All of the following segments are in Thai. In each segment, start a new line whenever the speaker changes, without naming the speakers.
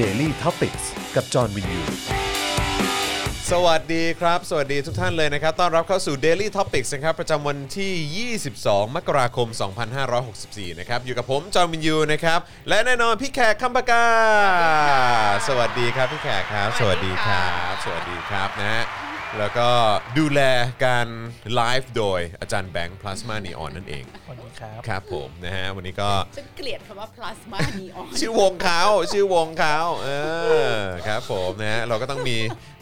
Daily t o p i c กกับจอห์นวินยู
สวัสดีครับ สวัสดีทุกท่านเลยนะครับ ต้อนรับเข้าสู่ Daily Topics นะครับ ประจำวันที่ 22 มกราคม 2564 นะครับ อยู่กับผม จอมินยู นะครับ และแน่นอนพี่แขกคำปากา สวัสดีครับ พี่แขกครับ สวัสดีครับ สวัสดีครับนะฮะ แล้วก็ดูแลการไลฟ์โดยอาจารย์แบงค์พลาสมานีออนนั่นเอง
สวัสดีครับ
ครับผมนะฮะ วันนี้ก็
ฉันเกลียดคำว่า plasma neon
ชื่อวงเขาชื่อวงเขาเออครับผมนะฮะเราก็ต้องมี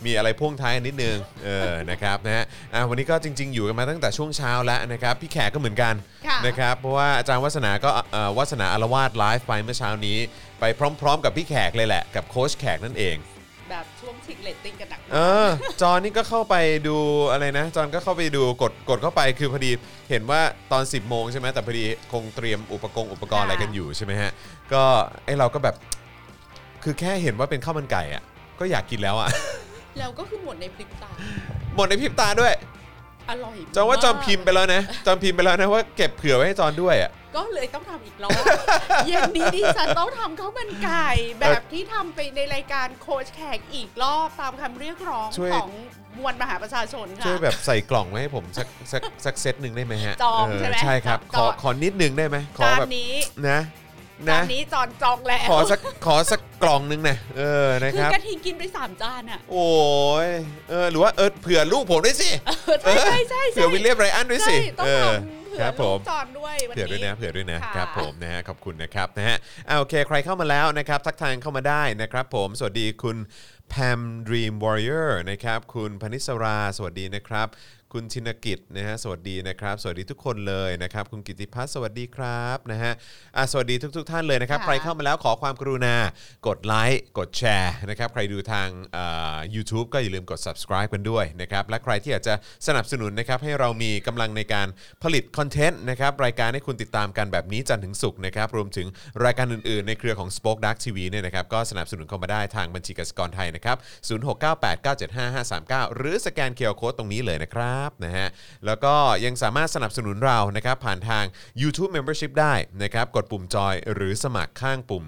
มีอะไรพ่วงท้ายนิดนึงเออนะครับนะฮะอ่ะวันนี้ก็จริง ๆ อยู่กันมาตั้งแต่ช่วงเช้าแล้วนะครับพี่แขกก็เหมือนกัน
ค่ะ
นะครับเพราะว่าอาจารย์วัฒนาก็เอ่อวัฒนาอารวาสไลฟ์ไปเมื่อเช้านี้ ไปพร้อม ๆ กับพี่แขกเลยแหละกับโค้ชแขกนั่นเอง
แบบช่วงทิกเลตติ้งกันหนัก
เออจอนนี่ก็เข้าไปดูอะไรนะ จอนก็เข้าไปดูกดกดเข้าไปคือพอดีเห็นว่าตอน 10บโมงใช่ไหมแต่พอดีคงเตรียมอุปกรณ์อุปกรณ์อะไรกันอยู่ใช่ไหมฮะ ก็ไอเราก็แบบ คือแค่เห็นว่าเป็นข้าวมันไก่อะก็อยากกินแล้วอะ
แล้วก็คือหมดในพริบตา
หมดในพริบตาด้วย
อร่อย
จอนว่าจอน
ก
พิมพ์ไปแล้วนะจอนพิมพ์ไปแล้วนะว่าเก็บเผื่อไว้ให้จอนด้วยอะ
ก็เลยต้องทำอีกรอบ เย็นนี้ดิฉันต้องทำข้าวมันไก่แบบที่ทำไปในรายการโคชแขกอีกรอบตามคำเรียกร้อง
ช่วย
ของมวลมหาประชาชน
ช่วย
ค่ะ
แบบใส่กล่องไว้ให้ผมสักสักสักเซตหนึ่งได้ไหมฮะ
จอง
เ
ใช่ไหม
ใช่ครับข
จ
อ
อง
ขอนิดหนึงได้ไหมขอ
จาน
แบบ
นี้
นะ
จา
นะ
นนี้จอนจองแล้ว
ขอสักขอสักกล่องหนึงนะเออนะ
คื
ค
อ
รับ
กระทิงกินไปสามจานอ่ะ
โอ้ยเออหรือว่าเออเผื่อลูกผมด้วยสิ
เออใช่ใช่ใช่
เผื่อวิลเลียมไรอันด้วย
ใช่
สิ
ต้อง
เออค
ทำเผื่อ
รับผ
ลู
ม
กจอนด้วยวัน
เผื่อด้วย
นี้
นะเผื่อด้วยนะ
ค่ะ
ครับผมนะฮะขอบคุณนะครับนะฮะอ่าโอเคใครเข้ามาแล้วนะครับ ทักทายเข้ามาได้นะครับ ผมสวัสดีคุณแพม Dream Warrior นะครับคุณพนิสราสวัสดีนะครับ คุณชินกิจนะฮะสวัสดีนะครับ สวัสดีทุกคนเลยนะครับ คุณกิติพัฒน์สวัสดีครับนะฮะอ่ะสวัสดีทุก ๆ ท่านเลยนะครับ
ค่ะ
ใครเข้ามาแล้วขอความกรุณากดไลค์กดแชร์นะครับ ใครดูทางเอ่อ YouTube ก็อย่าลืมกด subscribe กันด้วยนะครับ และใครที่อยากจะสนับสนุนนะครับ ให้เรามีกำลังในการผลิตคอนเทนต์นะครับ รายการให้คุณติดตามกันแบบนี้จันทร์ถึงศุกร์นะครับ รวมถึงรายการอื่นๆ ในเครือของ Spoke Dark TV เนี่ยนะครับ ก็สนับสนุนเข้ามาได้ทางบัญชีกสิกรไทยนะครับ 0698975539 หรือสแกนเคอร์โคตรงนี้เลยนะครับนะฮะแล้วก็ยังสามารถสนับสนุนเรานะครับผ่านทาง YouTube Membership ได้นะครับ กดปุ่มจอยหรือสมัครข้างปุ่ม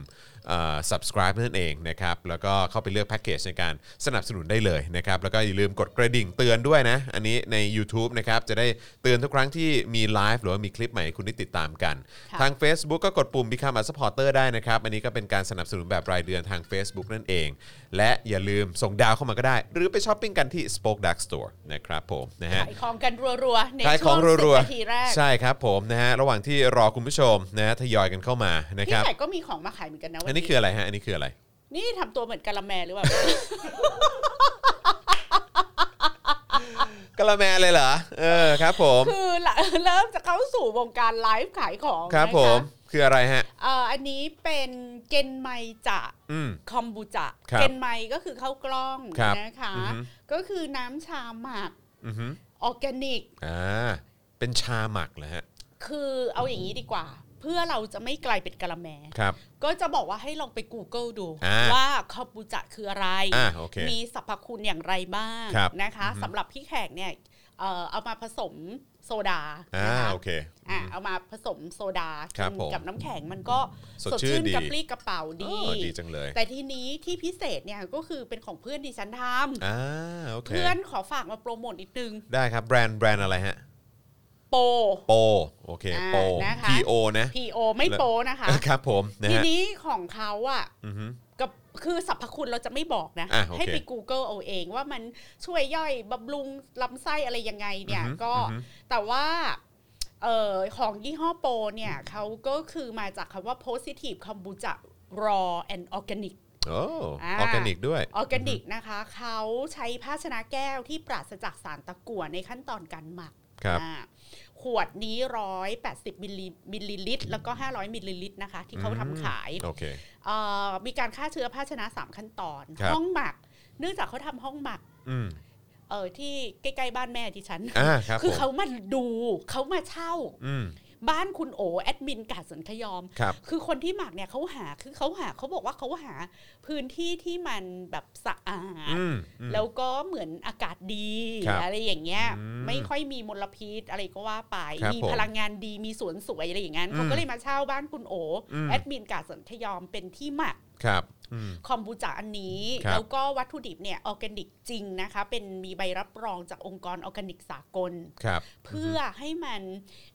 เอ่อ subscribe นั่นเองนะครับ แล้วก็เข้าไปเลือกแพ็กเกจในการสนับสนุนได้เลยนะครับ แล้วก็อย่าลืมกดกระดิ่งเตือนด้วยนะ อันนี้ใน YouTube นะครับ จะได้เตือนทุกครั้งที่มีไลฟ์หรือว่ามีคลิปใหม่ให้คุณได้ติดตามกัน
ค่ะ
ทาง Facebook ก็กดปุ่ม Become a supporter ได้นะครับ อันนี้ก็เป็นการสนับสนุนแบบรายเดือนทาง Facebook นั่นเอง และอย่าลืมส่งดาวเข้ามาก็ได้ หรือไปช้อปปิ้งกันที่ Spoke Dark Store นะครับผมนะฮะ
ขายของกันรัวๆใน
ขายข
ช่
อ
ว
ง
ง
รัว
10นาทีแรก
ๆ ใช่ครับผมนะฮะ ระหว่างที่รอคุณผู้ชมนะฮะทยอยกันเข้ามานะค
พี่
รับ
แขกก็มีของมาขายเหมือนกันนะวั
อัน
น
นี้
นี้
คืออะไรฮะ อันนี้คืออะไร
นี่ทำตัวเหมือนกะละแมหรือเปล่า
กะละแมเลยเหรอ เออครับผม
คือละ เริ่มจะเข้าสู่วงการไลฟ์ขายของ
ครับ
นะะ
ผม คืออะไรฮะ
เอ่ออันนี้เป็นเกนไมจะ
อืม
คอมบูจะ
ครับ
เกนไมก็คือข้าวกล้อง
ครับ
นะคะ
อือฮึ
ก็คือน้ำชาหมัก
อือหือ
ออร์แกนิก
อ่า เป็นชาหมักเหรอฮะ
คือเอาอย่างนี้ดีกว่า เพื่อเราจะไม่กลายเป็นกะละแม
ครับ
ก็จะบอกว่าให้ลองไป Google ดู
อ่า
ว่าคอมบูจะคืออะไร
อ่าโอเค
มีสรรพคุณอย่างไรบ้าง
ครับ
นะคะ
อือฮึ
สำหรับพี่แขกเนี่ยเอ่อเอามาผสมโซดา
อ่า
นะคะ
โอเค
อ่ะเอามาผสมโซดา
ครับ
กิ
ผม
กับน้ำแข็งมันก็
สดชื่นดี
กระปรี้กระเป๋าดี
อ๋อดีจังเลย
แต่ทีนี้ที่พิเศษเนี่ยก็คือเป็นของเพื่อนดิฉันท
อ่า โอ
ำ
เค
เพื่อนขอฝากมาโปรโมทนิดนึง
ได้ครับ แบรนด์ แบรนด์อะไรฮะ
โปร
โป โอเค โป
อ่านะคะ
P O นะ
พีโอไม่โปรนะคะ
ครับผม นะ
ที
ฮะ
นี้ของเขาอ่ะ
อือหือ
กับคือสรรพคุณเราจะไม่บอกนะ
อ่ะโอเค
ให้ไป Google เอาเองว่ามันช่วยย่อยบำรุงลำไส้อะไรยังไงเนี่ย
อือฮึ
ก็
อือฮึ
แต่ว่าเออของยี่ห้อโปรเนี่ยเขาก็คือมาจากคำว่า positive kombucha raw and organic
โอ้
อ่า
ออร์แกนิกด้วย
ออร์แกนิกนะคะ เขาใช้ภาชนะแก้วที่ปราศจากสารตะกั่วในขั้นตอนการหมัก
ครับ
อ่าขวดนี้ 180มิลลิมิลลิลิตร แล้วก็ 500 มิลลิลิตรนะคะ ที่เขาทำขาย
โอเค
เอ่อมีการฆ่าเชื้อภาชนะ 3 ขั้นตอน
ครับ
ห้องหมัก เนื่องจากเขาทำห้องหมัก
อืม
เออที่ใกล้ ๆ บ้านแม่ที่ฉัน
อ่า ครับ
คือ
ผม
เขามาดูเขามาเช่า
อืม
บ้านคุณโอแอดมินกาดสันขยอม
ครับ
คือคนที่หมักเนี่ยเขาหาคือเขาหาเขาบอกว่าเขาหาพื้นที่ที่มันแบบสะอาด
อืมอืม
แล้วก็เหมือนอากาศดี
ครับ
อะไรอย่างเงี้ย
อืม
ไม่ค่อยมีมลพิษอะไรก็ว่าไป
ครับ
มี
ผม
พลังงานดีมีสวนสวยอะไรอย่างนั้น
อืม
เขาก็เลยมาเช่าบ้านคุณโออ
ม
แอดมินกาดสันทยอมเป็นที่หมัก
ครับ อืม
คอมบูจาอันนี้
ครับ
แล้วก็วัตถุดิบเนี่ยออร์แกนิกจริงนะคะ เป็นมีใบรับรองจากองค์กรออร์แกนิกสากล
ครับ
เพื่อให้มัน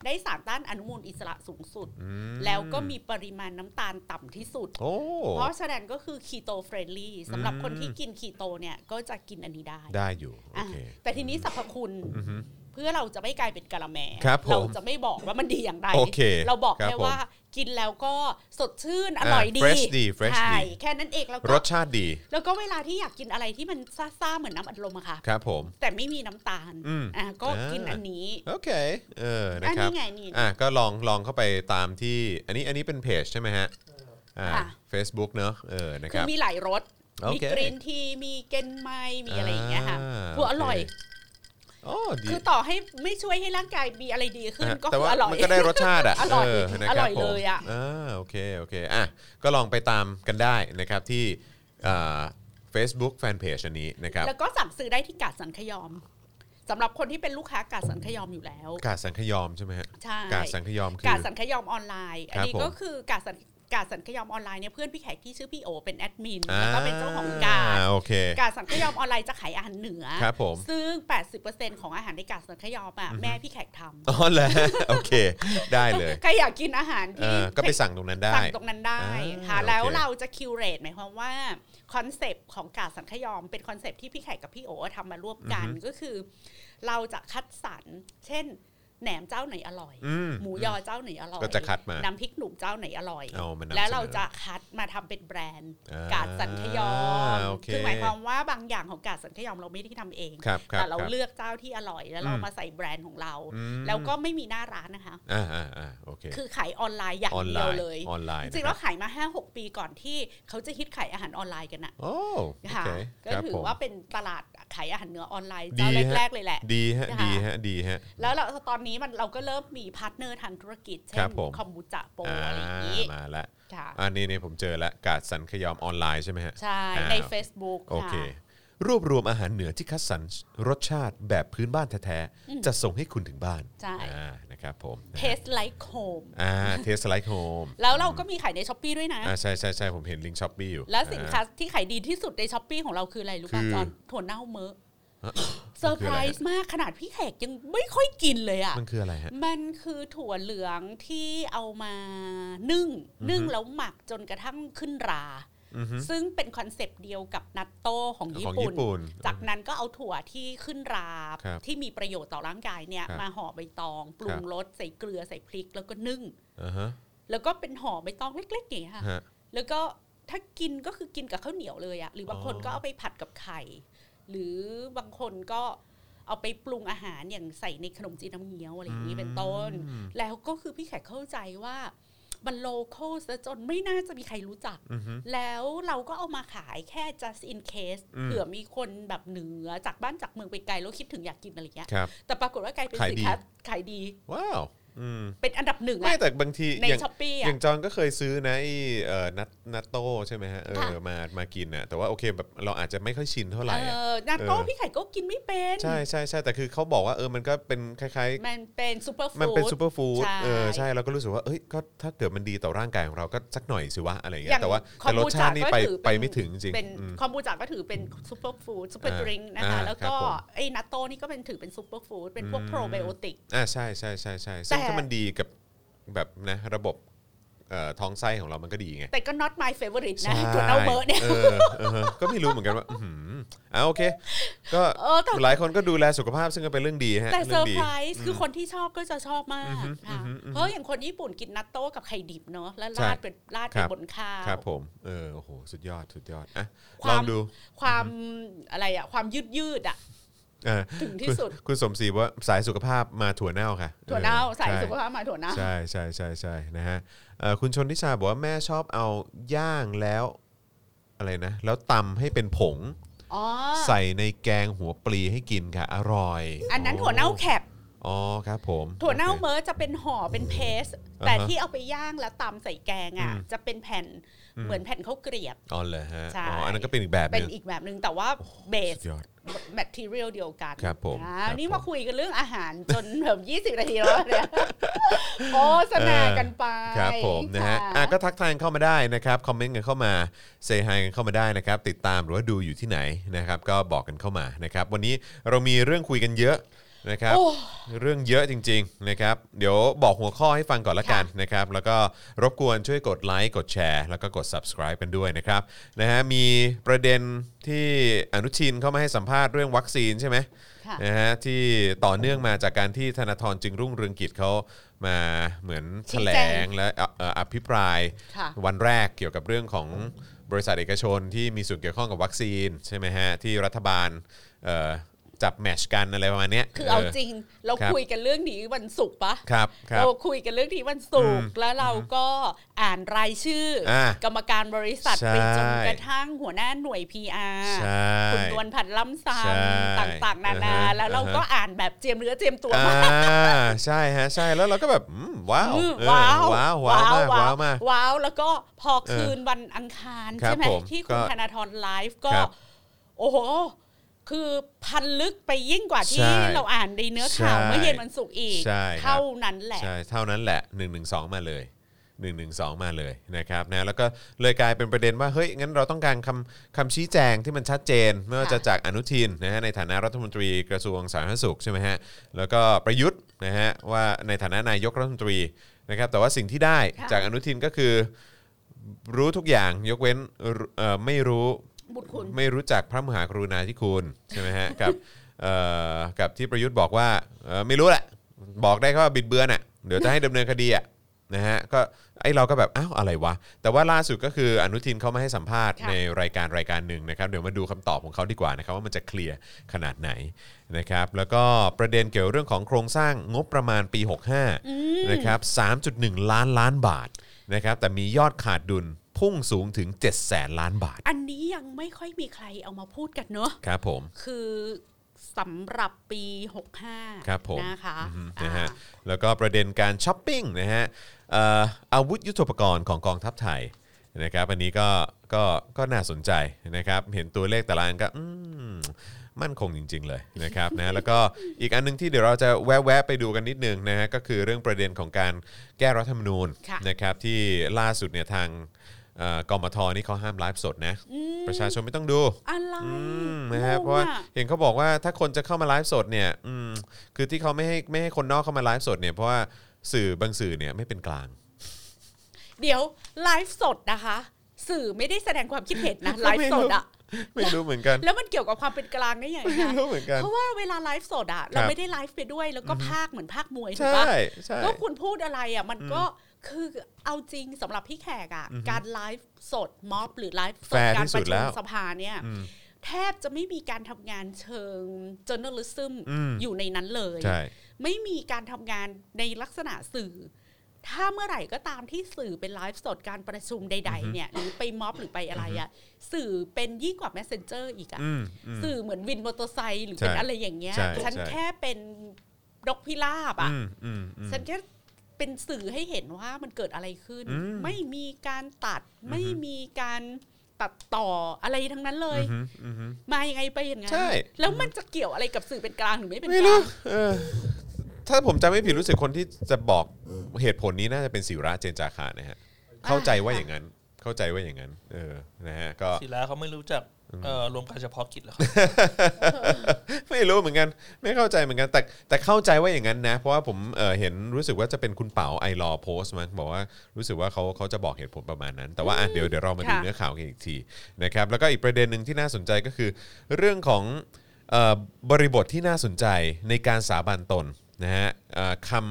ได้สารต้านอนุมูลอิสระสูงสุด
ม
แล้วก็มีปริมาณน้ำตาลต่ำที่สุด
โอ้
เพราะฉะนั้นก็คือ Keto Friendly สำหรับ
อืม
คนที่กิน Keto เนี่ยก็จะกินอันนี้ได้
ได้อยู่โอ
อ่ะ
เค
แต่ทีนี้สรรพคุณ
อือฮึ
เพื่อเราจะไม่กลายเป็นกะละแม
ครับผม
เราจะไม่บอกว่ามันดีอย่างไร
โอเค
บอก
ครับ
แค่ว่ากินแล้วก็สดชื่นอ
อ่ะ
ร่อยดี
fresh ดี fresh
ใช่
ดี
แค่นั้นเองแล้ว
ร
ก็
สชาติดี
แล้วก็เวลาที่อยากกินอะไรที่มันซ่าๆเหมือนน้ำอัดลมอะค่ะ
ครับผม
แต่ไม่มีน้ำตาล
อืม
อ่ะก็
อ่ากิ
กินอันนี้
โอเคเออนะ
อัน
ครับ
นี้ไงนี่
อ่ะก็ลองลองเข้าไปตามที่ อันนี้อันนี้เป็นเพจใช่ไหมฮะอ่า
ค่ะ
Facebook เนอะเออนะค
คือ
รับ
มีหลายรส
โอ
มี
เค
กรีนที มีเกนไมมีอะไรอย่างเงี้ยค่ะ
อ่า
หัวอร่อย
โอเโอ้ดี
คือต่อให้ไม่ช่วยให้ร่างกายมีอะไรดีขึ้น
อ่ะ
ก็
แต่
คือ
ว่า
อร่อย
มันก็ได้รสชาติอ่ะ
อร่อย
เนะคบ
อร่อยเลยอ่ะ
ผมอ่าโอเคโอเคอ่ะก็ลองไปตามกันได้นะครับที่อ่า Facebook Fanpage อันนี้นะครับ
แล้วก็สั่งซื้อได้ที่กาดสันขยอมสำหรับคนที่เป็นลูกค้ากาดสันขยอมอยู่แล้ว
กาดสังขยอมใช่ไหมฮะ
ใช่
กาดสังขยอมคื
กา
อ
ดสันขยอมออนไลน์ อันนี้
ครับผม
ก็คือกาดสันกาดสันขยอมออนไลน์เนี่ยเพื่อนพี่แขกที่ชื่อพี่โอเป็นแอดมิน
า
แล้วก็เป็นเจ้าของกาด
โอเค
กาดสันขยอมออนไลน์จะขายอาหารเหนือ
ครับผม
ซึ่ง 80%ของอาหารในกาดสันขยอมอ่ะแม่พี่แขกทำ
อ๋อเหรอ โอเค ได้เลย
ใครอยากกินอาหาร
เอ
ที่
อก็ไปสั่งตรงนั้นได้
สั่งตรงนั้นได้ค่ะ
อ่า
แล้ว
โอเค
เราจะคิวเรตหมายความว่าคอนเซปต์ของกาดสังขยอมเป็นคอนเซปต์ที่พี่ไข่กับพี่โอทำมาร่วมกันก็คือ เราจะคัดสรรเช่น แหนมเจ้าไหนอร่อย
อืม
หมูยอเจ้าไหนอร่อย
ก็จะคัดมา
น้ำพริกหนุ่มเจ้าไหนอร่อย
เอามานำเสนอ
แล้วเราจะคัดมาทำเป็นแบรนด์
อ่าก
าดสันขยอม
โอเค
คือหมายความว่าบางอย่างของกาดสันขยอมเราไม่ได้ทำเอง
ครับครับ
แต่เรา
คบ
เลือกเจ้าที่อร่อย แล้วเรา
อืม
มาใส่แบรนด์ของเรา
อืม
แล้วก็ไม่มีหน้าร้านนะคะ
อ่าอ่าอ่าโอเค
คือขายออนไลน์อย่าง
ออนไล
เดียว
น์
เลย
ออนไลน์
จ
นะ
ริง
ค
ๆแล้ว
บ
ขายมา 5 6 ปีก่อนที่เขาจะฮิตขายอาหารออนไลน์กันนะ
โอ้โอ
ค่ะ
เค
ก็
ครับ
ถื
ผ
อ
ม
ว่าเป็นตลาดขายอาหารเหนือออนไลน์
ดี
เจ้า
ฮะ
แรกๆเลยแหละ
ดีฮะ
ค่ะ
ดีฮะดีฮะ
แล้วเราตอนนี้มันเราก็เริ่มมีพาร์ทเนอร์ทางธุรกิจ เช่
ครั
น
บผม
คอมบูจาโป
อ่า
อะไรอย่างนี้
มาละ
ค่ะ
อันนี้นี่ผมเจอละกาดสันขยอมออนไลน์ใช่ไหมฮะ
ใช่
อ่า
ใน Facebook
โอ
ค่ะ
เค รวบรวมอาหารเหนือที่คัดสรรรสชาติแบบพื้นบ้านแท้ๆจะส่งให้คุณถึงบ้าน
ใช่
อ่านะครับผม
เทสไลค์โคม
อ่าเทสไลท์โฮม
แล้วเราก็มีขายในช้อปปีด้วยนะ
อ่าใช่ใช่ใช่ผมเห็นลิงก์ช้อปปี้อยู่
แล้วสิน
อ่า
ค้าที่ขายดีที่สุดในช้อปปีของเราคืออะไรรู้ป่ะ
คือ
จอนถั่วเน่าเมอะ
ฮะ
เซอร์ไพรส์มากขนาดพี่แขกยังไม่ค่อยกินเลยอะ
มันคืออะไรฮะ
มันคือถั่วเหลืองที่เอามานึ่ง นึ่งแล้วหมักจนกระทั่งขึ้นรา
อือฮึ
ซึ่งเป็นคอนเซปต์เดียวกับนัตโต้ของญี่
ของ
ปุ่น
ญี่ปุ่น
จากนั้นก็เอาถั่วที่ขึ้นรา
ครับ
ที่มีประโยชน์ต่อร่างกายเนี่ย
ครับ
มาห่อใบตอง ปรุ
ครั
ง
บ
รสใส่เกลือใส่พริก แล้วก็นึ่ง
อ่าฮะ
แล้วก็เป็นห่อใบตองเล็กๆอย่างเงี้ยค่ะ
ฮะ
แล้วก็ถ้ากินก็คือกินกับข้าวเหนียวเลยอะหรือบางคน
อ๋อ
ก็เอาไปผัดกับไข่ หรือบางคนก็เอาไปปรุงอาหารอย่างใส่ในขนมจีนน้ำเงี้ยวอะไรอย่างนี้เป็นต้น
อืม
แล้วก็คือพี่แขกเข้าใจว่ามันโลโก้ซะจนไม่น่าจะมีใครรู้จัก
อือฮึ
แล้วเราก็เอามาขายแค่ just in case
อืม
เผื่อมีคนแบบเหนือจากบ้านจากเมืองไปไกลแล้วคิดถึงอยากกินอะไรเงี้ย
ครับ
แต่ปรากฏว่ากลายเป็น
ขาย
สิน
ดี
ค้าขายดี
ว้าวอืม
เป็นอันดับหนึ่ง
ไม่
อะ
แต่บางที
ใน
อย่าง
ช้อปปี้
อ
อะ
ย่างจอนก็เคยซื้อนะไอ้เอ่อนัตนัตโต้ใช่ไหมฮะเออ
ค่ะ
มามากินน่ะแต่ว่าโอเคแบบเราอาจจะไม่ค่อยชินเท่าไหร่
เอ
อะ
อนาโต้
เออ
พี่ไข่ก็กินไม่เป็น
ใช่ใช่ใช่แต่คือเขาบอกว่าเออมันก็เป็นคล้าย
มันเป็นซูเปอร์
ๆ
ฟู้ด
มันเป็นซูเปอร์ฟู้ด
ใช่
เออใช่เราก็รู้สึกว่าเอ้ยก็ถ้าเกิดมันดีต่อร่างกายของเราก็สักหน่อยสิวะอะไรอย่าง
อ
เงี้
ย่าย ง
แต่ว่า
คอม
แต่รสชาตินี่
บูจาก็
ไป
ถือเป็น
ไปไม่ถึงจริง
เป็น
อืม
คอมบูจาก็ถือเป็นซูเปอร์ฟู้ดซูเปอร์
อ่า
ดริงก์นะคะ
อ่า
แล้ว
ครั
ก็
บผม
ไอ้นัตโต้นี่ก็เป็นถือเป็นซูเปอร์ฟู้ดเป็นพวกโปรไบโอติก
อ่าใช่ใช่ใช่ใช่ซึ่ง
แต่
ถ้ามันดีกับแบบนะระบบเอ่อท้องไส้ของเรามันก็ดีไง
แต่ก็ not my favorite นะ
ใช่
ตัวเอาเบอร์เนี่ย
ออเออก็ไม่รู้เหมือนกันว่าอื้อหืออ่าโอเค ก็
เออแต่
หลายคนก็ดูแลสุขภาพซึ่งก็เป็นเรื่องดีฮะ
แต่เซอ
อง
ร์
ดี
ไพรส์คือคนที่ชอบก็จะชอบมาก
อือฮึ
ค่ะ
อือฮึ
เพราะอย่างคนญี่ปุ่นกินนัตโต้กับไข่ดิบเนาะแล้ว
ใช่
ราดเป็นราด
คน
เป็
รับ
บนข้าว
ครับผมเออโอ้โหสุดยอดสุดยอดอ่ะ
ค
ล
วา
อ
ม
งดู
ความอะไรอะความยืดยืดๆอะ
เออ
ถึงที่
คุณ
สุด
คุณสมศรีว่าสายสุขภาพมาถั่วเน่าค่ะ
ถั่วเน่า
ออ
ใส่
ช่
สุขภาพมาถั่วเน่า
ใช่ใช่ใช่ใช่นะฮะเอ่อคุณชนทิชาบอกว่าแม่ชอบเอาย่างแล้วอะไรนะ แล้วตำให้เป็นผง
อ๋อ
ใส่ในแกงหัวปลีให้กินค่ะ อร่อย
อันนั้นถั่วเน่าแคบ
อ๋อครับผม
ถั่วเน่า
โอค
เมอร์จะเป็นห่อเป็นเพสต์แต่
อ่าฮะ
ที่เอาไปย่างแล้วตำใส่แกงอ่ะ
อืม
จะเป็นแผ่นเหมือนแผ่นข้าวเกรียบ
อ๋อเลยฮะ
ใช่
อ๋ออันนั้นก็เป็นอีกแบบห
เป็น
นึง
อีกแบบหนึ่งแต่ว่าเบส
สุดยอด
แมทเทียลเดียวกัน
ครับผม
อ่า
ครับ
นี่
ผม
มาคุยกันเรื่องอาหารจนแบบ 20 นาทีแล้วเนี่ย โอ้สนา
เออ
กันไป
ครับผมนะฮะ
ค่
อ่ะก็ทักทายกันเข้ามาได้นะครับ คอมเมนต์กันเข้ามาเซฮายกันเข้ามาได้นะครับ ติดตามหรือว่าดูอยู่ที่ไหนนะครับ ก็บอกกันเข้ามานะครับ วันนี้เรามีเรื่องคุยกันเยอะนะครับ
โอ้
เรื่องเยอะจริงๆนะครับเดี๋ยวบอกหัวข้อให้ฟังก่อนละกัน
ค่ะ
นะครับแล้วก็รบกวนช่วยกดไลค์กดแชร์ แล้วก็กด subscribe กันด้วยนะครับนะฮะมีประเด็นที่อนุชินเข้ามาให้สัมภาษณ์เรื่องวัคซีนใช่ไหม
ค่ะ
นะฮะที่ต่อเนื่องมาจากการที่ธนาธรจึงรุ่งเรืองกิจเขามาเหมือนแถล
ชี้แจ
ง
ง
และเอ่อเอ่ออภิปราย
ค่ะ
วันแรกเกี่ยวกับเรื่องของบริษัทเอกชนที่มีส่วนเกี่ยวข้องกับวัคซีนใช่ไหมฮะที่รัฐบาลเอ่อจับแมทชกันอะไรประมาณเนี้ย
คือเอาจริงเรา
ครับ
คุยกันเรื่องนี้วันศุกร์ปะ
ครับครับ
เราคุยกันเรื่องนี้วันศุกร์แล้วเราก็อ่านรายชื่ออา กรรมการบริษัทไปจนกระทั่งหัวหน้าหน่วย PR
ใช่
คุณดวนผัดล้ำซ
ใช่
ำต่างๆ นา
อ่า
นา
ฮะ
แล้วเรา
อ่าฮะ
ก็อ่านแบบเจียมเนื้อเจียมตัว
อ่
มาก
าใช่ฮะใช่แล้วเราก็แบบอืมว้าว
อืม
เออ
ว้าว
ว้าวว้าวมากว้าวมาก
ว้าวแล้วก็พอคืนวันอังคาร
ครับ
ใช่ไหม
ผม
ที่
ก็
คุณธนาธรไลฟ์ก็
ครับ
โอ้โห คือพันลึกไปยิ่งกว่าที่
ใช่
เราอ่านในเนื้อข่าว
ใช่
เมื่อเย็นวันศุกร์อีก
ใช่ครับ
เท่านั้นแหละ
ใช่เท่านั้นแหละ 1 1 2 มาเลย 1 1 2 มาเลยนะครับนะแล้วก็เลยกลายเป็นประเด็นว่าเฮ้ยงั้นเราต้องการคำคำชี้แจงที่มันชัดเจนไม่ว่า
ค่ะ
จะจากอนุทินนะฮะในฐานะรัฐมนตรีกระทรวงสาธารณสุขใช่ไหมฮะแล้วก็ประยุทธ์นะฮะว่าในฐานะนายกรัฐมนตรีนะครับแต่ว่าสิ่งที่ได้
ค่ะ
จากอนุทินก็คือรู้ทุกอย่างยกเว้นเอ่อไม่รู้
บุญคุณ
ไม่รู้จักพระมหากรุณาธิคุณใช่ไหมฮะ กับเอ่อกับที่ประยุทธ์บอกว่าเอ่อไม่รู้แหละ บอกได้แค่ว่าบิดเบือนอ่ะเดี๋ยวจะให้ดำเนินคดีอ่ะนะฮะก็ไอเราก็แบบอ้าวอะไรวะ แต่ว่าล่าสุดก็คืออนุทินเขามาให้สัมภาษณ์
ค่ะ
ในรายการรายการหนึ่งนะครับเดี๋ยวมาดูคำตอบของเขาดีกว่านะครับว่ามันจะเคลียร์ขนาดไหนนะครับแล้วก็ประเด็นเกี่ยวเรื่องของโครงสร้างงบประมาณปี 65นะครับ3.1 ล้านล้านบาทนะครับแต่มียอดขาดดุลพุ่งสูงถึง7แสนล้านบาท
อันนี้ยังไม่ค่อยมีใครเอามาพูดกันเนอะ
ครับผม
คือสำหรับปี 65
ครับผม
นะคะ
อืมนะฮะ
อ่า
แล้วก็ประเด็นการช้อปปิ้งนะฮะเอ่ออาวุธยุทโธปกรณ์ของกองทัพไทยนะครับอันนี้ก็ก็ก็น่าสนใจนะครับเห็นตัวเลขตารางก็อืมมั่นคงจริง ๆ เลยนะครับนะ แล้วก็อีกอันหนึงที่เดี๋ยวเราจะแวะๆไปดูกันนิดนึงนะฮะก็คือเรื่องประเด็นของการแก้รัฐธรรมนูญ
ค่ะ
นะครับที่ล่าสุดเนี่ยทางเอ่อกมทนี่เขาห้ามไลฟ์สดนะประชาชนไม่ต้องดู
อะไร
อืมนะฮะ
งงอ
เพราะว่าเห็นเขาบอกว่าถ้าคนจะเข้ามาไลฟ์สดเนี่ยอืมคือที่เขาไม่ให้ไม่ให้คนนอกเข้ามาไลฟ์สดเนี่ยเพราะว่าสื่อบางสื่อเนี่ยไม่เป็นกลาง
เดี๋ยวไลฟ์สดนะคะ สื่อไม่ได้แสดงความคิดเห็นนะ ไลฟ์สดอะ
ไม่รู้เหมือน กัน
แล้วมันเกี่ยวกับความเป็นกลางได้ยังไง
ไม่
คะ
รู้เหมือนกัน
เพราะว่าเวลาไลฟ์สดอะเรา
ครับ
ไม่ได้ไลฟ์ไปด้วยแล้วก็ภาคเหมือนภาคมวยถูก
ใช่
ปะ
ใช่
ก็คุณพูดอะไรอะมันก็คือเอาจริงสำหรับพี่แขกอะการไลฟ์สดม็อบ หรือไลฟ์สดการประชุมสภาเนี่ย
อืม
แทบจะไม่มีการทำงานเชิง journalism
อืม
อยู่ในนั้นเลย
ใช่
ไม่มีการทำงานในลักษณะสื่อ ถ้าเมื่อไหร่ก็ตามที่สื่อเป็นไลฟ์สดการประชุมใด ๆ เนี่ย หรือไปม็อบหรือไปอะไรอะสื่อเป็นยิ่งกว่า messenger อีกอะ
อืมอืม
สื่อเหมือนวินมอเตอร์ไซค์หรือ
ใช่
เป็นอะไรอย่างเงี้ย
ใช่
ฉัน
ใช่
แค่เป็นนกพิราบอะ
อืมอืมอืม
ฉันแค่เป็นสื่อให้เห็นว่ามันเกิดอะไรขึ้น
อืม
ไม่มีการตัด ไม่มีการตัดต่ออะไรทั้งนั้นเลย
อืมอืม
มายังไงไปอย่างนั้น
ใช่
แล้วมันจะเกี่ยวอะไรกับสื่อเป็นกลางหรือไม่เป็น
ไม่
ก
รู้
ลาง
เออถ้าผมจำไม่ผิดรู้สึกคนที่จะบอกเหตุผลนี้น่าจะเป็นศิระเจนจาคานะฮะเข้าใจว่าอย่างนั้น เข้าใจว่าอย่างนั้น เออนะฮะก็
ศิลาเขาไม่รู้จักเอ่อรวมการเฉพาะกิจเหรอครับ
ไม่รู้เหมือนกันไม่เข้าใจเหมือนกันแต่แต่เข้าใจว่าอย่างนั้นนะ เพราะว่าผมเอ่อเห็นรู้สึกว่าจะเป็นคุณเป๋าไอรอโพสต์มั้งบอกว่ารู้สึกว่าเขาเขาจะบอกเหตุผลประมาณนั้น แต่ว่าอ่ะเดี๋ยวเดี๋ยวเรามาดู
ค่ะ
เนื้อข่าวกันอีกทีนะครับแล้วก็อีกประเด็นหนึ่งที่น่าสนใจก็คือ เรื่องของเอ่อบริบทที่น่าสนใจในการสาบานตนนะฮะเอ่อคำ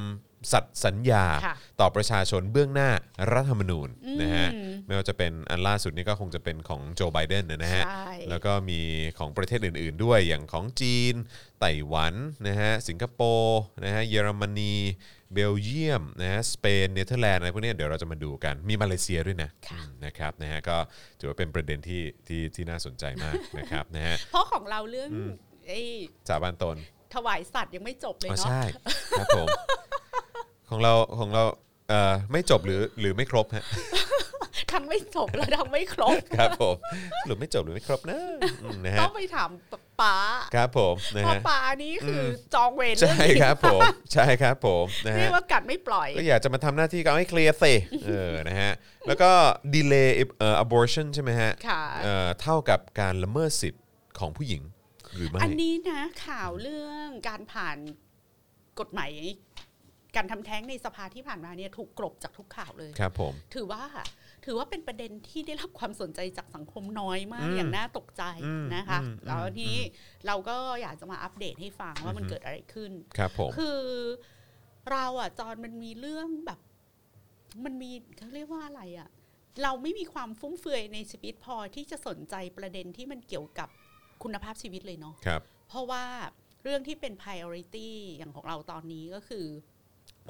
สัตย์สัญญา
ค่ะ
ต่อประชาชนเบื้องหน้ารัฐธรรมนูญนะฮะ
อืม
ไม่ว่าจะเป็นอันล่าสุดนี่ก็คงจะเป็นของโจไบเดนนะฮะ
ใช่
แล้วก็มีของประเทศอื่น ๆ ด้วยอย่างของจีน ไต้หวันนะฮะสิงคโปร์นะฮะเยอรมนีเบลเยียมนะฮะสเปนเนเธอร์แลนด์อะไรพวกเนี้ยเดี๋ยวเราจะมาดูกันมีมาเลเซียด้วยนะ
ค่ะ
อืมนะครับนะฮะก็ถือว่าเป็นประเด็นที่ที่ที่น่าสนใจมาก นะครับนะฮะ
เพราะของเราเรื่องไอ้
สาบานตน
ถวายสัตว์ยังไม่จบเลย
อ๋อ
เนาะ
ใช่ครับผม ของเราของเราเอ่อไม่จบหรือหรือไม่ครบฮะ
ทั้งไม่จบและทั้งไม่ครบ
ครับผมหรือไม่จบหรือไม่ครบนะอืมนะ
ต้
ฮะ
องไปถามป๋า
ครับผมนะ
เพอ
ฮะ
ป๋านี้คืออ
ม
จองเวรเรื่อง
ใช่
นี้
ครับผมใช่ครับผมนะ
เรีย
ฮะ
กว่ากัดไม่ปล่อย
ก็อยากจะมาทำหน้าที่ก็เอาให้เคลียร์ สิเออ นะฮะ แล้วก็ delay เอ่อ abortion ใช่ไหมฮะ
ค่ะ
เอ่อเท่ากับการละเมิดสิทธิ์ของผู้หญิงหรือไม่
อันนี้นะข่าวเรื่องการผ่านกฎหมายการทำแท้งในสภาที่ผ่านมาเนี่ยถูกกลบจากทุกข่าวเลย
ครับผม
ถือว่าถือว่าเป็นประเด็นที่ได้รับความสนใจจากสังคมน้อยมา
อื
ก
ม
อย่างน่าตกใจนะคะ
อืมอืม
แล้วทีนี้เราก็อยากจะมาอัปเดตให้ฟังว่ามันเกิดอะไรขึ้น
ครับผม
คือเราอ่ะจอนมันมีเรื่องแบบ มันมีเขาเรียกว่าอะไรอ่ะ เราไม่มีความฟุ่มเฟือยในชีวิตพอที่จะสนใจประเด็นที่มันเกี่ยวกับคุณภาพชีวิตเลยเนาะ
ครับ
เพราะว่าเรื่องที่เป็น priority อย่างของเราตอนนี้ก็คือ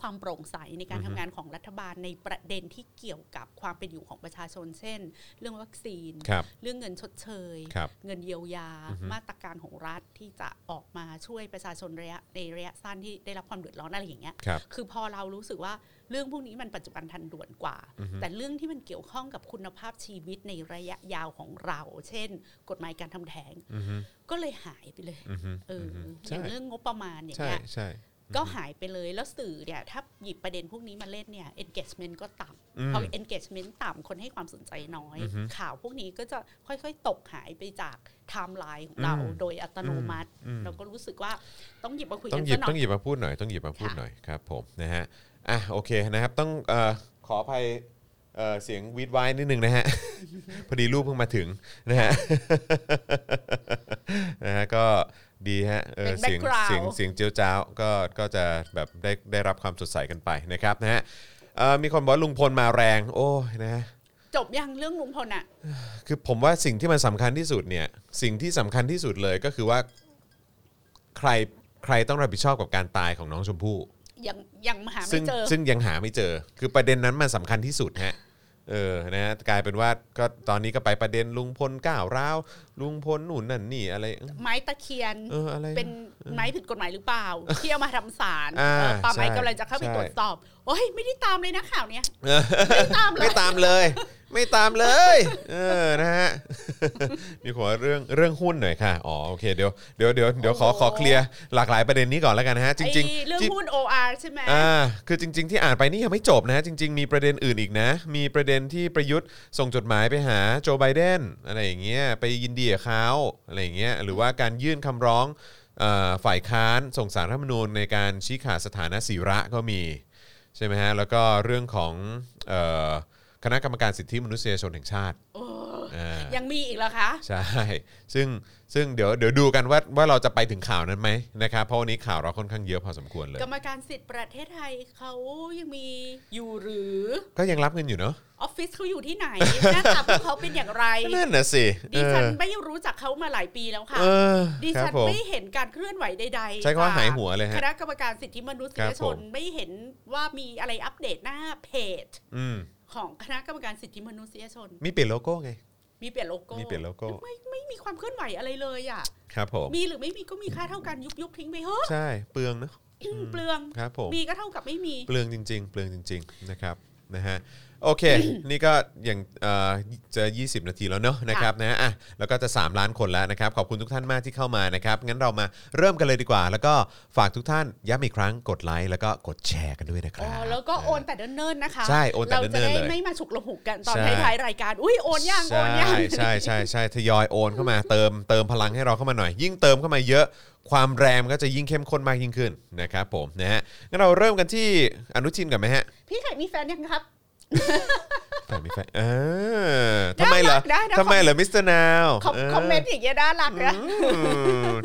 ความโปร่งใสในการ
อือฮึ
ทำงานของรัฐบาลในประเด็นที่เกี่ยวกับความเป็นอยู่ของประชาชน เช่น เรื่องวัคซีน
ครับ
เรื่องเงินชดเชย
ครับ
เงินเยียวยา
อือฮึ
มาตรการของรัฐที่จะออกมาช่วยประชาชนระยะในระยะสั้นที่ได้รับความเดือดร้อนอะไรอย่างเงี้ย
ครับ
คือพอเรารู้สึกว่าเรื่องพวกนี้มันปัจจุบันทันด่วนกว่า
อือฮึ
แต่เรื่องที่มันเกี่ยวข้องกับคุณภาพชีวิตในระยะยาวของเรา เช่น กฎหมายการทำแท้ง
อือฮึ
ก็เลยหายไปเลย
อือฮึ
เอ
อ
ออ
ฮึ
อย่า
ใช่
งเรื่องงบประมาณอย่าง
ใช่
เงี้ย
ใช่
ก็หายไปเลยแล้วสื่อเนี่ยถ้าหยิบประเด็นพวกนี้มาเล่นเนี่ย engagement ก็ต่ำ
อืม
พอ engagement ต่ำคนให้ความสนใจน้อย
อือฮึ
ข่าวพวกนี้ก็จะค่อยๆ ตกหายไปจากไทม์ไลน์ของเรา
อืม
โดยอัตโนมัติ
อืม
เราก็รู้สึกว่าต้องหยิบมาคุย
ต้อ
กั
งห
น
ยิบ
ซะหน่
ต้อ
อง ย
หยิบมาพูดหน่อยต้องหยิบมาพูด
ค่ะ
หน่อยครับผมนะฮะอ่ะโอเคนะครับต้องเอ่อขออภัยเอ่อเสียงวีดไว้นิดนึงนะฮะ พอดีรูปเพิ่งมาถึงนะ ฮะ นะฮะก็ดีฮะเออ
เป็น
เสียง
background
เสียงเสียงเจียวจ้าวก็ก็จะแบบได้ได้รับความสดใสกันไปนะครับนะฮะเอ่อมีคนบอกว่าลุงพลมาแรง โอ้ยนะฮะ
จบยังเรื่องลุงพลอ่ะ
คือผมว่าสิ่งที่มันสำคัญที่สุดเนี่ยสิ่งที่สำคัญที่สุดเลยก็คือว่าใครใครต้องรับผิดชอบกับการตายของน้องชมพู่
ยังยังหาไม่
ซึ่ง
เจอ
ซึ่งยังหาไม่เจอ คือประเด็นนั้นมันสำคัญที่สุดฮะ เออ นะฮะ กลายเป็นว่าก็ตอนนี้ก็ไปประเด็นลุงพลก้าวร้าว ลุงพลหนุนนั่นนี่อะไร
ไม้ตะเคียน
เอออะไระ
เป็นไม้ผิดกฎหมายหรือเปล่า ที่เอามาทำสาร
อ่า
เออป่าไม้
ใช่
กำลังจะเข้าไป
ใช่
ตรวจสอบโอ้ยไม่ได้ตามเลยนะข่าวเนี้ย
เออ
ไม่ตามเล
ไม่
ย
ตามเลย ไม่ตามเลย เออ นะฮะ มีขอเรื่องเรื่องหุ้นหน่อยค่ะ อ๋อ โอเค เดี๋ยว เดี๋ยว เดี๋ยวเดี๋ยวขอ
โอ้โห
ขอเคลียร์หลากหลายประเด็นนี้ก่อนแล้วกันนะฮะ จริงๆจริง
ไอ้เรื่องหุ้น OR ใช่ไหม
อ่า คือจริง ๆ ที่อ่านไปนี่ยังไม่จบนะฮะ จริง ๆ มีประเด็นอื่นอีกนะ มีประเด็นที่ประยุทธ์ส่งจดหมายไปหาโจไบเดนอะไรอย่างเงี้ย ไปยินดีกับเขาอะไรอย่างเงี้ย หรือว่าการยื่นคำร้องเอ่อฝ่ายค้านส่งสารรัฐธรรมนูญในการชี้ขาดสถานะสีระก็มี ใช่ไหมฮะ แล้วก็เรื่องของเอ่อคณะกรรมการสิทธิมนุษยชนแห่งชาติอ่า
ยังมีอีกเหรอคะ
ใช่ ซึ่งซึ่งเดี๋ยวเดี๋ยวดูกันว่าว่าเราจะไปถึงข่าวนั้นไหมนะครับ เพราะวันนี้ข่าวเราค่อนข้างเยอะพอสมควรเลย
กรรมการสิทธิ์ประเทศไทยเขายังมีอยู่หรือ
ก็ยังรับเงินอยู่เนาะ
ออฟฟิศเขาอยู่ที่ไหน หน้าตาพวกเขาเป็นอย่างไร
นั่นน่ะสิ
ดิฉัน
เออ
ไม่รู้จักเขามาหลายปีแล้วค่ะ
เออ
ดิ
ครั
ฉั
บ
น
ผม
ไม่เห็นการเคลื่อนไหวใดๆ
ใช้คำว่า
จก
หายหัวเลยฮะ
คณะกรรมการสิทธิมนุษ
ครั
ย
บ
ช
ผ
น
ม
ไม่เห็นว่ามีอะไรอัปเดตหน้าเพจ
อืม
ของคณะกรรมการสิทธิมนุษยชน
มีเปลี่ยนโลโก้ไง
มีเปลี่ยนโลโก้
มีเปลี่ยนโลโก้
ไม่ไม่มีความเคลื่อนไหวอะไรเลยอ่ะ
ครับผม
มีหรือไม่มีก็มีค่าเท่ากันยุบยุบทิ้งไปเฮ้ย
ใช่เปลืองเนาะ
เปลือง
ครับผม
มีก็เท่ากับไม่มี
เปลืองจริง ๆ เปลืองจริง ๆ นะครับนะฮะโอ เค นี่ก็อย่างเอ่อจะ 20 นาทีแล้วเนอะนะครับนะฮะอ่ะแล้วก็จะ 3 ล้านคนแล้วนะครับ ขอบคุณทุกท่านมากที่เข้ามานะครับ งั้นเรามาเริ่มกันเลยดีกว่า แล้วก็ฝากทุกท่านย้ำอีกครั้งกดไลค์แล้วก็กดแชร์กันด้วยนะค
อ๋
รั
อบ แล้วก็โอนแต่เนิ่นๆนะคะ
ใช่โอนแต่เนิ่นๆ
ราจะได้
เลย
ไม่มาฉุกละหุกกันตอน
ใช่
ท้ายๆรายการ อุ้ยโอนยังโอนยัง
ใช่ใช่ใช่ใช่ทยอยโอนเข้ามาเติมเติมพลังให้เราเข้ามาหน่อย ยิ่งเติมเข้ามาเยอะความแรงก็จะยิ่งเข้มข้นมากยิ่งขึ้นนะครับผมนะฮะงั้นเราเริ่มกันที่อนุชินกันไหมฮะ
พี่ไข่มีแฟนยังครับ
แต่ไม่แฟนเออทำไมเหรอ
ได้นะ
ทำไมเหรอมิสเตอร์นาว
คอมคอมเมนต์อย่างเงี้ยน่ารักนะ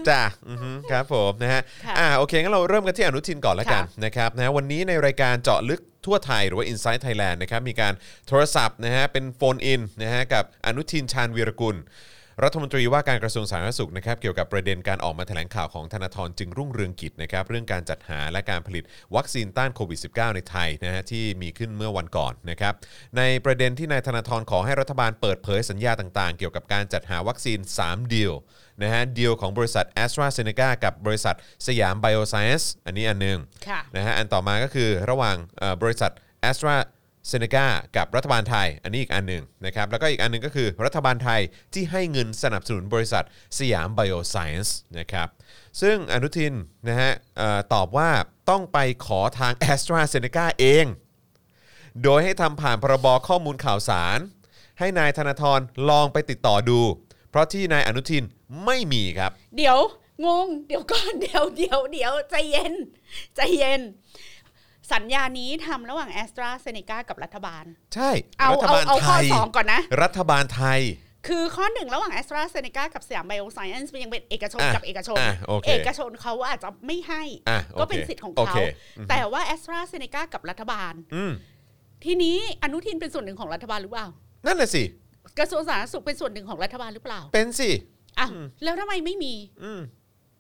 จ้ะอือฮึครับผมนะฮะ
ค่ะ
อ่าโอเคงั้นเราเริ่มกันที่อนุทินก่อนละกัน
ค่ะ
นะครับนะฮะวันนี้ในรายการเจาะลึกทั่วไทยหรือว่า Inside Thailand นะครับมีการโทรศัพท์นะฮะเป็นโฟนอินนะฮะกับอนุทินชาญวีรกุล รัฐมนตรีว่าการกระทรวงสาธารณสุขนะครับเกี่ยวกับประเด็นการออกมาแถลงข่าวของธนาธรจึงรุ่งเรืองกิจนะครับเรื่องการจัดหาและการผลิตวัคซีนต้านโควิด -19 ในไทยนะฮะที่มีขึ้นเมื่อวันก่อนนะครับในประเด็นที่นายธนาธรขอให้รัฐบาลเปิดเผยสัญญาต่างๆ เกี่ยวกับการจัดหาวัคซีน 3 ดีลนะฮะดีลของบริษัท a s t r a z e ซ e c a กับบริษัทสยามไบโอไซส์อันนี้อันหนึ่ง
ค่ะ
นะฮะอันต่อมาก็คือระหว่างเอ่อบริษัท a s t r a z e ซ e c a กับรัฐบาลไทย อันนี้อีกอันหนึ่งนะครับแล้วก็อีกอันหนึ่งก็คือรัฐบาลไทยที่ให้เงินสนับสนุนบริษัทสยามไบโอไซส์นะครับซึ่งอนุทินนะฮะเอ่อตอบว่าต้องไปขอทาง a s t r a z e ซ e c a เอง โดยให้ทำผ่านพรบข้อมูลข่าวสาร ให้นายธนาธรลองไปติดต่อดู เพราะที่นายอนุทินไม่มีครับ
เดี๋ยวงง เดี๋ยวก่อน เดี๋ยวเดี๋ยวเดี๋ยวใจเย็น ใจเย็น สัญญานี้ทำระหว่างแอสตราเซเนกากับรัฐบาล
ใช่
เอา
รัฐ
เอา
บาล
เอา
ไท
ข้อย สองก่อนนะ
รัฐบาลไทย
คือข้อหนึ่งระหว่างแอสตราเซเนกากับสยามไบโอไซเอนซ์ยังเป็นเอกชน
อ่ะ
กับเอกชน
อ่ะโอเค
กชนเขาอาจจะไม่ให้
อ่ะโอค
ก็เป็นสิทธิ์ของ
โ
เขา
ค
แต่ว่าแอสตราเซเนกากับรัฐบาล
อืม
ทีนี้อนุทินเป็นส่วนหนึ่งของรัฐบาลหรือเปล่า
นั่นน่ะสิ
กระทรวงสาธารณสุขเป็นส่วนหนึ่งของรัฐบาลหรือเปล่า
เป็นสิ
อ้าว
อืม
แล้วทำไมไม่มี
อืม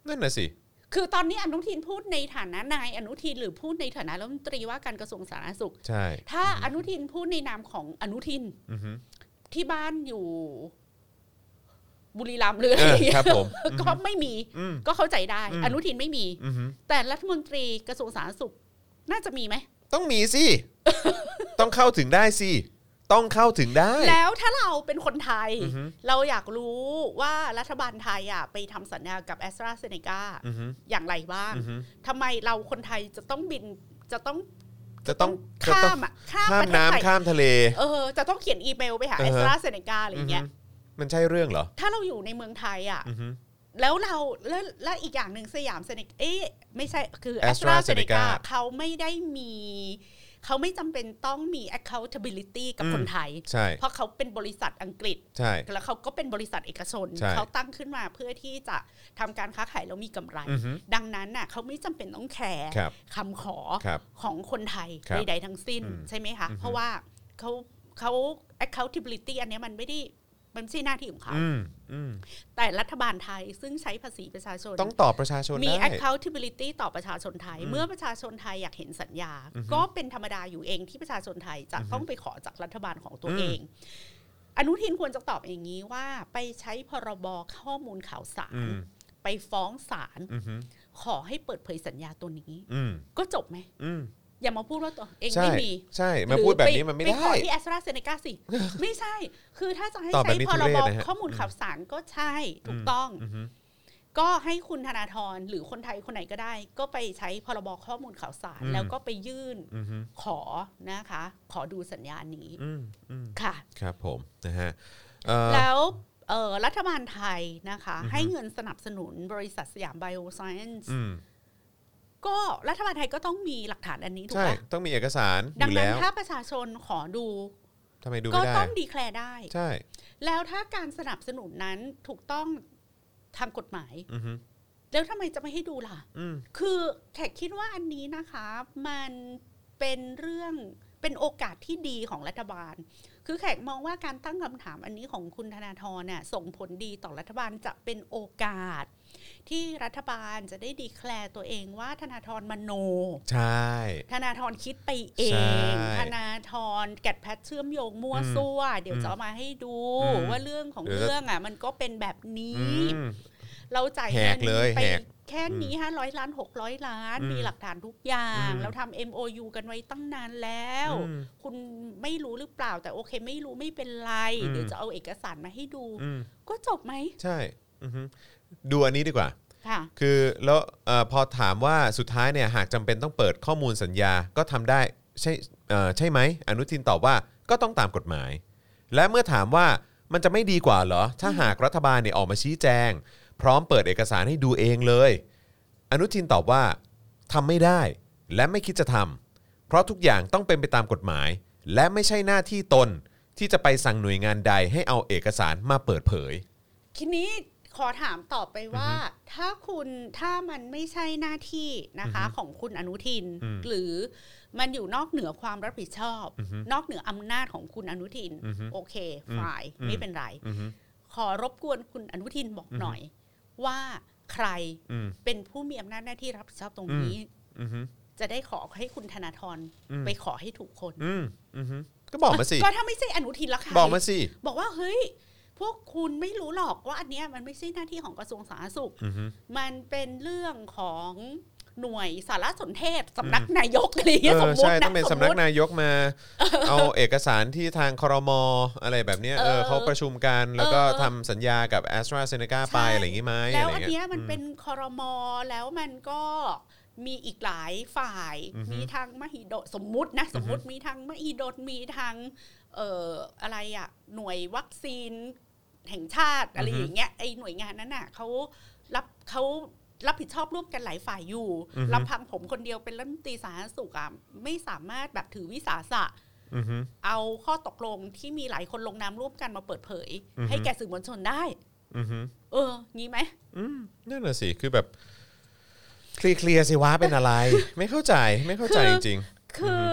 นั่นน่ะสิ
คือตอนนี้อนุทินพูดในฐานะนายอนุทินหรือพูดในฐานะรัฐมนตรีว่าการกระทรวงสาธารณสุข
ใช่
ถ้าอนุทินพูดในนามของอนุทิน
อือฮึ
ที่บ้านอยู่ บุรีรัมย์หรืออะ
เอ
ไร
อ
อย่างเงี้
ค
ย
รับผม
ก็ไม่มี
อืม
ก็เข้าใจได้
อืม
อนุทินไม่มี
อือฮึ
แต่รัฐมนตรีกระทรวงสาธารณสุข น่าจะมีไหม
ต้องมีสิ ต้องเข้าถึงได้สิ ต้องเข้าถึงได้
แล้วถ้าเราเป็นคนไทย
อือฮึ
เราอยากรู้ว่ารัฐบาลไทยอ่ะไปทำสัญญากับแอสตราเซเนกา
อือฮึ
อย่างไรบ้าง
อือฮึ
ทำไมเราคนไทยจะต้องบินจะต้อง
จะต้องจะ
ข้า
ต้อง
มอ่ะข้าม
ข้าม
ประเทศไทย
น้ำข้ามทะเล
เออ จะต้องเขียนอีเมลไปหา
อื
แอ
อ
ส
ฮะ
ตราเซเนกาอะไรอย่างเงี้ย
อือฮึมันใช่เรื่องเหรอ
ถ้าเราอยู่ในเมืองไทยอ่ะ
อือฮึ
แล้วเราแล้วแล้วอีกอย่างหนึ่งสยามเซเนกเอ๊ะไม่ใช่คือ a s t r a z e ซ e c
AstraZeneca
a เขาไม่ได้มี เขาไม่จำเป็นต้องมี accountability กับ
อืม
คนไทย
ใช่
เพราะเขาเป็นบริษัทอังกฤษ
ใช่
แล้วเขาก็เป็นบริษัทเอกชน
ใช่
เขาตั้งขึ้นมาเพื่อที่จะทำการค้าขายแล้วมีกำไร
อือฮึ
ดังนั้นน่ะเขาไม่จำเป็นต้องแคร์
ครับ
คำขอ
ครับ
ของคนไทย
ครับ
ใดๆทั้งสิ้น
อืม
ใช่ไหมคะ
อือฮึ
เพราะว่าเขาเขา accountability อันเนี้ยมันไม่ได้มันไม่ใช่หน้าที่ของเขา
อืมอืม
แต่รัฐบาลไทยซึ่งใช้ภาษีประชาชน
ต้องตอบประชาชน
มี
ได้
accountability ต่อประชาชนไทย
อืม
เมื่อประชาชนไทยอยากเห็นสัญญา
อือฮึ
ก็เป็นธรรมดาอยู่เองที่ประชาชนไทยจะ
อือฮึ
ต้องไปขอจากรัฐบาลของตัว
อืม
เอง อนุทินควรจะตอบอย่างนี้ว่าไปใช้พรบข้อมูลข่าวสาร
อืม
ไปฟ้องศาล
อือฮึ
ขอให้เปิดเผยสัญญาตัวนี้
อืม
ก็จบไหม
อืม
อย่ามาพูดว่าตัวเอง
ใช่
ไม่มี
ใช่มา
หรือ
พูดแบบนี้มันไม่
ป
ได้
ขอที่แอสตราเซเนกาสิ ไม่ใช่ คือถ้าจะให้
ตอบแบ
ใช้
บนี้
พ
ทุ
ร
เรศ
บ
นะฮะ
ข้อมูล
อืม
ข่าวสารก็ใช่ถูกต้อง
อือฮึ
ก็ให้คุณธนาธรหรือคนไทยคนไหนก็ได้ ก็ไปใช้พรบข้อมูลข่าวสาร แล้วก็ไปยื่น
อือฮึ
ขอนะคะ ขอดูสัญญานี้
อืมอืม
ค่ะ
ครับผมนะฮะเอ่อ
แล้วเอ่อรัฐบาลไทยนะคะ
อือฮึ
ให้เงินสนับสนุนบริษัทสยามไบโอไซเอนซ์
อืม
ก็รัฐบาลไทยก็ต้องมีหลักฐานอันนี้ถูก
ใช่
ปะ
ต้องมีเอกสารอ
ดัง
ยู่
นั้น
แล้ว
ถ้าประชาชนขอดู
ทำไมดู
ก็
ไม่ได้
ต้องดีแคลร์ได้
ใช่
แล้วถ้าการสนับสนุนนั้นถูกต้องทางกฎหมาย
อือฮึ
แล้วทำไมจะไม่ให้ดูล่ะ
อืม
คือแขกคิดว่าอันนี้นะคะ มันเป็นเรื่องเป็นโอกาสที่ดีของรัฐบาล คือแขกมองว่าการตั้งคำถามอันนี้ของคุณธนาธรน่ะส่งผลดีต่อรัฐบาลจะเป็นโอกาส ที่รัฐบาลจะได้ดีแคลร์ตัวเองว่าธนาธรมโน
ใช่
ธนาธรคิดไปเอง
ใช่
ธนาธรแกดแพทเชื่อมโยงมั่วซั่ว เดี๋ยวจะเอามาให้ดู
อืม
ว่าเรื่องของ
เดี๋ยวจะ
เรื่องอ่ะ มันก็เป็นแบบนี้
อืม
เราจ่าย
แหกเลย
ไป
แหก
แค่นี้ห้าร้อยล้านหกร้อยล้าน
อืม
มีหลักฐานทุกอย่าง
อืม
เราทำ MOU กันไว้ตั้งนานแล้ว
อืม
คุณไม่รู้หรือเปล่า แต่โอเคไม่รู้ไม่เป็นไร
อืม
เดี๋ยวจะเอาเอกสารมาให้ดู
อืม
ก็จบไหม
ใช่อือฮึดูอันนี้ดีกว่า
ค่ะ
คือแล้วเอ่อพอถามว่าสุดท้ายเนี่ยหากจำเป็นต้องเปิดข้อมูลสัญญาก็ทำได้ใช่เอ่อใช่ไหมอนุทินตอบว่าก็ต้องตามกฎหมาย และเมื่อถามว่ามันจะไม่ดีกว่าเหรอ ถ้าหากรัฐบาลเนี่ยออกมาชี้แจง พร้อมเปิดเอกสารให้ดูเองเลย อนุทินตอบว่าทำไม่ได้และไม่คิดจะทำเพราะทุกอย่างต้องเป็นไปตามกฎหมาย และไม่ใช่หน้าที่ตน ที่จะไปสั่งหน่วยงานใดให้เอาเอกสารมาเปิดเผย
ทีนี้ขอถามต่อไปว่า ถ้าคุณถ้ามันไม่ใช่หน้าที่นะคะของคุณอนุทิน
อืม
หรือมันอยู่นอกเหนือความรับผิดชอบ
อือฮึ
นอกเหนืออำนาจของคุณอนุทิน
อือฮึ
โอเค
อืม
ฝ่าย
อืม
ไม่เป็นไร
อือฮึ
ขอรบกวนคุณอนุทินบอกหน่อย ว่าใคร
อืม
เป็นผู้มีอำนาจหน้าที่รับผิดชอบตรง
อืม
นี้
อืม
จะได้ขอให้คุณธนาธร
อืม
ไปขอให้ถูกคน
อืมอืมก็บอกมาสิ
ก็ถ้าไม่ใช่อนุทินละค่ะ
บอกมาสิ
บอกว่าเฮ้ย พวกคุณไม่รู้หรอกว่าอันเนี้ยมันไม่ใช่หน้าที่ของกระทรวงสาธารณสุข
อืม
มันเป็นเรื่องของหน่วยสารสนเทศสำนักนายกอะไรอย่างเงี้ย
เอ
สม
อ
มติ
ใช่ ต้อ
นะ
งเป็น
สม
สำ
ม
นัก
ติ
นายกมา เอา เอกสารที่ทางครมอะไรแบบเนี้ยเอ
เอ
อ
อ
เขาประชุมกันแล้วก็
เออ
ทำสัญญากับ a s t r a z เซ e c a ไป
ใช่
อะไรอย่างงี้ไหม
แล้
อะ
ว
ไร
อัน
เงี้ย
เนี้ยมันเป็นคอรมอแล้วมันก็มีอีกหลายฝ่าย
อือฮึ
มีทางมหิดลสมมุตินะสมมุติมีทางมหิดลมีทางเอ่ออะไรอะหน่วยวัคซีนแห่งชาติอะไร
อือฮึ
อย่างเงี้ยไอหน่วยงานนั้นน่ะเขารับเขารับผิดชอบร่วมกันหลายฝ่ายอยู่
อือฮึ
ลำพังผมคนเดียวเป็นรัฐมนตรีสาธารณสุขอะไม่สามารถแบบถือวิสาสะ
อืมอืม
เอาข้อตกลงที่มีหลายคนลงนามร่วมกันมาเปิดเผย
อือฮึ
ให้แก่สื่อมวลชนได้
อืม
เอองี้ไหม
อืมนั่นน่ะสิคือแบบเคลียร์เคลียร์สิวะเป็นอะไร ไม่เข้าใจไม่เข้าใจจริง
คือ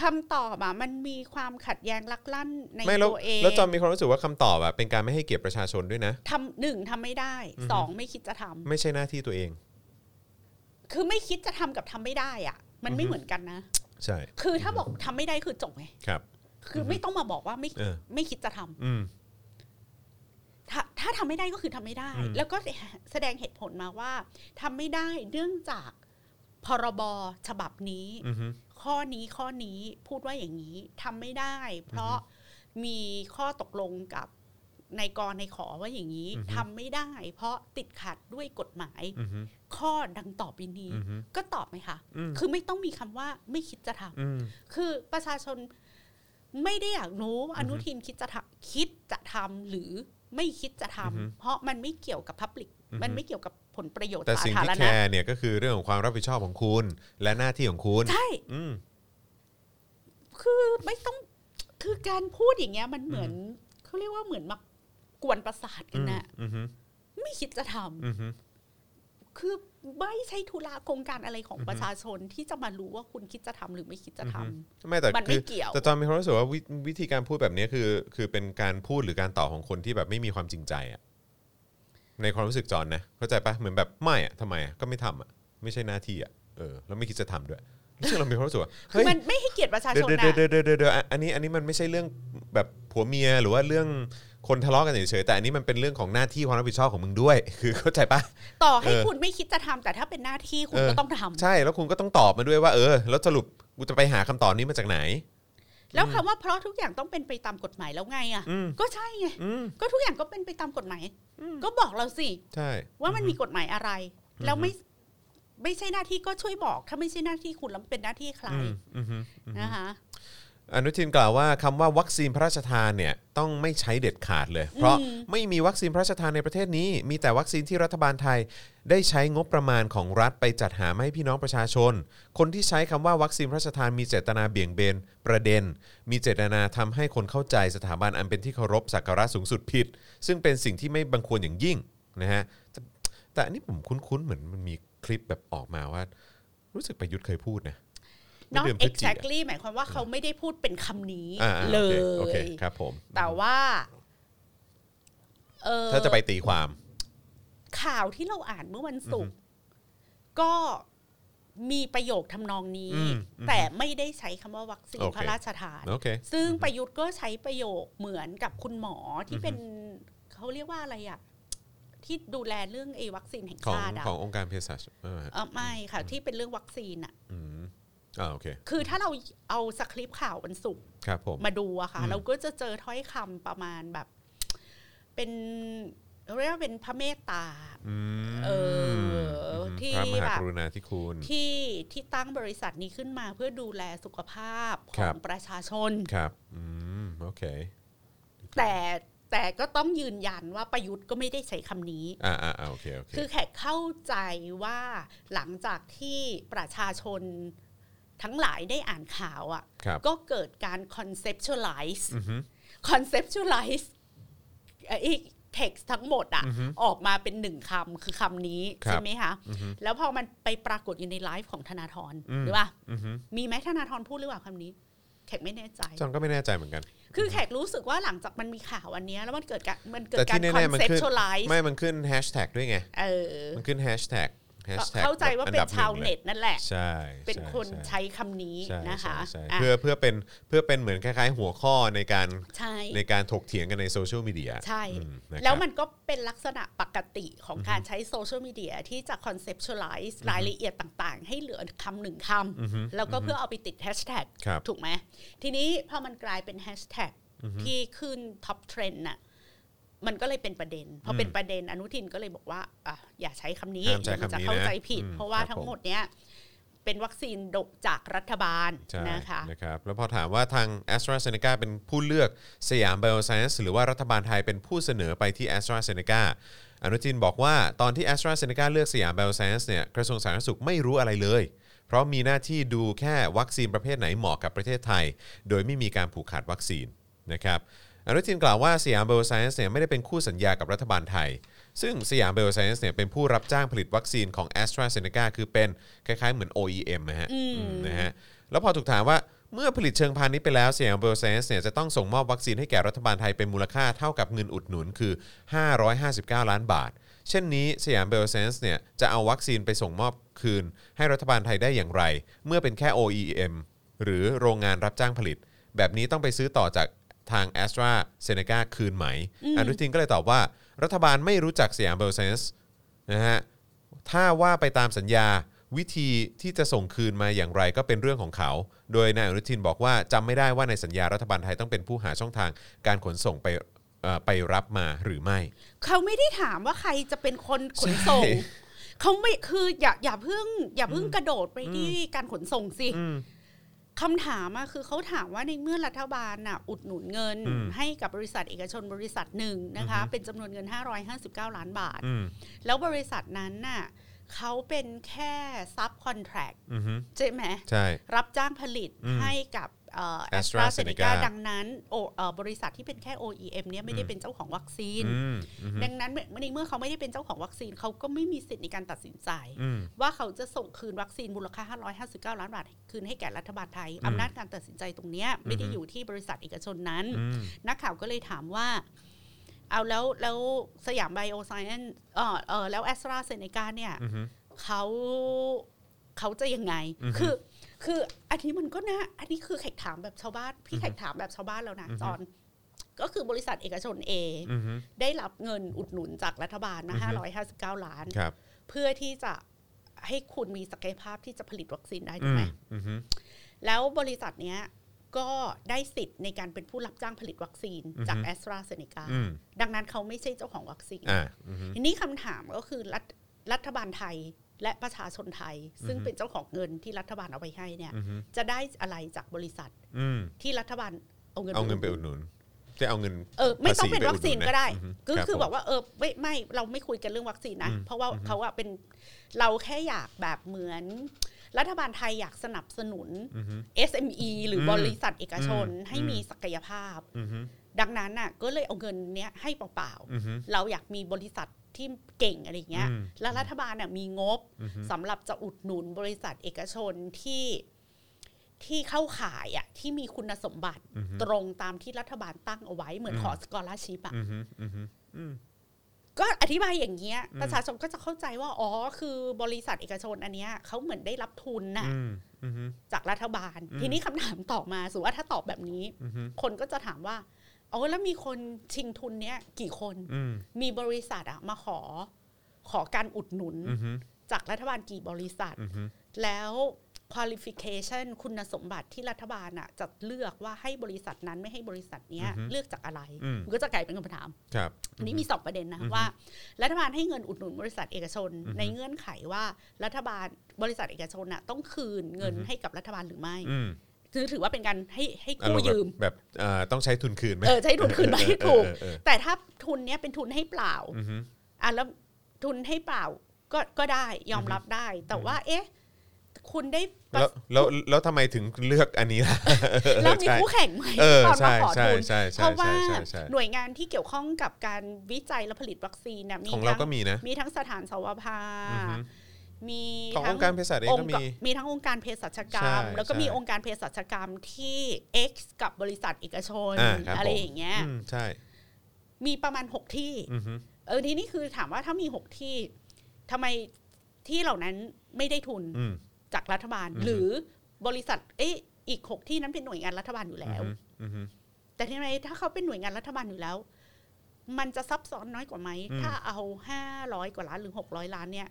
คำตอบอะมันมีความขัดแย้งลักลั่นใน
ๆไม่แล้ว
ตัวเอง
แล้วจอมมีความรู้สึกว่าคำตอบอะเป็นการไม่ให้เกียรติประชาชนด้วยนะ
ทำหนึ่งทำไม่ได้
อือฮึ
สองไม่คิดจะทำ
ไม่ใช่หน้าที่ตัวเอง
คือไม่คิดจะทำกับทำไม่ได้อะมัน
อื
ไม่
อฮึ
เหมือนกันนะ
ใช่
คือถ้าบอกทำไม่ได้คือจบไง
ครับ
คืออไม่ต้องมาบอกว่าไม่
เออ
ไม่คิดจะทำ
อืม
ถ้าถ้าทำไม่ได้ก็คือทำไม่ได้
อืม
แล้วก็แสดงเหตุผลมาว่าทำไม่ได้เนื่องจากพรบฉบับนี้
อืม
ข้อนี้ข้อนี้พูดว่าอย่างนี้ทำไม่ได้ เพราะมีข้อตกลงกับนายกรนายขอว่าอย่างนี้ทำไม่ได้ เพราะติดขัดด้วยกฎหมาย
อืม
ข้อดังต่อไปนี้
อืม
ก็ตอบไหมคะ
อืม
คือไม่ต้องมีคำว่าไม่คิดจะทำ
อืม
คือประชาชนไม่ได้อยากรู้ว่า
อือ
อ
ฮึ
นุทินคิดจะทำคิดจะทำหรือไม่คิดจะทำ
อือฮึ
เพราะมันไม่เกี่ยวกับพับลิก
อือฮึ
มันไม่เกี่ยวกับผลประโยชน์
แต่
สา
สิ่ง
ธา
ที่
ร
แค
ณะ
ร์เนี่ยก็คือเรื่องของความรับผิดชอบของคุณ และหน้าที่ของคุณ
ใช่
อืม
คือไม่ต้องคือการพูดอย่างเงี้ย มันเหมือนเขาเรียกว่าเหมือนมากวนประสาทกันนะ
อืมอืม
ไม่คิดจะทำ
อืมอืม
คือไม่ใช่ธุระโครงการอะไรของ
อือฮึ
ประชาชนที่จะมารู้ว่าคุณคิดจะทำหรือไม่คิดจะทำ
ไม่แต่
มันไม่
คือ
เกี่ยว
แต่ตอนมีความรู้สึกว่าวิวิธีการพูดแบบนี้คือ คือเป็นการพูดหรือการต่อบของคนที่แบบไม่มีความจริงใจอะในความรู้สึกจอนนะเข้าใจปะเหมือนแบบไม่อะทำไมอะก็ไม่ทำอะไม่ใช่หน้าที่อะเออแล้วไม่คิดจะทำด้วยซึ่งเรามีความรู้สึกว่า
คือ
เฮ้ย
มันไม่ให้เกียรติประชาช
เดี๋ยวน เดี๋ยว
นะ
เดี๋ยวเดี๋ยวเดี๋ยวเดี๋ยวอันนี้อันนี้มันไม่ใช่เรื่องแบบผัวเมียหรือว่าเรื่องคนทะเลาะกันเฉยๆแต่อันนี้มันเป็นเรื่องของหน้าที่ความรับผิดชอบของมึงด้วย คือเข้าใจปะ
ต่อให้
เออ
คุณไม่คิดจะทำแต่ถ้าเป็นหน้าที่คุณ
เออ
ก็ต้องทำ
ใช่แล้วคุณก็ต้องตอบมาด้วยว่าเออ แล้วสรุปกูจะไปหาคำตอบนี้มาจากไหน
แล้วคำว่าเพราะทุกอย่างต้องเป็นไปตามกฎหมายแล้วไงอ่ะ
อืม
ก็ใช่ไง
อืม
ก็ทุกอย่างก็เป็นไปตามกฎหมายก็บอกเราสิ
ใช่
ว่ามันมีกฎหมายอะไร แล้วไม่ไม่ใช่หน้าที่ก็ช่วยบอก ถ้าไม่ใช่หน้าที่คุณแล้วมันเป็นหน้าที่ใคร
อืมอืมฮึอืมฮึ
นะคะ
อนุทินกล่าวว่าคำว่าวัคซีนพระราชทานเนี่ยต้องไม่ใช้เด็ดขาดเลย เพราะ
อืม
ไม่มีวัคซีนพระราชทานในประเทศนี้ มีแต่วัคซีนที่รัฐบาลไทย ได้ใช้งบประมาณของรัฐไปจัดหามาให้พี่น้องประชาชน คนที่ใช้คำว่าวัคซีนพระราชทานมีเจตนาเบี่ยงเบนประเด็น มีเจตนาทำให้คนเข้าใจสถาบันอันเป็นที่เคารพสักการะสูงสุดผิด ซึ่งเป็นสิ่งที่ไม่บังควรอย่างยิ่งนะฮะแต่แต่อันนี้ผมคุ้นๆเหมือนมันมีคลิปแบบออกมาว่า รู้สึกประยุทธ์เคยพูดนะเมื่อ
not
เดือนพฤศจิกายน
exactly หมายความว่าเขาไม่ได้พูดเป็นคำนี้
อ่าๆ
เล
โอย คโอเคครับผม
แต่ว่า เออ
ถ้าจะไปตีความ
ข่าวที่เราอ่านเมื่อวันศุกร์ก็มีประโยคทำนองนี้
อืมอืม
แต่ไม่ได้ใช้คำว่าวัคซีน
โอเค
พระราชทาน
โอเค
ซึ่ง
อือฮึ
ประยุทธ์ก็ใช้ประโยคเหมือนกับคุณหมอ
อือ
ที่
ฮึ
เป็นเขาเรียกว่าอะไรอะที่ดูแลเรื่องไอ้วัคซีนแห่ง
ของ
ชาติอะ
ขององค์การเภสัชเออ
เอ่อไม่ค่ะ ที่เป็นเรื่องวัคซีนอะ
อืมอ่าโอเค
คือถ้าเราเอาสคริปต์ข่าววันศุกร์
ครับผม
มาดูอะค่ะ
อืม
เราก็จะเจอถ้อยคำประมาณแบบ เป็นเรียกว่าเป็นพระเมตตา
อืม
เออ
ม
ที่
พระมหา
แบบ
กรุณาธิคุณ
ที่ที่ตั้งบริษัทนี้ขึ้นมาเพื่อดูแลสุขภาพข
ครั
อบ งประชาชน
ครับอืมโอเค
แต่แต่ก็ต้องยืนยันว่าประยุทธ์ก็ไม่ได้ใช้คำนี้
อ่าอ่าอ่าโอเคโอเค
คือแขกเข้าใจว่าหลังจากที่ประชาชนทั้งหลายได้อ่านข่าวอะ
ครั่
ะ
บ
ก็เกิดการ conceptualize
อือฮึ
conceptualize ไอ้ text ทั้งหมดอะ่ะ
อือฮึ
ออกมาเป็นหนึ่งคำคือคำนี้
ครับ
ใช่ไหมคะ
อือฮึ
แล้วพอมันไปปรากฏอยู่ในไลฟ์ของธนาธร
อืม
หรือว่า
อือฮึ
มีไหมธนาธรพูดหรือเปล่าคำนี้ แขกไม่แน่ใจ
จอนก็ไม่แน่ใจเหมือนกัน
คือแขกรู้สึกว่าหลังจากมันมีข่าวอันเนี้ยแล้วมันเกิดการมันเกิด
แต่
การ
ที่
คอ
แน่
น
ๆมัน
เซ็ป
ขึ้น
ชวลไลซ์
ไม่มันขึ้นแฮชแท็กด้วยไง
เออ
มันขึ้นแฮชแท็กแฮชแท็ก
เข้าใจว่าเป็นชาวเน็ตนั่นแหละ
ใช่
เป็นคน
ช่
ใช้คำนี้
ใช่
นะคะ
ใช่ใช่
อ่ะ
เพื่อเพื่อเป็นเพื่อเป็นเหมือนคล้าย ๆ หัวข้อในการ
ใช่
ในการถกเถียงกันในโซเชียลมีเดีย
ใช่
อืมะครับ
แล้วมันก็เป็นลักษณะปกติของการใช้โซเชียลมีเดียที่จะคอนเซปชวลไลซ์รายละเอียดต่างๆ ให้เหลือคำหนึ่งค
อือฮึ
ำ แล้วก็เพื่อเอาไปติดแฮชแท็ก
ครับ
ถูกไหม ทีนี้พอมันกลายเป็นแฮชแท็กที่ขึ้นท็อปเทรนด์น่ะมันก็เลยเป็นประเด็นพอเป็นประเด็นอนุทินก็เลยบอกว่าอ่ะอย่าใช้คำนี้
ห้ามใช้
เดี๋ยวมันจะ
คำนี้นะ
เข้าใจผิด
อืม
เพราะว่า
ครับผ
ทั้ง
ม
หมดเนี้ยเป็นวัคซีนดกจากรัฐบาล
ใช่
นะคะ
นะครับ แล้วพอถามว่าทาง a s t r a z เซ e c a เป็นผู้เลือกสยามไบโอไซ n c e หรือว่ารัฐบาลไทยเป็นผู้เสนอไปที่ a s t r a z เซ e c a อนุทินบอกว่าตอนที่ a s t r a z เซ e c a เลือกสยามไบโอไซ n c e เนี่ยกระทรวงสาธารณสุขไม่รู้อะไรเลย เพราะมีหน้าที่ดูแค่วัคซีนประเภทไหนเหมาะกับประเทศไทย โดยไม่มีการผูกขาดวัคซีนนะครับอนุทินกล่าวว่าสยามไบโอไซ n c e เนี่ยไม่ได้เป็นคู่สัญญากับรัฐบาลไทย ซึ่งสยามไบโอไซ n c e เนี่ยเป็นผู้รับจ้างผลิตวัคซีนของ a s t r a z เซ e c a คือเป็นคล้ายๆเหมือน OEM นะฮะอืมนะฮะ แล้วพอถูกถามว่าเมื่อผลิตเชิงพาณิชย์ไปแล้วเสียงเบลเซนส์เนี่ยจะต้องส่งมอบวัคซีนให้แก่รัฐบาลไทยเป็นมูลค่าเท่ากับเงินอุดหนุนคือ 559 ล้านบาท เช่นนี้สยามเบลเซนส์เนี่ยจะเอาวัคซีนไปส่งมอบคืน ให้รัฐบาลไทยได้อย่างไร เมื่อเป็นแค่ OEM หรือโรงงานรับจ้างผลิต แบบนี้ต้องไปซื้อต่อจากทาง a s t r a z ซ e c a คืนไหม อนุทินก็เลยตอบว่า รัฐบาลไม่รู้จักสยามเบลเซนส์นะฮะ ถ้าว่าไปตามสัญญาวิธีที่จะส่งคืนมาอย่างไรก็เป็นเรื่องของเขา โดยนายอนุทินบอกว่าจำไม่ได้ว่าในสัญญารัฐบาลไทยต้องเป็นผู้หาช่องทางการขนส่งไปเอ่อไปรับมาหรือไม่
เขาไม่ได้ถามว่าใครจะเป็นคนขนส่ง
ใช่
เขาไม่คืออย่าอย่าเพิ่ง อย่าเพิ่งกระโดดไปที่การขนส่งสิคำถามอะคือเขาถามว่าในเมื่อรัฐบาลน่ะอุดหนุนเงินให้กับบริษัทเอกชนบริษัทหนึ่งนะคะ เป็นจำนวนเงิน 559 ล้านบาท
อืม
แล้วบริษัทนั้นน่ะเขาเป็นแค่ซับคอนแทรค
อือฮึ
ใช่ไหม
ใช่
รับจ้างผลิต
อืม
ให้กับแอสตราเซ
AstraZeneca
เนกาดังนั้นโอเอ่อบริษัทที่เป็นแค่ OEM เนี่ยไม่ได้เป็นเจ้าของวัคซีน
อืมอือฮึ
ดังนั้นในเมื่อเขาไม่ได้เป็นเจ้าของวัคซีนเขาก็ไม่มีสิทธิ์ในการตัดสินใจ
อืม
ว่าเขาจะส่งคืนวัคซีนมูลค่า 559 ล้านบาท คืนให้แก่รัฐบาลไทย อำนาจการตัดสินใจตรงเนี้ยไม่ได้
อือฮึ
อยู่ที่บริษัทเอกชนนั้น
อืม
นักข่าวก็เลยถามว่า เอาแล้วแล้วสยามไบโอไซเอนเออเออแล้วแอสตราเซเนกาเนี่ย
อือฮึ
เขาเขาจะยังไง
อือฮึ
คือ คืออันนี้มันก็นะอันนี้คือแขกถามแบบชาวบ้าน พี่แขกถามแบบชาวบ้านแล้วนะ
อือฮึ
จอนก็คือบริษัทเอกชนเอง
อือฮึ
ได้รับเงินอุดหนุนจากรัฐบาลมา
อือฮึ
559 ล้าน
ครับ
เพื่อที่จะให้คุณมีศักยภาพที่จะผลิตวัคซีนได้
อื
ถูกไห
ม
ม
อือฮึ
แล้วบริษัทเนี้ยก็ได้สิทธิ์ในการเป็นผู้รับจ้างผลิตวัคซีนจาก
อือฮึ
แอสตราเซเนกา
อืม
ดังนั้นเขาไม่ใช่เจ้าของวัคซีน
อ่าอือฮึ
ทีนี้คำถามก็คือรัฐรัฐบาลไทยและประชาชนไทย ซึ่ง
อือฮึ
เป็นเจ้าของเงินที่รัฐบาลเอาไปให้เนี่ย
อือฮึ
จะได้อะไรจากบริษัท
อืม
ที่รัฐบาลเอาเงิน
เอาเงินไป
อุดหนุน
อุดหนุนจะเอาเงิน
เออไม่ต้องเป็น
ภาษีไป
วัคซีนก็ได้
อุดหนุนนะ
ก็
ครับ
คือ
ผม
บอกว่าเออไม่ไม่เราไม่คุยกันเรื่องวัคซีนนะ
อืม
เพราะว่าเขาอะเป็นเราแค่อยากแบบเหมือน รัฐบาลไทยอยากสนับสนุน
อือฮึ
SME หรืออ
ม
บริษัทเอกชน
อืม
ให้มีศักยภาพ
อือฮึ
ดังนั้นน่ะ ก็เลยเอาเงินเนี้ยให้เปล่า
อือฮึ
ๆ เราอยากมีบริษัทที่เก่งอะไรเงี้ย
อืม
แล้วรัฐบาลน่ะมีงบสำหรับจะอุดหนุนบริษัทเอกชนที่ที่เข้าขายอะที่มีคุณสมบัติ
อือฮึ
ตรงตามที่รัฐบาลตั้งเอาไว้เหมือนขอสกอลาชิพอะ
อือฮึอือฮึอืม
ก็อธิบายอย่างเงี้ยประชาชนก็จะเข้าใจว่า อ๋อ คือบริษัทเอกชนอันเนี้ยเขาเหมือนได้รับทุนน่ะ
อืมอือฮึ
จากรัฐบาล
อืม
ทีนี้คำถามต่อมาสมมุติว่าถ้าตอบแบบนี้
อือฮึ
คนก็จะถามว่าเออแล้วมีคนชิงทุนเนี้ยกี่คน
อืม
มีบริษัทอะมาขอ ขอการอุดหนุน
อือฮึ
จากรัฐบาลกี่บริษัท
อือฮึ
แล้ว qualification คุณสมบัติที่รัฐบาลอะจะเลือกว่าให้บริษัทนั้นไม่ให้บริษัทเนี้ย
อือฮึ
เลือกจากอะไร
อืม
นก็จะกลายเป็นคำถาม
ครับ
อันนี้มีสองประเด็นนะ
อือฮึ
ว่า รัฐบาลให้เงินอุดหนุนบริษัทเอกชน
อือฮึ
ในเงื่อนไขว่ารัฐบาลบริษัทเอกชนน่ะต้องคืนเงิน
อือฮึ
ให้กับรัฐบาลหรือไม่
อืม
คือถือว่าเป็นการให้ให้
อา
กู้
รมณ์แบบ
ยืม
แบบเอ่อต้องใช้ทุนคืนไหม
เออใช้ทุนคืนไหม
เออเออ
ถูก
เออ
แต่ถ้าทุนเนี้ยเป็นทุนให้เปล่า
เอออือฮึ
อ่ะแล้วทุนให้เปล่าก็ก็ได้ยอมรับได้ แต่
อือฮึ
ว่า เอ๊ะ คุณได้ประ
แล้วแล้วแล้วทำไมถึงเลือกอันนี้ล่ะ
แล้วมีคู่แข่งไหม
เออ
ตอนมา
ใช่
ขอ
ใช่
ทุน
ใช่
เพ
ใช่
ราะว่า
ใช่ใช่ใช่
หน่วยงานที่เกี่ยวข้องกับการวิจัยและผลิตวัคซีนน่ะมี
ของเรา
ทั้ง
ก็มีนะ
มีทั้งสถานสวภา
อือฮึ
มี
ของ
ทั้
องค์การเภสัชเองก็มี
ค์ะมีทั้งองค์การเภสัชกรรม
ใช่
แล้วก็มี
ใช่
องค์การเภสัชกรรมที่ X กับบริษัทเอกชน
อ่าครับ
อะไร
ผม
อย่างเงี้ย
อืมใช่
มีประมาณหกที่
อือฮึ
เออทีนี้คือถามว่าถ้ามีหกที่ทำไมที่เหล่านั้นไม่ได้ทุน
อืม
จากรัฐบาล
อือฮึ
หรือบริษัท เอ๊ะอีกหกที่นั้นเป็นหน่วยงานรัฐบาลอยู่แล้ว
อือฮึ
แต่ทีนี้ถ้าเขาเป็นหน่วยงานรัฐบาลอยู่แล้ว มันจะซับซ้อนน้อยกว่าไหม
อืม
ถ้าเอาห้าร้อยกว่าล้านหรือหกร้อยล้านเนี่ย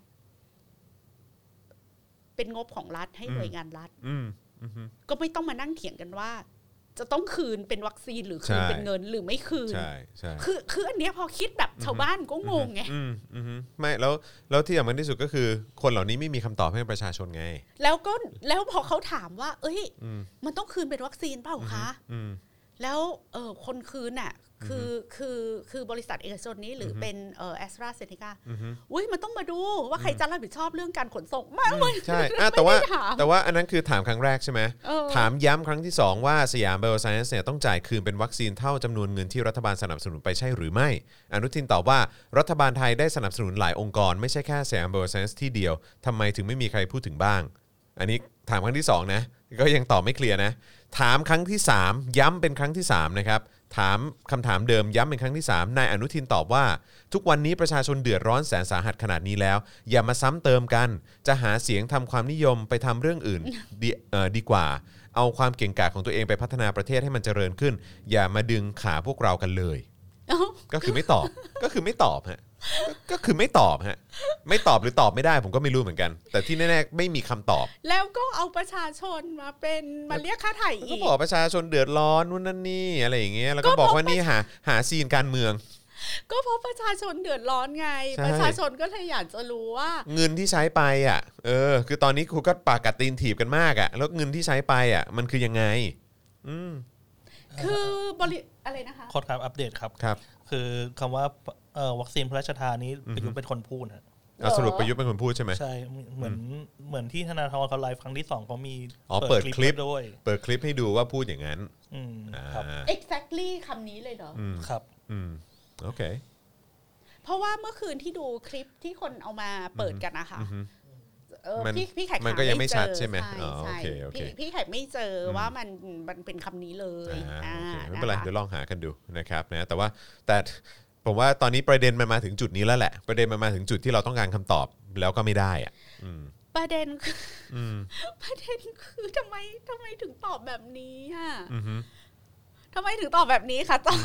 เป็นงบของรัฐให้หน่วยงานรัฐ
อืมอือฮึ
ก็ไม่ต้องมานั่งเถียงกันว่า จะต้องคืนเป็นวัคซีนหรือคืน
ใช่
เป็นเงินหรือไม่คืน
ใช่ใช่
คือคืออันเนี้ยพอคิดแบบชาวบ้านก็งงไง
อืมอือฮึไม่แล้วแล้วที่สำคัญที่สุดก็คือ คนเหล่านี้ไม่มีคำตอบให้ประชาชนไง
แล้วก็แล้วพอเขาถามว่า เอ้ย
อืม
มันต้องคืนเป็นวัคซีนเปล่าคะ
อืม
แล้วเออคนคืนน่ะคือคือคือบริษัทเอกชนนี้หรืออเป็นเออแอสตราเซเนกา
อือฮึ
อุ้ยมันต้องมาดูว่าใครจะรับผิดชอบเรื่องการขนส่งไมาเลย
ใช่อ่ะแต่ว่า
ถาม
แต่ว่าอันนั้นคือถามครั้งแรกใช่ไหม
เออ
ถามย้ำครั้งที่ 2 ว่าสยามไบโอไซเอนซ์เนี่ยต้องจ่ายคืนเป็นวัคซีนเท่าจำนวนเงินที่รัฐบาลสนับสนุนไปใช่หรือไม่ อนุทินตอบว่ารัฐบาลไทยได้สนับสนุนหลายองค์กร ไม่ใช่แค่สยามไบโอไซเอนซ์ที่เดียวทำไมถึงไม่มีใครพูดถึงบ้าง อันนี้ถามครั้งที่ 2 นะ ก็ยังตอบไม่เคลียร์นะ ถามครั้งที่ 3 ย้ำเป็นครั้งที่ 3 นะครับ ถามคำถามเดิมย้ำเป็นครั้งที่ 3 นายอนุทินตอบว่า ทุกวันนี้ประชาชนเดือดร้อนแสนสาหัสขนาดนี้แล้ว อย่ามาซ้ำเติมกัน จะหาเสียงทำความนิยมไปทำเรื่องอื่น ดีเอ่อดีกว่า เอาความเก่งกาจของตัวเองไปพัฒนาประเทศให้มันเจริญขึ้น อย่ามาดึงขาพวกเรากันเลย
เอ้า
ก็คือไม่ตอบ ก็คือไม่ตอบฮะก็ก็คือไม่ตอบฮะไม่ตอบหรือตอบไม่ได้ผมก็ไม่รู้เหมือนกัน แต่ที่แน่ๆไม่มีคำตอบ
แล้วก็เอาประชาชนมาเป็นมาเรียกค่าไถ่
ก็
อีก
บอกประชาชนเดือดร้อนนู่นนั่นนี่อะไรอย่างเงี้ยแล้วก็
ก็
บอก
บอก
ว่านี่หาหาซีนการเมือง
ก็เพราะประชาชนเดือดร้อนไง
ใช่
ประชาชนก็เลยอยากจะรู้ว่า
เงินที่ใช้ไปอ่ะเออ คือตอนนี้ครูก็ปากกัดตีนถีบกันมากอ่ะแล้วเงินที่ใช้ไปอ่ะ มันคือยังไง อืม
คือบริอะไรนะคะ
ขอถามอัปเดตครับ
ครับ
คือคำว่าเอ่อวัคซีนพระราชทานนี้ประยุทธ์เป็นคนพูดนะ
เอา
เหรอ
สรุปประยุทธ์เป็นคนพูดใช่ไหม
ใช่เหมือนเหมือนที่ธนาธรเขาไลฟ์ครั้งที่สองเขามี
อ๋อเปิดคลิป
ด้วย
เปิดคลิปให้ดูว่าพูดอย่างนั้น
อืม
อ่า
ครับ
exactly คำนี้เลยเหรอ
อืม
ครับ
อืมโอเค
เพราะว่าเมื่อคืนที่ดูคลิปที่คนเอามาเปิดกันนะคะเออ
มัน
พี่พี่ไข่
มันก็
หา
ยังไม่ชัด
เจอ
ใช่ไหมอ๋อ
ใช่
โอเคโอเค
พี่พี่ไข่ไม่เจออว่ามันมันเป็นคำนี้เลย
อ่าโอเค
อ่า
ไม่เป็นไร
นะคะ
เดี๋ยวลองหากันดูนะครับนะแต่ว่าแต่ผมว่าตอนนี้ประเด็นมันมาถึงจุดนี้แล้วแหละ ประเด็นมันมาถึงจุดที่เราต้องการคำตอบแล้วก็ไม่ได้อ่ะอืม
ประเด็นคือ
อืม
ประเด็นคือทำไมทำไมถึงตอบแบบนี้อ่ะ
อือฮึ
ทำไมถึงตอบแบบนี้คะตอน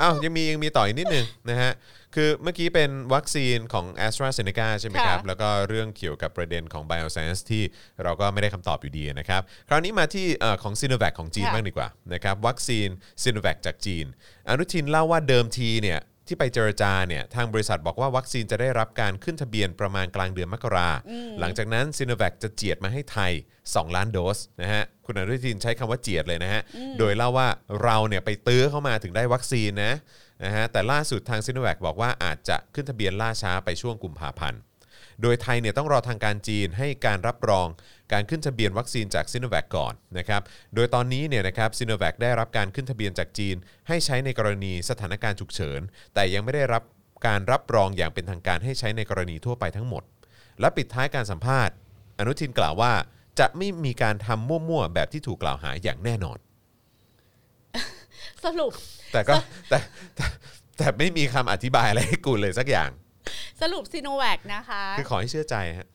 อ้าวยังมียังมีต่ออีกนิดนึงนะฮะ คือเมื่อกี้เป็นวัคซีนของ a s t r a z e ซ e c a ใช่ไหมครับ แล้วก็เรื่องเกี่ยวกับประเด็นของ Bioscience ที่เราก็ไม่ได้คำตอบอยู่ดีนะครับ คราวนี้มาที่เอ่อของ s i n o v a c ของจีนบ้างดีกว่านะครับวัคซีน s i n o v a c จากจีน อนุทินเล่าว่าเดิมทีเนี่ยที่ไปเจรจาเนี่ยทางบริษัทบอกว่าวัคซีนจะได้รับการขึ้นทะเบียนประมาณกลางเดือนมกรา หลังจากนั้นซ i n o v a c จะเจียดมาให้ไทย 2 ล้านโดสนะฮะคุณอนุทินใช้คำว่าเจียดเลยนะฮะโดยเล่าว่าเราเนี่ยไปตื้อเข้ามาถึงได้วัคซีนนะนะฮะแต่ล่าสุดทางซ i n o v a c บอกว่าอาจจะขึ้นทะเบียนล่าช้าไปช่วงกุมภาพันธ์ โดยไทยเนี่ยต้องรอทางการจีนให้การรับรองการขึ้นทะเบียนวัคซีนจากซิโนแวคก่อนนะครับ โดยตอนนี้เนี่ยนะครับซิโนแวคได้รับการขึ้นทะเบียนจากจีน ให้ใช้ในกรณีสถานการณ์ฉุกเฉิน แต่ยังไม่ได้รับการรับรองอย่างเป็นทางการให้ใช้ในกรณีทั่วไปทั้งหมด และปิดท้ายการสัมภาษณ์ อนุทินกล่าวว่าจะไม่มีการทำมั่วๆแบบที่ถูกกล่าวหาอย่างแน่นอน
สรุป
แต่ก็แต่แต่แต่ไม่มีคำอธิบายอะไรให้กูเลยสักอย่าง
สรุปซีโนแวคนะคะ
คือขอให้เชื่อใจฮะ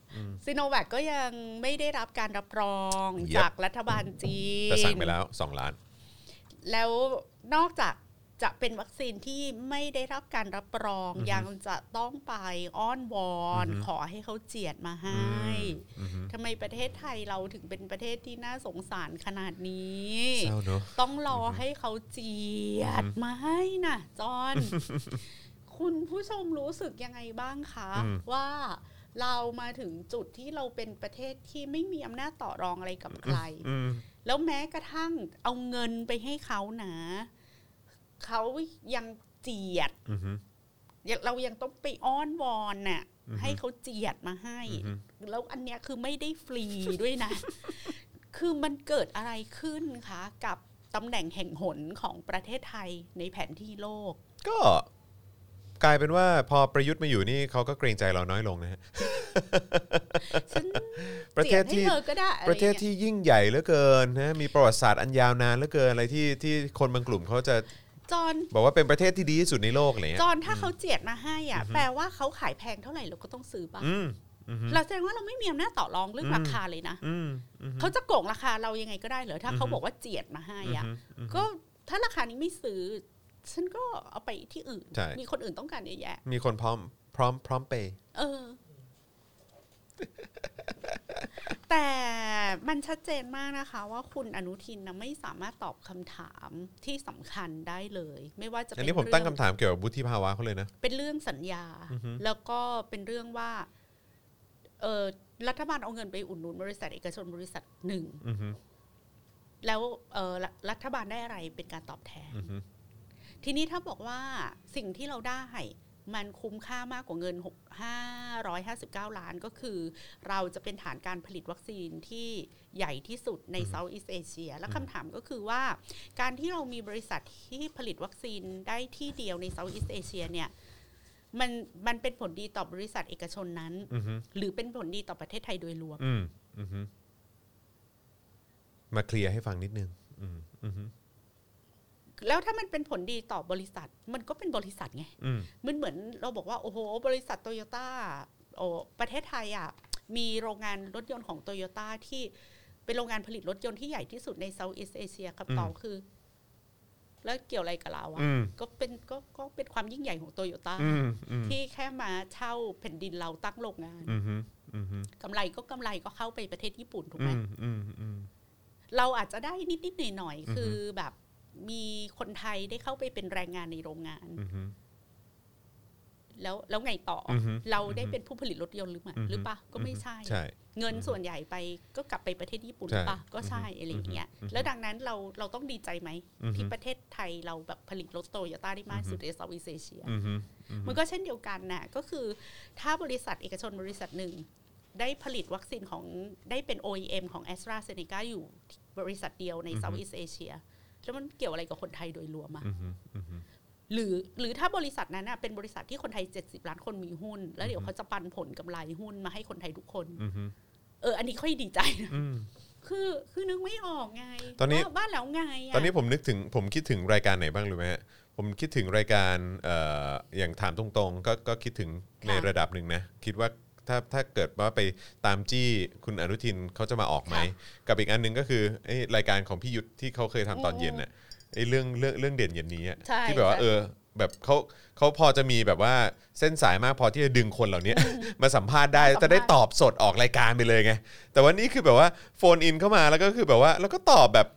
ซีโนแวคก็ยังไม่ได้รับการรับรอง
เย็บ
จากรัฐบาลจีน
แต่สั่งไปแล้ว 2 ล้าน
แล้วนอกจากจะเป็นวัคซีนที่ไม่ได้รับการรับรองยังจะต้องไปอ้อนวอน ขอให้เขาเจียดมาให้ทำไมประเทศไทยเราถึงเป็นประเทศที่น่าสงสารขนาดนี้
เศร้าเนอะ
ต้องรอให้เขาเจียดมาให้นะจอน คุณผู้ชมรู้สึกยังไงบ้างคะ
อืม
ว่าเรามาถึงจุดที่เราเป็นประเทศที่ไม่มีอำนาจต่อรองอะไรกับใคร
อืม
แล้วแม้กระทั่งเอาเงินไปให้เขานะเขายังเจียด
อือฮึ
ยังเรายังต้องไปอ้อนวอนน่ะ
อือฮึ
ให้เขาเจียดมาให้
อือฮึ
แล้วอันเนี้ยคือไม่ได้ฟรี ด้วยนะ คือมันเกิดอะไรขึ้นคะ กับตำแหน่งแห่งหนของประเทศไทยในแผนที่โลก
ก็ กลายเป็นว่าพอประยุทธ์มาอยู่นี่เขาก็เกรงใจเราน้อยลงนะฮะ
ฉัน
ประเทศที่
สียบให้ธอก็ได้อไ
ประเทศที่ยิ่งใหญ่เหลือเกินนะมีประวัติศาสตร์อันยาวนานเหลือเกินอะไรที่ที่คนบางกลุ่มเขาจะ
จอน
บอกว่าเป็นประเทศที่ดีที่สุดในโลกอะไรเลย
จอนถ้าเขาเจียดมาให้อ่ะแปลว่าเขาขายแพงเท่าไหร่เราก็ต้องซื้อป่ะ
อืมอืม
เราแสดงว่าเราไม่มีอำนาจต่อรองเรื่อง
อืม
ราคาเลยนะ
อืมอืม
เขาจะโกงราคาเรายังไงก็ได้เหรอถ้าเขา
อือฮึ
บอกว่าเจียดมาให้อ่ะ
อืมอืม
ก็ถ้าราคานี้ไม่ซื้อ ฉันก็เอาไปที่อื่น
ใช่
มีคนอื่นต้องการเยอะแยะ
มีคนพร้อมพร้อมพร้อมเปย์
เออ แต่มันชัดเจนมากนะคะ ว่าคุณอนุทินนะไม่สามารถตอบคำถามที่สำคัญได้เลย ไม่ว่าจะเป็
อัน
น
นี้ผม
เรื่
ตั้งคำถามเกี่ยวกับวุฒิภาวะเขาเลยนะ
เป็นเรื่องสัญญา
อือฮึ
แล้วก็เป็นเรื่องว่า เออรัฐบาลเอาเงินไปอุดหนุนบริษัทเอกชนบริษัทหนึ่ง
อือฮึ
แล้วเออรัรัฐบาลได้อะไรเป็นการตอบแทน
อือฮึ
ทีนี้ถ้าบอกว่าสิ่งที่เราได้ มันคุ้มค่ามากกว่าเงินหก559 ล้านก็คือ เราจะเป็นฐานการผลิตวัคซีนที่ใหญ่ที่สุดใน Southeast Asia และคำถามก็คือว่า การที่เรามีบริษัทที่ผลิตวัคซีนได้ที่เดียวใน Southeast Asia เนี่ยมันมันเป็นผลดีต่อบริษัทเอกชนนั้น
อือฮึ
หรือเป็นผลดีต่อประเทศไทยโดยรวม
อืมอือฮึมาเคลียร์ให้ฟังนิดนึงอืมอือฮึ
แล้วถ้ามันเป็นผลดีต่อบริษัท มันก็เป็นบริษัทไง
อืม
มันเหมือนเราบอกว่าโอ้โห บริษัทโตโยต้าโอ้ประเทศไทยอ่ะมีโรงงานรถยนต์ของโตโยต้าที่เป็นโรงงานผลิตรถยนต์ที่ใหญ่ที่สุดในเซาท์อีสเอเชียครับ
อืม
ต่อบคือ แล้วเกี่ยวอะไรกับเราอ่ะ
อืม
ก็เป็นก็ก็เป็นความยิ่งใหญ่ของโตโยต้า
อืมอืม
ที่แค่มาเช่าแผ่นดินเราตั้งโรงงาน
อือฮึอือฮึ
กำไรก็กำไรก็เข้าไปประเทศญี่ปุ่นถูก
อื
ไหม
มอืมอืม
เราอาจจะได้นิดๆหน่อย
อือฮึ
ๆคือแบบมีคนไทยได้เข้าไปเป็นแรงงานในโรงงาน
อือฮึ
แล้วแล้วไงต่ออ
อฮึ
เราได้
อือฮึ
เป็นผู้ผลิตรถยนต์หรือเปล่า
อือฮึ
หรือเปะก็ไม่ใช่
ใช่
เงินส่วนใหญ่ไปก็กลับไปประเทศญี่ปุ่นหรือเปะ
ใช่
ก็ใช่
อือฮึ
อะไรอย่างเงี้ย
อือฮึ
แล้วดังนั้นเราเราต้องดีใจไหม
อือฮึ
ที่ประเทศไทยเราแบบผลิตรถโตโยต้าได้มากที่สุดในเซาท์อีสเอเชีย
อือฮึ
มันก็เช่นเดียวกันน่ะก็คือถ้าบริษัทเอกชนบริษัทหนึ่ง ได้ผลิตวัคซีนของได้เป็น OEM ของ a s t r a z e ซ e c a อยู่บริษัทเดียวในเซาท์อีสเอเชียแล้วมันเกี่ยวอะไรกับคนไทยโดยรวมอะ
อือฮึอือฮึ
หรือหรือถ้าบริษัทนั้นน่ะเป็นบริษัทที่คนไทย 70 ล้านคนมีหุ้น แล้วเดี๋ยวเขาจะปันผลกำไรหุ้นมาให้คนไทยทุกคน
อือฮึ
เออ อันนี้ค่อยดีใจนะ
อืม
คือคือนึกไม่ออกไง
ตอนนี้
ว่าบ้านแล้วไงะ
ตอนนี้ผมนึกถึงผมคิดถึงรายการไหนบ้างรู้ไหมฮะผมคิดถึงรายการเอ่ออย่างถามตรงๆ ก็ก็คิดถึงในระดับหนึ่งนะ คิดว่าถ้าถ้าเกิดว่าไปตามจี้คุณอนุทินเขาจะมาออกไหม กับอีกอันหนึงก็คือไอ้รายการของพี่ยุทธที่เขาเคยทำตอนเย็นน่ะไอ้เรื่องเรื่องเรื่องเด่นเย็นนี้อะ
ใช่
ที่แบบว่า
ใช่
เออแบบเขาเขาพอจะมีแบบว่าเส้นสายมากพอที่จะดึงคนเหล่า นี้ มาสัมภาษณ์ได้
มาสัมภาษณ์
จะได้ตอบสดออกรายการไปเลยไงแต่ว่านี่คือแบบว่าโฟนอินเข้ามาแล้วก็คือแบบว่าแล้วก็ตอบแบบ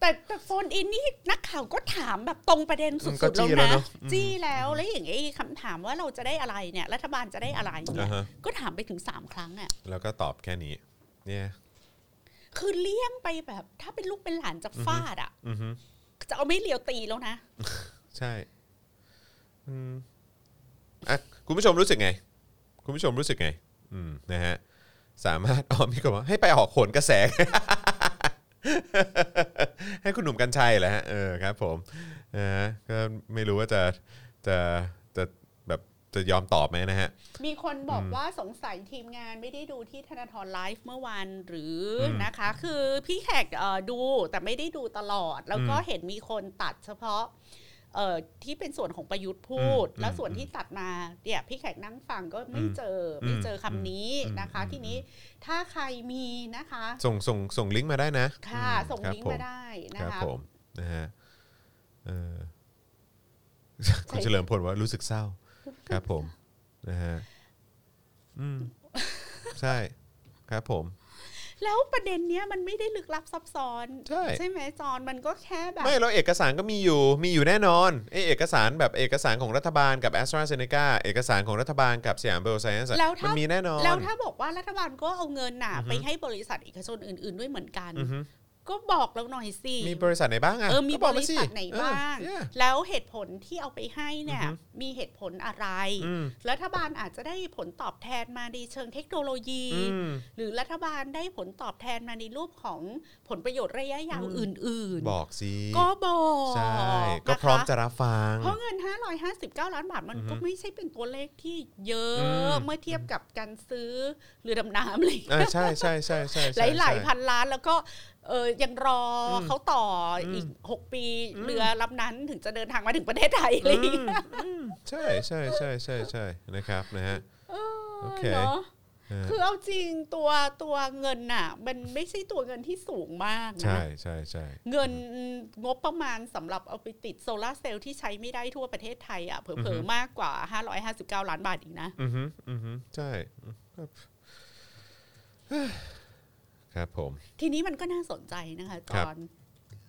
แต่แต่โฟนอินนี่นักข่าวก็ถามแบบตรงประเด็นสุ
มันก็
ดๆ
จี้
แล้ว
แล้ว
นะ
เนอะ
จี้แล้วแล้วอย่างไอ้คำถามว่าเราจะได้อะไรเนี่ยรัฐบาลจะได้อะไรเนี่ย
อ่าฮะ
ก็ถามไปถึง 3 ครั้งอ่ะ
แล้วก็ตอบแค่นี้เนี่ย
คือเลี่ยงไปแบบถ้าเป็นลูกเป็นหลานจะฟาดอ่ะ
อือฮึ
จะเอาไม่เลียวตีแล้วนะ
ใช่อืมอ่ะคุณผู้ชมรู้สึกไง คุณผู้ชมรู้สึกไง อืมนะฮะสามารถอ๋อมีคนบอกให้ไปออกโขนกระแส ให้คุณหนุ่มกัญชัยแหละฮะเออครับ ผมนะฮะก็ไม่รู้ว่าจะจะจะแบบจะยอมตอบไหมนะฮะ
มีคนบอกว่าสงสัยทีมงานไม่ได้ดูที่ธนาธรไลฟ์เมื่อวานหรืออ
ม
นะคะ คือพี่แขกเอ่อดูแต่ไม่ได้ดูตลอด แล้วก็
อืม
เห็นมีคนตัดเฉพาะเอ่อที่เป็นส่วนของประยุทธ์พูด
อืม
แล้ว
อืม
ส่วนที่ตัดมาเนี่ยพี่แขกนั่งฟังก็ไม่
อืม
เจออไม่เจออ
ม
คำนี้นะคะ
อืม
ทีนี้ถ้าใครมีนะคะ
ส่งส่งส่งลิงก์มาได้นะ
ค่ะ
อืม
ส่ง
ครับ
ลิง
ผ
ก์มาได้นะครับคะ
ผมนะฮะเออ คุณเฉลิมพลว่ารู้สึกเศร้า ครับผมนะฮะอื มใช่ครับผม
แล้วประเด็นเนี้ยมันไม่ได้ลึกลับซับซ้อน
ใช่
ไหมจอนมันก็แค่แบบ
ไม่แล้วเอกสารก็มีอยู่มีอยู่แน่นอนไอเอกสารแบบเอกสารของรัฐบาลกับ a s t r a z เซ e c a เอกสารของรัฐบาลกับสยามเบลไซเอนซ์
แล้ว
มั
ถ้ามั
นมีแน่นอน
แล้วถ้าบอกว่ารัฐบาลก็เอาเงินน่ะ
อือฮึ
ไปให้บริษัทเอกชนอื่น ๆ ด้วยเหมือนกัน
อือฮึ
ก็บอกเราหน่อยสิ
มีบริษัทไหนบ้างอ่ะ
เออ มี
ก็
บบ
ก
ริ
สิ
ษัทไหนบ้าง
เออ yeah
แล้วเหตุผลที่เอาไปให้เนี่ย
อือฮึ
มีเหตุผลอะไร
อืม
รัฐบาลอาจจะได้ผลตอบแทนมาในเชิงเทคโนโลยี
อืม
หรือรัฐบาลได้ผลตอบแทนมาในรูปของผลประโยชน์ระยะยาว
อืม
อื่น
บอกสิ
ๆ ก็บอก
ใช่
นะคะ
ก็พร้อมจะรับฟัง
เพราะเงิน 559 ล้านบาทมัน
อือฮึ
ก็ไม่ใช่เป็นตัวเลขที่เยอะ
อืม
เมื่อเทียบกับการซื้อเรือดำน้ำอะไรอย่าง
อ่า
เงี้ย
ใช่ใช่ใช่ใช่ใช่
หลายหลาย
ใช่
พันล้านแล้วก็เออยังรออ
ม
เขาต่ออ
ม
อีก 6 ปี
อืม
เรือลำนั้นถึงจะเดินทางมาถึงประเทศไทยอะไรอย่างเงี้ย
อืมใช่ใช่ใช่ใช่ใช่นะครับนะฮะ
เออ
โอเค
เนาะ
เออ
คือเอาจริงตัวตัวเงินน่ะ มันไม่ใช่ตัวเงินที่สูงมากนะ
ใช่ใช่ใช่
เงินงบประมาณสำหรับเอาไปติดโซลาร์เซลล์ที่ใช้ไม่ได้ทั่วประเทศไทยอ่ะเผลอๆมากกว่า 559 ล้านบาทอีกนะ
อือฮึอือฮึใช่ครับเฮ้ยครับผม
ทีนี้มันก็น่าสนใจนะคะจ
ครั
อบ น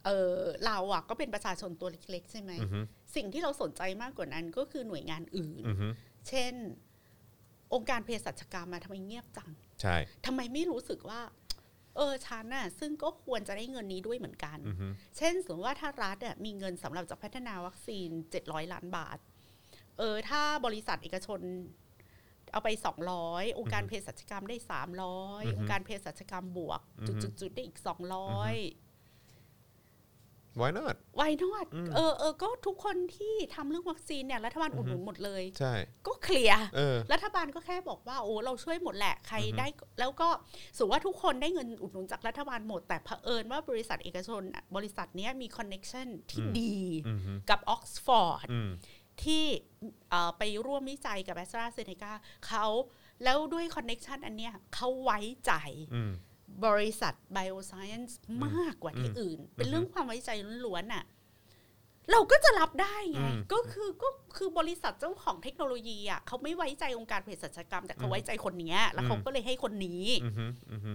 เออเราอ่ะก็เป็นประชาชนตัวเล็กๆ ใช่ไหม
อือฮึ
สิ่งที่เราสนใจมากกว่านั้นก็คือหน่วยงานอื่น
อือฮึ
เช่น องค์การเภสัชกรรมมาทำไมเงียบจัง
ใช่
ทำไมไม่รู้สึกว่า เออฉันน่ะซึ่งก็ควรจะได้เงินนี้ด้วยเหมือนกัน
อือฮึ
เช่นสมมติว่าถ้ารัฐอะมีเงินสำหรับจะพัฒนาวัคซีน 700 ล้านบาท เออถ้าบริษัทเอกชนเอาไป 200 องค์การเภสัชกรรมได้ 300 องค์การเภสัชกรรมบวก จุดๆๆได้อีก 200
why not
ไวนอด
อืม
เออเออก็ทุกคนที่ทำเรื่องวัคซีนเนี่ยรัฐบาลอุดหนุนหมดเลย
ใช่
ก็เคลียร์
เออ
รัฐบาลก็แค่บอกว่าโอ้เราช่วยหมดแหละใคร
อือฮึ
ได้ แล้วก็สมมติว่าทุกคนได้เงินอุดหนุนจากรัฐบาลหมด แต่เผอิญว่าบริษัทเอกชนอะบริษัทเนี้ยมีคอนเน็ชันที่ดี
อือฮึ
กับออกซฟอร์ด
อืม
ที่เอ่อไปร่วมวิจัยกับแอสตราเซเนกาเขาแล้วด้วยคอนเน็ชันอันเนี้ยเขาไว้ใจ
อืม
บริษัทไบโอไซเอนซ์มากกว่าที่
อืม
อื่น เป็
อื
น
ม
เรื่องความไว้ใจล้วนๆน่ะเราก็จะรับได้ไง
อืม
ก็คือก็คือบริษัทเจ้าของเทคโนโลยีอ่ะเขาไม่ไว้ใจองค์การเภสัชกรรม แต่เขาไว้ใจคนเนี้ยแล้วเขาก็เลยให้คนนี้
อือฮึอือฮึ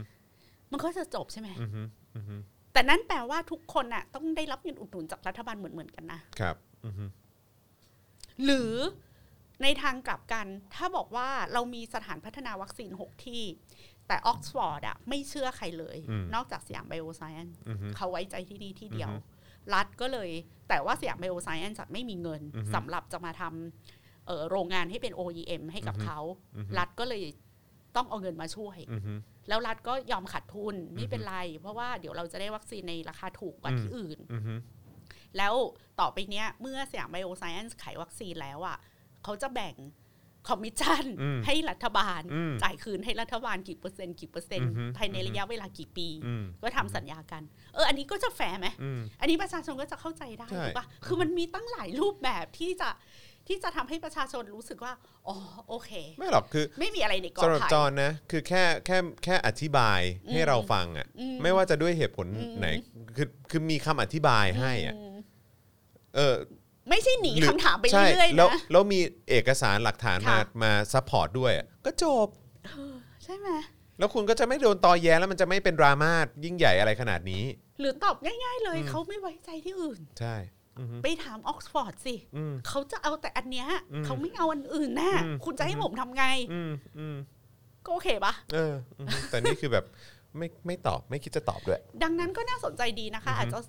มันก็จะจบใช่ไหม
อือฮึอือฮึ
แต่นั่นแปลว่าทุกคนอ่ะต้องได้รับเงินอุดหนุนจากรัฐบาลเหมือนๆกันนะ
ครับอือฮึ
หรือในทางกลับกัน ถ้าบอกว่าเรามีสถานพัฒนาวัคซีน 6 ที่ แต่ออกซฟอร์ดอะไม่เชื่อใครเลย
อืม
นอกจากสยามไบโอไซเอนซ์
อือฮึ
เขาไว้ใจที่นี่ที่เดียว
อือฮึ
รัฐก็เลย แต่ว่าสยามไบโอไซเอนซ์จะไม่มีเงิน
อือฮึ
สำหรับจะมาทำเอ่อโรงงานให้เป็น OEM ให้กับ
อือฮึ
เขา
อือฮึ
รัฐก็เลยต้องเอาเงินมาช่วย
อือฮึ
แล้วรัฐก็ยอมขาดทุนไม่เป็น
อือฮึ
ไร เพราะว่าเดี๋ยวเราจะได้วัคซีนในราคาถูกกว่า
อืม
ที่อื่น
อือฮึ
แล้วต่อไปเนี้ยเมื่อสยามไบโอไซเอนซ์ขายวัคซีนแล้วอ่ะเขาจะแบ่งคอมมิชชั่น
อืม
ให้รัฐบาล
อืม
จ่ายคืนให้รัฐบาลกี่เปอร์เซ็นต์กี่เปอร์เซ็น
อื
ต์
อฮึ
ภายในระยะเวลากี่ปี
อืม
ก็ทำสัญญากัน เออ อันนี้ก็จะแฟร์ไหม
อืม
อันนี้ประชาชนก็จะเข้าใจได้
ใช่
ถูกปะคือมันมีตั้งหลายรูปแบบที่จะที่จะทำให้ประชาชนรู้สึกว่าอ๋อโอเค
ไม่หรอกคือ
ไม่มีอะไรในกอ
สำหรับ
ไผ่
จอนนะคือแค่แค่แค่อธิบายให้
อืม
เราฟังอ่ะ
อืม
ไม่ว่าจะด้วยเหตุผล
อืม
ไหนคือคือมีคำอธิบายให้อ่ะ
ม
เออ
ไม่ใช่หนี
รือ
คำถามไป
ใช่
เรื่อยๆ
แล้ว
นะ
แล้วมีเอกสารหลักฐานมา
ค่ะ
มาซัพพอร์ตด้วยอะก็จบ
ใช่ไหม
แล้วคุณก็จะไม่โดนตอแย้แล้วมันจะไม่เป็นดราม่ายิ่งใหญ่อะไรขนาดนี้
หรือตอบง่าย ๆ เลย
อืม
เขาไม่ไว้ใจที่อื่น
ใช่อือฮึ
ไปถามออกซฟอร์ดสิ
อืม
เขาจะเอาแต่อันเนี้ย
อืม
เขาไม่เอาอันอื่นนะ
อืม
คุณจะให้ผมทำไง
อืมอืม
ก็โอเคปะ
เอออือฮึแต่นี่คือแบบ ไม่ไม่ตอบไม่คิดจะตอบด้วย
ดังนั้นก็น่าสนใจดีนะคะ
อือฮึ
อาจจะ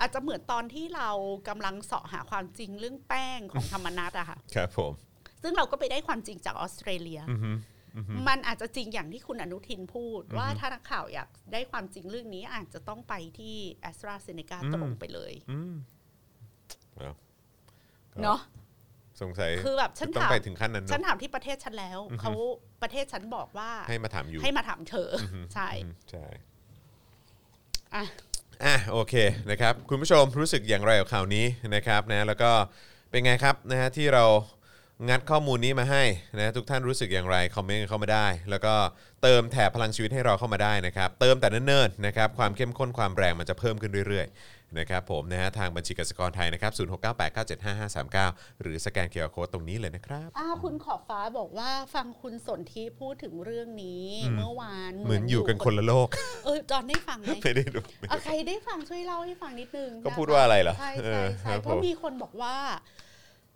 อาจจะเหมือนตอนที่เรากำลังเสาะหาความจริงเรื่องแป้งของธรรมนัตอะค่ะ
ครับผม
ซึ่งเราก็ไปได้ความจริงจากออสเตรเลีย
อือฮึอือฮึ
มันอาจจะจริงอย่างที่คุณอนุทินพูด
อือฮึ
ว่าถ้านักข่าวอยากได้ความจริงเรื่องนี้อาจจะต้องไปที่แอสตราเซเนกา
อืม
ตรงไปเลย
อืมเอาก็
เนาะ
สงสัย
คือแบบฉัน
ต้อง
ถาม
ไปถึงขั้นนั้นเน
ฉั
อะ
นถามที่ประเทศฉันแล้ว
อือฮึ
เขาประเทศฉันบอกว่า
ให้มาถามอยู่
ให้มาถามเธออ
อืม
ใช่
อืมใช่
อ่ะ
อ่ะโอเคนะครับคุณผู้ชมรู้สึกอย่างไรกับข่าวนี้นะครับนะแล้วก็เป็นไงครับนะฮะที่เรางัดข้อมูลนี้มาให้นะทุกท่านรู้สึกอย่างไรคอมเมนต์เข้ามาได้ แล้วก็เติมแถบพลังชีวิตให้เราเข้ามาได้นะครับ เติมแต่เนิ่นๆนะครับความเข้มข้นความแรงมันจะเพิ่มขึ้นเรื่อยๆนะครับผมนะฮะทางบัญชีกสิกรไทยนะครับ0698975539 หรือสแกนเคอร์โคตรงนี้เลยนะครับ
อ่าคุณขอบฟ้าบอกว่าฟังคุณสนธิพูดถึงเรื่องนี้
อืม
เมื่อวาน
เหมือนอยู่กันคนละโลก
เออจอนได้ฟังไหม
ไม่ได้ดู
เอาใครได้ฟังช่วยเล่าให้ฟังนิดนึง
ก็
นค
พูดว่าอะไรเหรอ
ใช่
เออครั
ใช่ใช่
บ
เพราะ
ผม
มีคนบอกว่า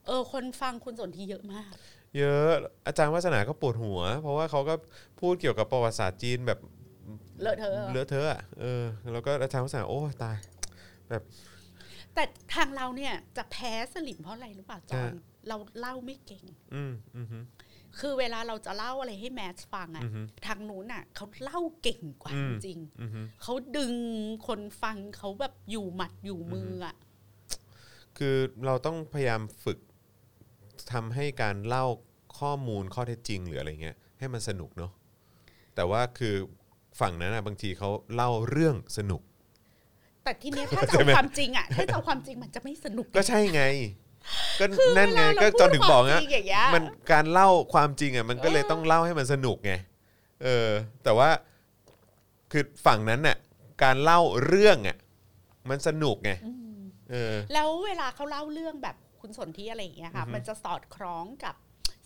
เออคนฟังคุณสนธิเยอะมาก
เยอะอาจารย์วัฒนาก็ปวดหัว เพราะว่าเขาก็พูดเกี่ยวกับประวัติศาสตร์จีนแบบ
เลอะเทอะ
เลอะเทอะอะเออแล้วก็อาจารย์ภาษาโอ้ตาย
แต่ทางเราเนี่ยจะแพ้สลิมเพราะอะไรรู้ป่ะจอน
ใช่
เราเล่าไม่เก่ง
อืมอืมฮึ
คือเวลาเราจะเล่าอะไรให้แมสฟังอะ
อืมฮึ
ทางนู้นอะเขาเล่าเก่งกว่า
อื
จ
ม
ริง
อืมฮึ
ๆเขาดึงคนฟังเขาแบบอยู่หมัดอยู่มืออะ
คือเราต้องพยายามฝึกทำให้การเล่าข้อมูลข้อเท็จจริงหรืออะไรเงี้ยให้มันสนุกเนาะแต่ว่าคือฝั่งนั้นอะบางทีเขาเล่าเรื่องสนุก
แต่ทีเนี้ยถ้าจะเอาความจริงอะถ้าจะเอาความจริงมันจะไม่สนุก
ก็ใช่ไง ก็
คือ
นั่นไง
เวลาเรา
ก็จนถึงบอกนะ
พูดความจริงอย่างเงี้ย
มันการเล่าความจริงอ่ะมันก็เลยต้องเล่าให้มันสนุกไงเออ แต่ว่าคือฝั่งนั้นน่ะการเล่าเรื่องอ่ะมันสนุกไง
อืม
เออ
แล้วเวลาเขาเล่าเรื่องแบบคุณสนธิอะไรอย่างเงี้ยค่ะ
อือฮึ
มันจะสอดคล้องกับ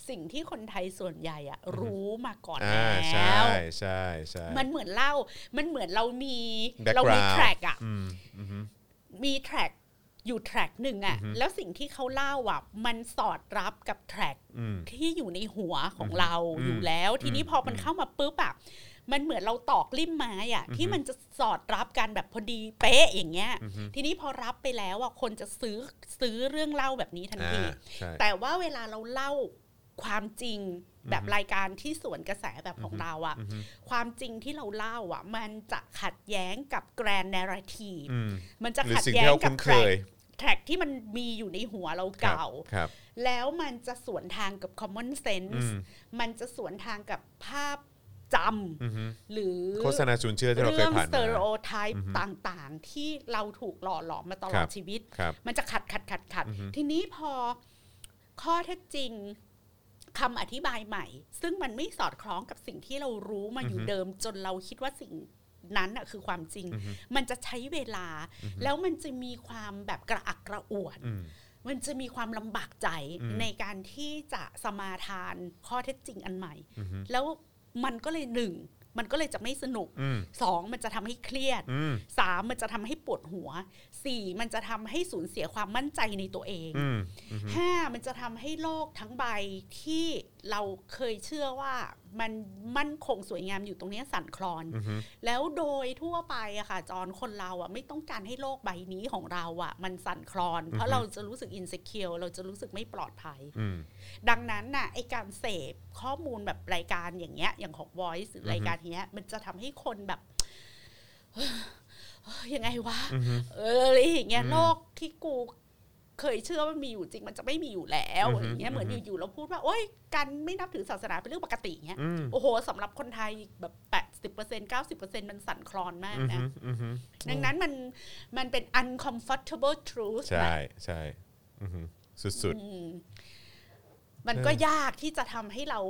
สิ่งที่คนไทยส่วนใหญ่อะ
อือฮึ
รู้มาก่อน
อ่า
แล
ใช่
้ว
ใช่ใช่
มันเหมือนเล่า มันเหมือนเรามี
Background
เรามีแทร็กอะ
อืมอืม
มีแทร็กอยู่แทร็กหนึ่งอะ
อือฮึ
แล้วสิ่งที่เขาเล่าอะมันสอดรับกับแทร็ก
อืม
ที่อยู่ในหัวของ
อือฮึ
เรา
อืม
อยู่แล้ว ทีนี้
อืม
พอมัน
อืม
เข้ามาปุ๊บอะมันเหมือนเราตอกลิ่มไม้อะที่
อือฮึ
มันจะสอดรับกันแบบพอดีเป๊ะอย่างเงี้ย
อืมอืม
ทีนี้พอรับไปแล้วอ่ะคนจะซื้อซื้อเรื่องเล่าแบบนี้ทัน
อ่า
ที
ใช่
แต่ว่าเวลาเราเล่าความจริงแบบ
อือฮึ
รายการที่สวนกระแสแบบของเราอ่ะ
อืมอืม
ความจริงที่เราเล่าอ่ะ มันจะขัดแย้งกับแกรนนาราที
อืม
มันจะ
หรือ
ขัด
สิ่ง
แย้
ที่
ง
เรา
กับ
คุ้นเค
แทร็
ย
กแทร็กที่มันมีอยู่ในหัวเรา
ครับ
เก่า
ครับ
แล้วมันจะสวนทางกับ common
อื
sense
ม
มันจะสวนทางกับภาพจ
อืม
ำหรือ
โฆษณาชวนเชื่อที่เราเคย
เรื่อง
ผ่าน
ส
มา
เตอริโอไท
อือ
ป์
ฮึ
ต่างๆ ที่เราถูกหล่อหลอมมาตล
ครั
อบ ดชีวิต
ครับ
มันจะขัดขัดขัดขัด
อือฮึ
ทีนี้พอข้อเท็จจริงคำอธิบายใหม่ ซึ่งมันไม่สอดคล้องกับสิ่งที่เรารู้มาอยู่เดิม จนเราคิดว่าสิ่งนั้นน่ะคือความจริง
อืม
มันจะใช้เวลา แล้วมันจะมีความแบบกระอักกระอ่วน
อืม
มันจะมีความลำบากใจ
อืม
ในการที่จะสมาทานข้อเท็จจริงอันใหม่
อืม
แล้วมันก็เลยหนึ่งมันก็เลยจะไม่สนุก
อืม
สองมันจะทำให้เครียด
อืม
สามมันจะทำให้ปวดหัวสี่มันจะทำให้สูญเสียความมั่นใจในตัวเอง
อืมอืม
ห้ามันจะทำให้โลกทั้งใบที่เราเคยเชื่อว่ามันมั่นคงสวยงามอยู่ตรงเนี้ยสั่นคลอน
อือฮึ
แล้วโดยทั่วไปอะค่ะจอนคนเราอะไม่ต้องการให้โลกใบนี้ของเราอะมันสั่นคลอน เพราะเราจะรู้สึกอินเ c เคียวเราจะรู้สึกไม่ปลอดภัย
อืม
ดังนั้นน่ะไอการเสพข้อมูลแบบรายการอย่างเงี้ย อย่างของ Voice หรือ
อฮึ
รายการเนี้ย มันจะทำให้คนแบบ เฮ้ยยังไงวะ
อือฮึ
เอออะไรอย่างเงี้ย
อืม
โลกที่กูเคยเชื่อว่ามีอยู่จริง มันจะไม่มีอยู่แล้ว
อือฮึ
อย่างเงี้ยเหมือน
อือฮึ
อยู่ๆเราพูดว่า โอ๊ยการไม่นับถือศาสนาเป็นเรื่องปกติเงี้ย
อืม
โอ้โหสำหรับคนไทยแบบแปดสิบเปอร์เซ็นเก้าสิบเปอร์เซ็นมันสั่นคลอนมาก
อือฮึ
นะ
อือฮึ
ดังนั้นมันมันเป็น uncomfortable truth
ใช่ใช่อือฮึสุด
อืมมันก็ยากที่จะทำให้เรา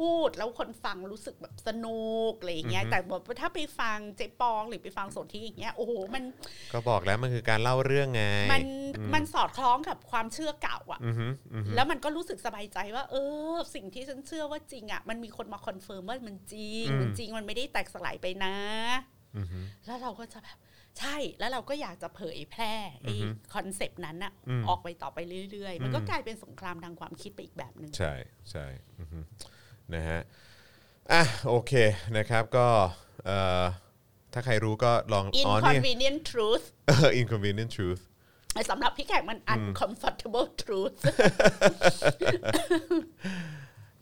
พูดแล้วคนฟังรู้สึกแบบสนุกอะไรอย่างเงี้ย
อือฮึ
แต่แบบถ้าไปฟังเจ๊ปองหรือไปฟังสนที่อย่างเงี้ยโอ้โหมัน
ๆ ก็บอกแล้วมันคือการเล่าเรื่องไง
มัน
อื
มันสอดคล้องกับความเชื่อเก่าอะ
อือฮึอือฮึ
แล้วมันก็รู้สึกสบายใจว่า เออ สิ่งที่ฉันเชื่อว่าจริงอะมันมีคนมาคอนเฟิร์มว่ามันจริงมันจริงมันไม่ได้แตกสลายไปนะ
อือฮึ
แล้วเราก็จะแบบใช่แล้วเราก็อยากจะเผยแพร่ไอ้
อือฮึ
คอนเซปต์นั้นอะ
อืม
ออกไปต่อไปเรื่อยๆ มันก็
อืม
กลายเป็นสงครามทางความคิดไปอีกแบบหนึ่ง
ใช่ใช่อือฮึนะฮะอ่ะโอเคนะครับก็เอ่อถ้าใครรู้ก็ลองอ๋อนี่
inconvenient truth
เออ inconvenient truth
สำหรับพี่แขกมัน uncomfortable truth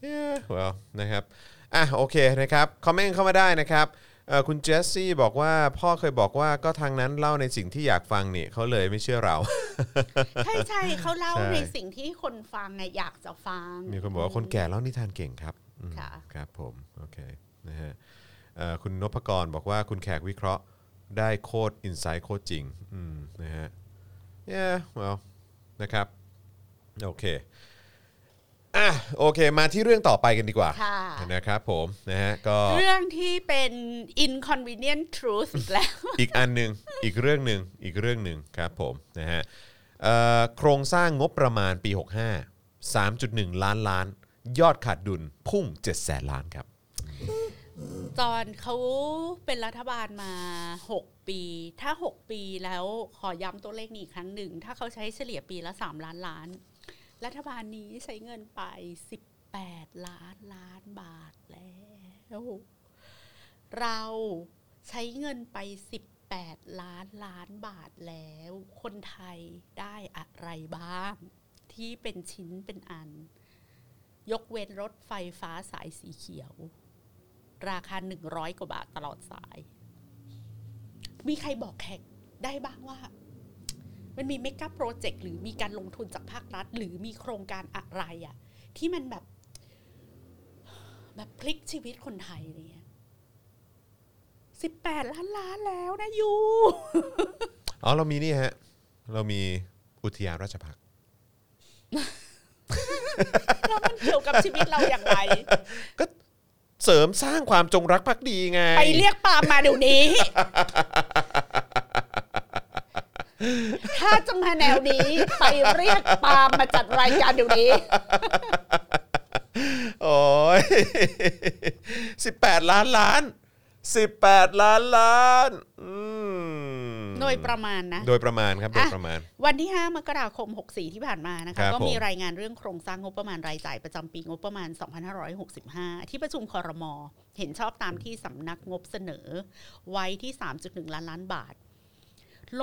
yeah well นะครับ อ่ะ โอเคนะครับ คอมเมนต์เข้ามาได้นะครับเอ่อคุณเจสซี่บอกว่าพ่อเคยบอกว่าก็ทางนั้นเล่าในสิ่งที่อยากฟังนี่เขาเลยไม่เชื่อเรา
ใช่ใช่เขาเล่า
ใช่
ในสิ่งที่คนฟังไงอยากจะฟัง
มีคนบอกว่าคนแก่เล่านิทานเก่งครับอืม
ค่ะ
ครับผม โอเคนะฮะเอ่อคุณนพกรบอกว่าคุณแขกวิเคราะห์ได้โคตรอินไซต์โคตรจริงอืมนะฮะ yeah well นะครับ โอเค อ่ะ โอเค มาที่เรื่องต่อไปกันดีกว่า
ค่ะ
นะครับผมนะฮะก็
เรื่องที่เป็น inconvenient truth อีกแล้ว
อีกอันหนึ่งอีกเรื่องหนึ่งอีกเรื่องหนึ่งครับผมนะฮะเอ่อโครงสร้างงบประมาณปี 65 3.1 ล้านล้าน ยอดขาดดุลพุ่ง7แสนล้านครับ
ตอนเขาเป็นรัฐบาลมา 6 ปี ถ้า 6 ปีแล้วขอย้ำตัวเลขนี้อีกครั้งหนึ่ง ถ้าเขาใช้เฉลี่ยปีละ 3 ล้านล้าน รัฐบาลนี้ใช้เงินไป 18 ล้านล้านบาทแล้ว เราใช้เงินไป 18 ล้านล้านบาทแล้ว คนไทยได้อะไรบ้าง ที่เป็นชิ้นเป็นอัน ยกเว้นรถไฟฟ้าสายสีเขียว ราคา 100 กว่าบาทตลอดสาย มีใครบอกแขกได้บ้างว่า มันมีเมกะโปรเจกต์หรือมีการลงทุนจากภาครัฐ หรือมีโครงการอะไรอะที่มันแบบ แบบพลิกชีวิตคนไทยอะไรเนี่ยสิบแปดล้านล้านแล้วนะยู
อ๋อเรามีนี่ฮะ เรามีอุทยานราชพักษ์
แล้วมันเกี่ยวกับชีวิตเราอย่างไร
เสริมสร้างความจงรักภักดีไง
ไปเรียกปาล์มมาเดี๋ยวนี้ ถ้าจะมาแนวนี้ ไปเรียกปาล์มมาจัดรายการเดี๋ยวนี้
โอ้ย 18 ล้านล้าน 18 ล้านล้านอืม
โดยประมาณนะ
โดยประมาณครับ โดย
อ่ะ
ประมาณ
วันที่ 5 มกราคม 64 ที่ผ่านมานะ
ครั
คะ
บ
ก็มี
ผม
รายงานเรื่องโครงสร้างงบประมาณรายจ่ายประจำปีงบประมาณ 2565 ที่ประชุมคอรมอเห็นชอบตามที่สำนักงบเสนอ ไว้ที่ 3.1 ล้านล้านบาท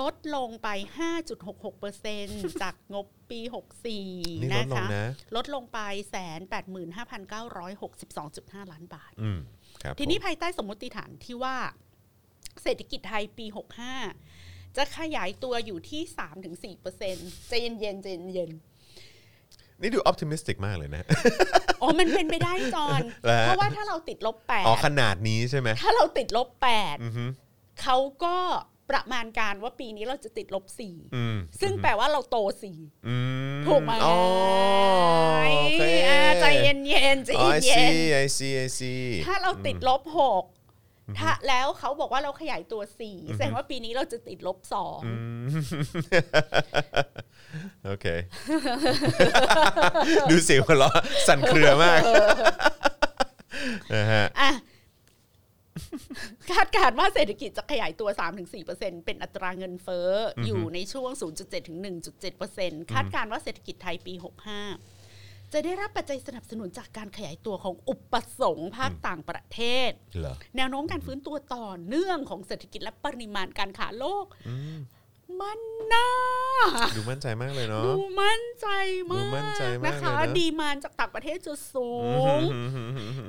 ลดลงไป 5.66%จากงบปี
นี่
64
ล
นะ
ดลง
คะ
นะ
ลดลงไป 185,962.5 ล้านบาท
อืมครับ
ทีนี้
ผม
ภายใต้สมมติฐานที่ว่า เศรษฐกิจไทยปี 65 จะขยายตัวอยู่ที่ 3-4%เปอร์เซ็นต์ใจเย็นเย็นๆใจเย็น
นี่ดูออพติมิสติกมากเลยนะ
ๆอ๋อ มันเป็นไปได้จอน
แล้ว
เพราะว่าถ้าเราติดลบ
อ๋อขนาดนี้ใช่ไหม
8 ถ้าเราติดลบ
อือฮึ
8 เขาก็ประมาณการว่าปีนี้เราจะติดลบ 4
อืม
ซึ่ง
อือฮึ
แปลว่าเราโต
อื
4 ถูกไหม
อ๋อโอเค
อ่าใจเย็นเย็นๆใจ
อ๋อ I
เย็น
see I see I see
ๆถ้าเราติด
อืม
ลบ 6 ถ้าแล้วเขาบอกว่าเราขยายตัว
อือฮึ
4 แสดงว่าปีนี้เราจะติดลบ 2
อืมโอเค ดูเสียงหัวเราะสั่นเครือมาก นะฮะ
อ่ะ คาดการณ์ว่าเศรษฐกิจจะขยายตัว 3-4%เป็นอัตราเงินเฟ้ออ
อฮึ
อยู่ในช่วง 0.7 ถึง 1.7%คาดการณ์ว่าเศรษฐกิจไทยปี 65 จะได้รับปัจจัยสนับสนุนจากการขยายตัวของอุปสงค์ภาคต่างประเทศ
เหรอ
แนวโน้มการฟื้นตัวต่อเนื่องของเศรษฐกิจและปริมาณการขาโลก
อืม
มันน่า
ดูมั่นใจมากเลย เนาะ
ดูมั่นใจ
ดู
มาก
มั่นใจมากเลยนะ
นะคะ ดีมานจากต่างประเทศจะสูง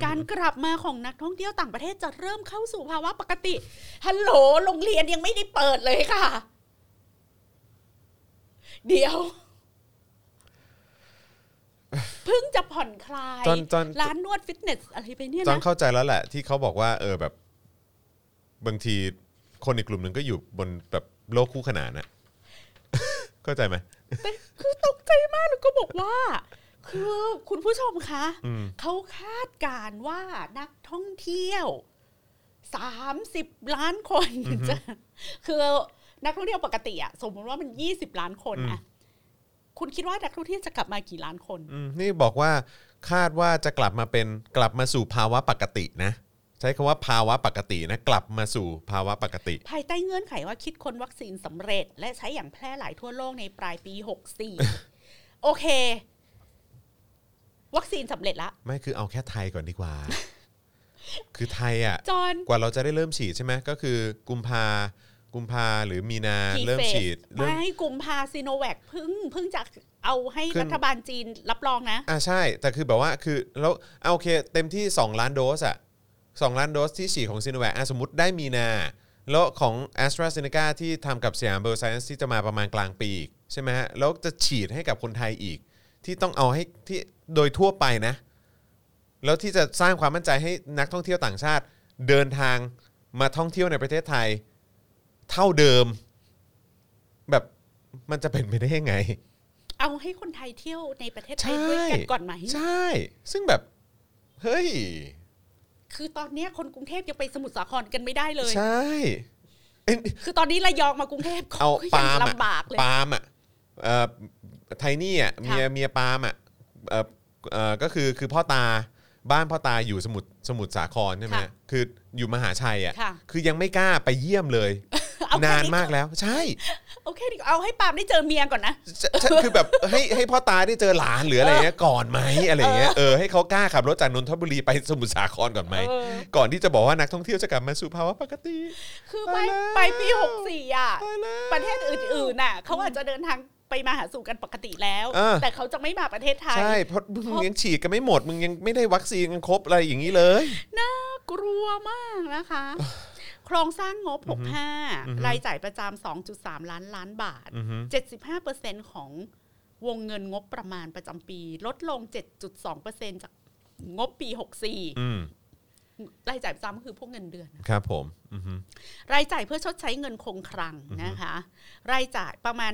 การกลับมาของนักท่องเที่ยวต่างประเทศจะเริ่มเข้าสู่ภาวะปกติ ฮัลโหล โรงเรียนยังไม่ได้เปิดเลยค่ะ เดี๋ยว เพิ่งจะผ่อนคลาย
จอนจอน
ร้านนวดฟิตเนสอะไรไปเนี่ย
จัง
นะ
เข้าใจแล้วแหละ ที่เขาบอกว่า เออแบบ บางทีคนอีกกลุ่มหนึ่งก็อยู่บนแบบโลกคู่ขนานน่ะ เข้าใจไหม
แต่คือตกใจมากแล้วก็บอกว่า คือคุณผู้ชมคะ
อืม
เขาคาดการณ์ว่านักท่องเที่ยวสามสิบล้านคนจะคือนักท่องเที่ยวปกติอะสมมติว่ามันยี่สิบล้านคนอะคุณคิดว่านักท่องเที่ยวจะกลับมากี่ล้านคน
อืมนี่บอกว่าคาดว่าจะกลับมาเป็นกลับมาสู่ภาวะปกตินะ ใช้คำว่าภาวะปกตินะ กลับมาสู่ภาวะปกติ
ภายใต้เงื่อนไขว่าคิดค้นวัคซีนสำเร็จ และใช้อย่างแพร่หลายทั่วโลกในปลายปี 64 โอเค วัคซีนสำเร็จละ
ไม่คือเอาแค่ไทยก่อนดีกว่า คือไทยอ่ะ
จอห์น
กว่าเราจะได้เริ่มฉีดใช่ไหมก็คือกุมภากุมภาหรือมีนาเริ่มฉีดเริ่ม
ไม่กลุ่มพาซิโนแวคเพิ่งเพิ่งจะเอาให้
ขึ้น
รัฐบาลจีนรับรองนะ
อ่าใช่ แต่คือแบบว่าคือแล้วเอาโอเค เต็มที่ 2 ล้านโดสอ่ะสล้านโดสที่ฉีดของซีโนแวคอ่ะสมมติได้มีนา แล้วของ a s t r a z เซ e c a ที่ทำกับสยามเบอร์ไซน์ที่จะมาประมาณกลางปีอีกใช่ไหมฮะ แล้วจะฉีดให้กับคนไทยอีก ที่ต้องเอาให้ที่โดยทั่วไปนะ แล้วที่จะสร้างความมั่นใจให้นักท่องเที่ยวต่างชาติ เดินทางมาท่องเที่ยวในประเทศไทย เท่าเดิม แบบมันจะเป็นไปได้ยังไง
เอาให้คนไทยเที่ยวในประเทศไท
ใช่
ยด้วยกันก่อนไหม
ใช่ ซึ่งแบบ เฮ้ย
คือตอนเนี้ยคนกรุงเทพยังไปสมุทรสาครกันไม่ได้เลย
ใช่เอ้ย
คือตอนนี้ระยองมากรุงเทพ
เอา
ก็
ปา
ยัง
ล์มอะ
ลำบากเลย
ปาล์มอะเอ่อไทนี่อะเมียเมียปาล์มอะเอ่อเอ่อก็คือคือพ่อตาบ้านพ่อตาอยู่สมุทรสมุทรสาครใช่ไหม
ค่ะ
คืออยู่มหาชัยอะ
ค่ะ
คือยังไม่กล้าไปเยี่ยมเลย
เอาแค่
นาน
นี้
มากแล้ว ใช่
โอเคดิเอาให้ปาล์มได้เจอเมียก่อนนะ
จะจะคือแบบให้ให้พ่อตาได้เจอหลานหรืออะไรเงี้ยก่อนไหมอะไรเงี้ยเออให้เขากล้าขับรถจากนนทบุรีไปสมุทรสาครก่อนไหม
เออ
ก่อนที่จะบอกว่านักท่องเที่ยวจะกลับมาสู่ภาวะปกติ
คือไป
ตายแล้ว
ไปปีหกสี่อ่ะ
ตายแล้ว
ประเทศอื่นๆน่ะเขาอาจจะเดินทางไปมาหาสู่กันปกติแล้ว
เออ
แต่เขาจะไม่มาประเทศไทย
ใช่เพราะมึงยังฉีดกันไม่หมด มึงยังไม่ได้วัคซีนกันครบอะไรอย่างนี้เลย
น่ากลัวมากนะคะ โครงสร้างงบ 65 รายจ่ายประจำ 2.3 ล้านล้านบาท
อือฮึ
75%ของวงเงินงบประมาณประจำปี ลดลง 7.2%จากงบปี
อืม
64 รายจ่ายประจำก็คือพวกเงินเดือน
ครับผมอือฮึ
รายจ่ายเพื่อชดใช้เงินคงคลังนะคะ รายจ่ายประมาณ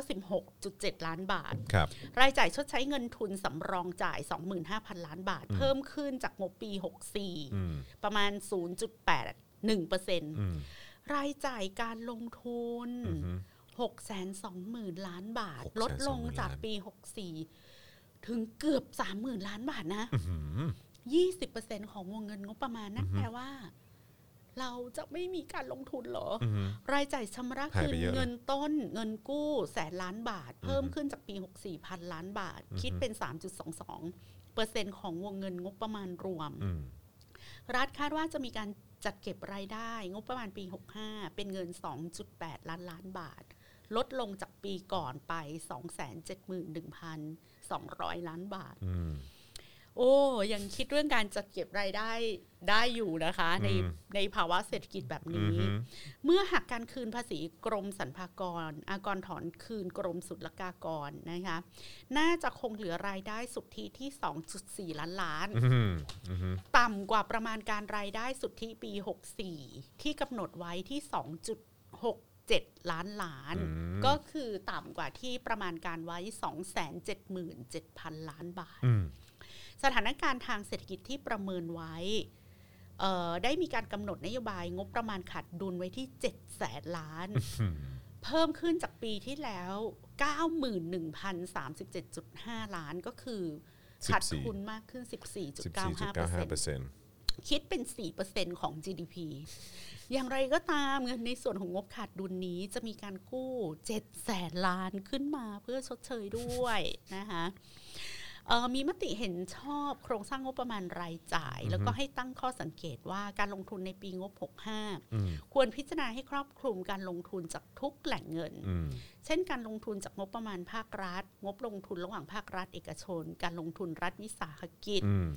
596.7 ล้านบาท
ครับ
รายจ่ายชดใช้เงินทุนสำรองจ่าย 25,000 ล้านบาท เพิ่มขึ้นจากงบปี
อืม
64 ประมาณ 0.81%
อืม
รายจ่ายการลงทุน
อือฮึ
620,000 ล้านบาท
620,000
ลดลงจากปี 64 ถึงเกือบ 30,000 ล้านบาทนะ
อื้อหือ
20%ของวงเงินงบประมาณนั่น
อือฮึ
แปลว่า เราจะไม่มีการลงทุนเหรอ
อือหือ
รายจ่ายชำระ
หาย
คื
ไป
น
เยอะเลย
เงินต้นเงินกู้แสนล้านบาท เพิ่มขึ้นจากปี 64พันล้านบาท
อือฮึ
คิดเป็น 3.22เปอร์เซ็นต์ของวงเงินงบประมาณรวม
อืม
รัฐคาดว่าจะมีการจัดเก็บรายได้ งบประมาณปี 65 เป็นเงิน 2.8 ล้านล้านบาท ลดลงจากปีก่อนไป 271,200 ล้านบาท
อืม
โอ้ยังคิดเรื่องการจัดเก็บรายได้ได้อยู่นะคะ ใน
อืม
ในภาวะเศรษฐกิจแบบ
อือ
นี้
หือ
เมื่อหักการคืนภาษีกรมสรรพากร อากรถอนคืนกรมศุลกากรนะคะ น่าจะคงเหลือรายได้สุทธิที่ 2.4 ล้านล้าน
อือหืออือหือ
ต่ำกว่าประมาณการรายได้สุทธิปี 64 ที่กำหนดไว้ที่ 2.67 ล้านล้าน ก็คือต่ำกว่าที่ประมาณการไว้ 277,000 ล้านบาท
อืม
สถานการณ์ทางเศรษฐกิจที่ประเมินไว้เอ่อได้มีการกำหนดนโยบายงบประมาณขาดดุลไว้ที่ 7 แสนล้าน
อืม
เพิ่มขึ้นจากปีที่แล้ว 91,037.5 ล้านก็คือขาดทุนมากขึ้น
สิบสี่จุดเก้าห้าเปอร์
14.95%
เซ็นต์
คิดเป็น 4%ของ GDP อย่างไรก็ตามเงินในส่วนของงบขาดดุลนี้จะมีการกู้7แสนล้านขึ้นมาเพื่อชดเชยด้วย นะคะเอ่อมีมติเห็นชอบโครงสร้างงบประมาณรายจ่าย แล้วก็ให้ตั้งข้อสังเกตว่าการลงทุนในปีงบ 65
อืม
ควรพิจารณาให้ครอบคลุมการลงทุนจากทุกแหล่งเงิน
อืม
เช่น การลงทุนจากงบประมาณภาครัฐ งบลงทุนระหว่างภาครัฐเอกชน การลงทุนรัฐวิสาหกิจ
อืม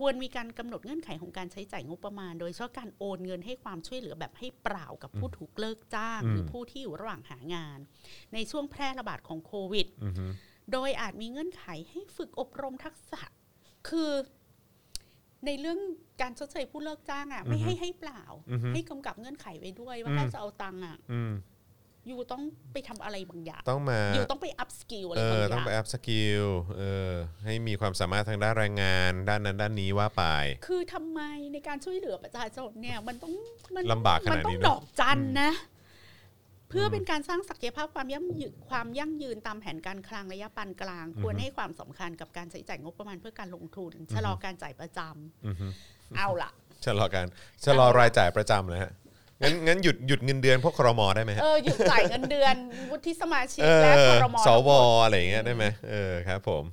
ควรมีการกำหนดเงื่อนไขของการใช้จ่ายงบประมาณ โดยเฉพาะการโอนเงินให้ความช่วยเหลือแบบให้เปล่ากับผู้ถูกเลิกจ้าง หรือผู้ที่อยู่ระหว่างหางาน ในช่วงแพร่ระบาดของโควิด
อือหือ
โดยอาจมีเงื่อนไขให้ฝึกอบรมทักษะ คือในเรื่องการชดเชยผู้เลิกจ้างอะ่ะ ไม่ให้ให้เปล่า ให้กำกับเงื่อนไขไว้ด้วยว่าถ้าจะเอาตังค์อ่ะ
อืม
อยู่ต้องไปทำอะไรบางอย่าง
ต้องมา
อยู่ต้องไปอัพสกิลอะ
เอบ
ไรา
อ
งอ
ต้อง
ย่าง
ไปอัพสกิลเออให้มีความสามารถทางด้านแรงงาน ด้านนั้นด้านนี้ว่าไป
คือทำไมในการช่วยเหลือประชาชนเนี่ย มันต้องมั
ลำบากขนาดนี้
มัต้อง
เนอะ
ดอกจันนะ เพื่อเป็นการสร้างศักยภาพความยั่งยืนความยั่งยืนตามแผนการคลังระยะปานกลาง ควรให้ความสำคัญกับการใช้จ่ายงบประมาณเพื่อการลงทุนชะลอการจ่ายประจำ
อือหือ
เอาล่ะ
ชะลอการชะลอรายจ่ายประจำนะฮะงั้นงั้นหยุดหยุดเงินเดือนพวกครมได้ไหมฮะ
เออหยุดจ่ายเงินเดือน วุฒิสมาชิก
เอ
และ
อ
ครม
สวอะไรอย่างเงี้ยได้ไหมเออครับผม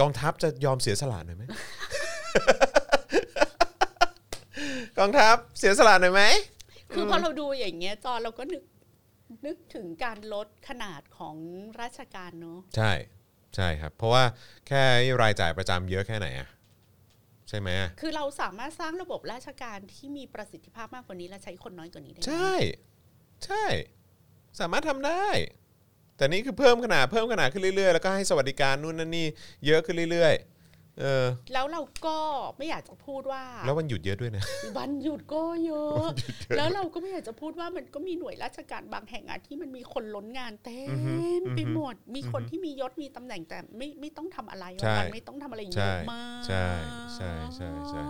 กองทัพจะยอมเสียสละหน่อยไหม กองทัพเสียสละหน่อยไหม
คือพอเราดูอย่างเงี้ยจอเราก็นึกนึกถึงการลดขนาดของราชการเนอะ
ใช่ใช่ครับ เพราะว่าแค่รายจ่ายประจำเยอะแค่ไหนอะใช่ไหมอะ
คือเราสามารถสร้างระบบราชการที่มีประสิทธิภาพมากกว่านี้และใช้คนน้อยกว่านี้ได้ไหม
ใช่ ใช่ สามารถทำได้ แต่นี่คือเพิ่มขนาดเพิ่มขนาดขึ้นเรื่อยๆ แล้วก็ให้สวัสดิการนู่นนั่นนี่เยอะขึ้นเรื่อยๆเออ
แล้วเราก็ไม่อยากจะพูดว่า
แล้ววันหยุดเยอะด้วยนะ
วันหยุดก็เยอะ แล้วเราก็ไม่อยากจะพูดว่ามันก็มีหน่วยราชการบางแห่งอะที่มันมีคนล้นงานเต็
อือฮึ
มไปหมด มีคน
อือฮึ
ที่มียศมีตำแหน่งแต่ไม่ไม่ต้องทำอะไร
ใช่
วันๆไม่ต้องทำอะไร
ใช่
เยอะมาก
ใช่ใช่ใช่ใช่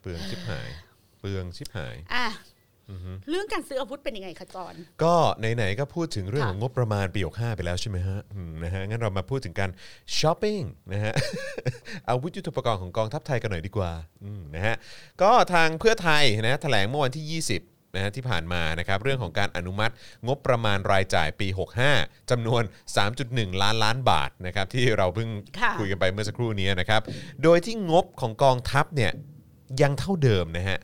เปลืองชิบหาย เปลืองชิบหาย
อ่ะเรื่องการซื้ออาวุธเป็นยังไงคะจอน
ก็ไหนๆก็พูดถึงเรื่อง
ค่ะ
ของงบประมาณปี65ไปแล้วใช่ไหมฮะอืมนะฮะงั้นเรามาพูดถึงการช้อปปิ้งนะ ฮะ อาวุธยุทโธปกรณ์ของกองทัพไทยกันหน่อยดีกว่าอืมนะฮะก็ทางเพื่อไทยนะแถลงเมื่อวันที่ 20 นะฮะที่ผ่านมานะครับเรื่องของการอนุมัติงบประมาณรายจ่ายปี 65จำนวน 3.1 ล้านล้านบาทนะครับที่เราเพิ่ง
ค่ะ
ยกันไปเมื่อสักครู่นี้นะครับ โดยที่งบของกองทัพเนี่ยยังเท่าเดิมนะฮะ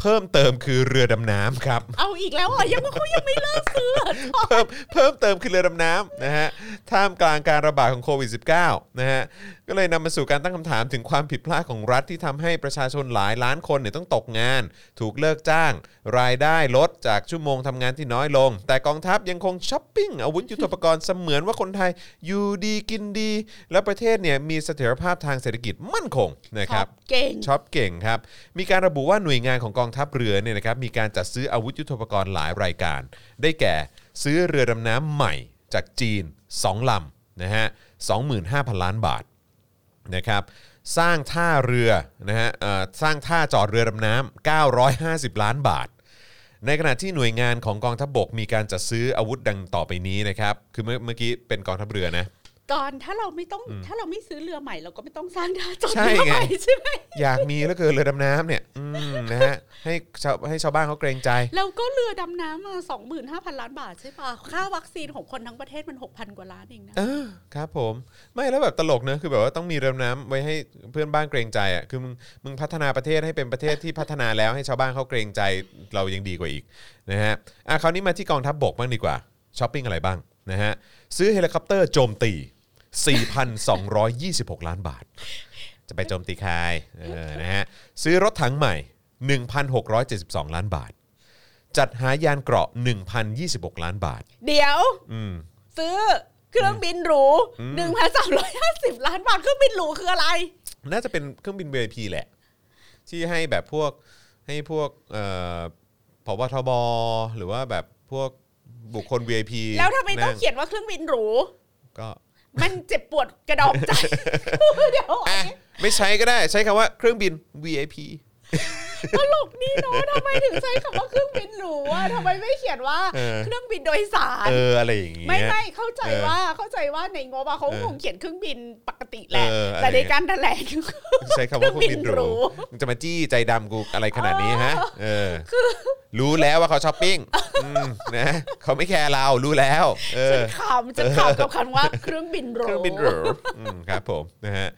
เพิ่มเติมคือเรือดำน้ำครับ
เอาอีกแล้วเหรอยังเขายังไม่เลิกซื้อเหรอ
เพิ่มเพิ่มเติมคือเรือดำน้ำนะฮะท่ามกลางการระบาดของโควิด -19 นะฮะก็เลยนำมาสู่การตั้งคำถามถึงความผิดพลาดของรัฐที่ทำให้ประชาชนหลายล้านคนเนี่ยต้องตกงาน ถูกเลิกจ้าง รายได้ลดจากชั่วโมงทำงานที่น้อยลง แต่กองทัพยังคงช้อปปิ้งอาวุธยุทโธปกรณ์เสมือนว่าคนไทยอยู่ดีกินดี และประเทศเนี่ยมีเสถียรภาพทางเศรษฐกิจมั่นคงนะค
ช็
รั
อบ ปเก่ง
ช็อปเก่งครับ มีการระบุว่าหน่วยงานของกองทัพเรือเนี่ยนะครับมีการจัดซื้ออาวุธยุทโธปกรณ์หลายรายการ ได้แก่ซื้อเรือดำน้ำใหม่จากจีน 2 ลำนะฮะ25,000 ล้านบาทนะครับสร้างท่าเรือนะฮะเอ่อสร้างท่าจอดเรือดำน้ำ950 ล้านบาท ในขณะที่หน่วยงานของกองทัพบกมีการจัดซื้ออาวุธดังต่อไปนี้นะครับคือเมื่อเมื่อกี้เป็นกองทัพเรือนะ
ตอนถ้าเราไม่ต้องถ้าเราไม่ซื้อเรือใหม่เราก็ไม่ต้องสร้างท่าจอด
ใช่
เรือ
ไง
ใหม่ใช่ไหม
อยากมีแล้วเกินเรือดำน้ำเนี่ยอืมนะฮะให้ชาวให้ชาวบ้านเขาเกรงใจ
แล้วก็เรือดำน้ำมาสองหมื่นห้าพันล้านบาทใช่ปะค่าวัคซีนของคนทั้งประเทศมันหกพันกว่าล้านเองนะ
เออครับผมไม่แล้วแบบตลกเนอะคือแบบว่าต้องมีเรือน้ำไว้ให้เพื่อนบ้านเกรงใจอ่ะคือมึงมึงพัฒนาประเทศให้เป็นประเทศที่พัฒนาแล้วให้ชาวบ้านเขาเกรงใจเรายังดีกว่าอีกนะฮะอ่ะคราวนี้มาที่กองทัพบบกบ้างดีกว่าช้อปปิ้งอะไรบ้างนะฮะซื้อเฮลิคอปเตอร์โจมตี 4,226 ล้านบาท จะไปโจมตีใครเออนะฮะซื้อรถถังใหม่ 1,672 ล้านบาท จัดหายานเกราะ 1,026 ล้านบาท
เดี๋ยว
อืม
ซื้อเครื่องบินหรูหนึ่งพันสามร้อยห้าสิบล้านบาทเครื่องบินหรูคืออะไร
น่าจะเป็นเครื่องบิน VIP แหละ ที่ให้แบบพวกให้พวกเอ่อผบทบหรือว่าแบบพวกบุคคล VIP
แล้วทำไมต้อง
นั่
เขียนว่าเครื่องบินหรู
ก็
มันเจ็บปวดกระดองใจ เดี๋ยวอั
อ่ะ
นนี้
ไม่ใช้ก็ได้ใช้คำว่าเครื่องบิน VIP
ตลกดีเนาะทำไมถึงใช้คำว่าเครื่องบินหรูอะทำไมไม่เขียนว่า
เออ
เครื่องบินโดยสาร
เออ อะไรอย่างเงี้ย
ไม่ไม่เข้าใจ
เออ
ว่าเข้าใจว่าในงบอะเขา
เออ
คงเขียนเครื่องบินปกติแหละ
เอออะไร
แต่ในการแถลง
ใช้คำว่าเครื่องบินห
เครื่องบินหรู
รูมึงจะมาจี้ใจดำกูอะไรขนาดนี้ฮะเออรู้แล้วว่าเขาช้อปปิ้งอืมนะเขาไม่แคร์เรารู้แล้ว เอ
ฉั
อ
นขำฉันขำกับคำว่าเครื่องบินหรู
เครื่องบินหรูอืมครับผมนะฮะ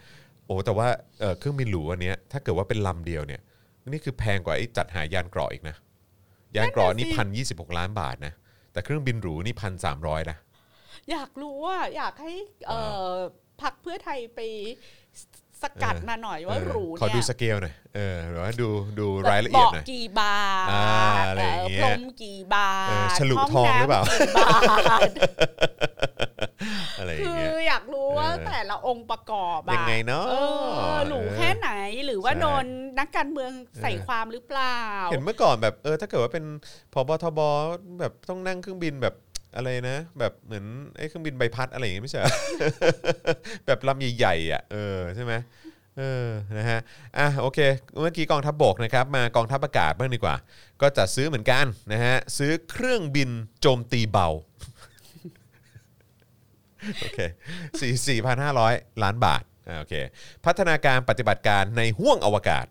โอ้แต่ว่าเอ่อเครื่องบินหรูอันเนี้ยถ้าเกิดว่าเป็นลำเดียวเนี่ยนี่คือแพงกว่าไอ้จัดหายานเกราะอีกนะยานเกราะนี่พันยี่สิบหกล้านบาทนะแต่เครื่องบินหรูนี่พันสามร้อยนะ
อยากรู้ว่าอยากให้เอ่อพักเพื่อไทยไปสกัด
เออ
มาหน่อยว่า
เออ
หรู
ขอ
เนี่
ดู
ย
สเกลหน่อยเออหรือว่าดูดูรายละเอียดหน่อย
บากี่บาท
อ่าอะไรอย่างเงี้ย
พรมกี่บา
เออ
ท
ฉลุทองหรือเปล่า
ห้น้ำกี่บาท
อะไรอ
คื
ย่าง
อ
เงี้ย
อยากรู้ว่า
เออ
แต่ละองค์ประกอบอะ
ยังไงเนอะ
ออหรูแค่ไหนหรือว่า
ใช่
โดนนักการเมืองใส่ความหรือเปล่า
เห็นเมื่อก่อนแบบเออถ้าเกิดว่าเป็นพบทบแบบต้องนั่งเครื่องบินแบบอะไรนะ แบบเหมือนไอ้เครื่องบินใบพัดอะไรอย่างเงี้ยไม่ใช่เหรอ แบบลำใหญ่ๆอ่ะเออใช่ไหมเออนะฮะอ่ะโอเค เมื่อกี้กองทัพบบกนะครับ มากองทัพอากาศบ้างดีกว่า ก็จัดซื้อเหมือนกันนะฮะซื้อเครื่องบินโจมตีเบา โอเคสี่สี่พันห้าร้อยล้านบาทอ่าโอเค พัฒนาการปฏิบัติการในห้วงอวกาศ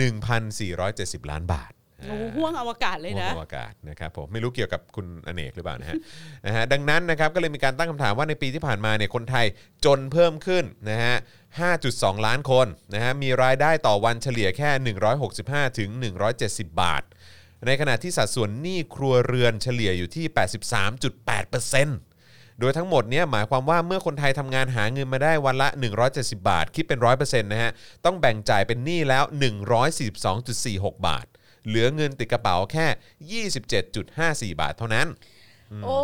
1,470 ล้านบาท
โอ้โหห่วงอวกาศเลย
ห่วง
นะ
อวกาศนะครับผมไม่รู้เกี่ยวกับคุณอเนกหรือเปล่านะฮะ นะฮะดังนั้นนะครับก็เลยมีการตั้งคำถามว่าในปีที่ผ่านมาเนี่ยคนไทยจนเพิ่มขึ้นนะฮะ 5.2 ล้านคนนะฮะมีรายได้ต่อวันเฉลี่ยแค่ 165ถึง170 บาท ในขณะที่สัดส่วนหนี้ครัวเรือนเฉลี่ยอยู่ที่ 83.8% โดยทั้งหมดเนี่ยหมายความว่าเมื่อคนไทยทำงานหาเงินมาได้วันละ 170 บาท คิดเป็น 100%นะฮะ ต้องแบ่งจ่ายเป็นหนี้แล้ว 142.46 บาท เหลือเงินติดกระเป๋าแค่ 27.54 บาทเท่านั้น
โอ้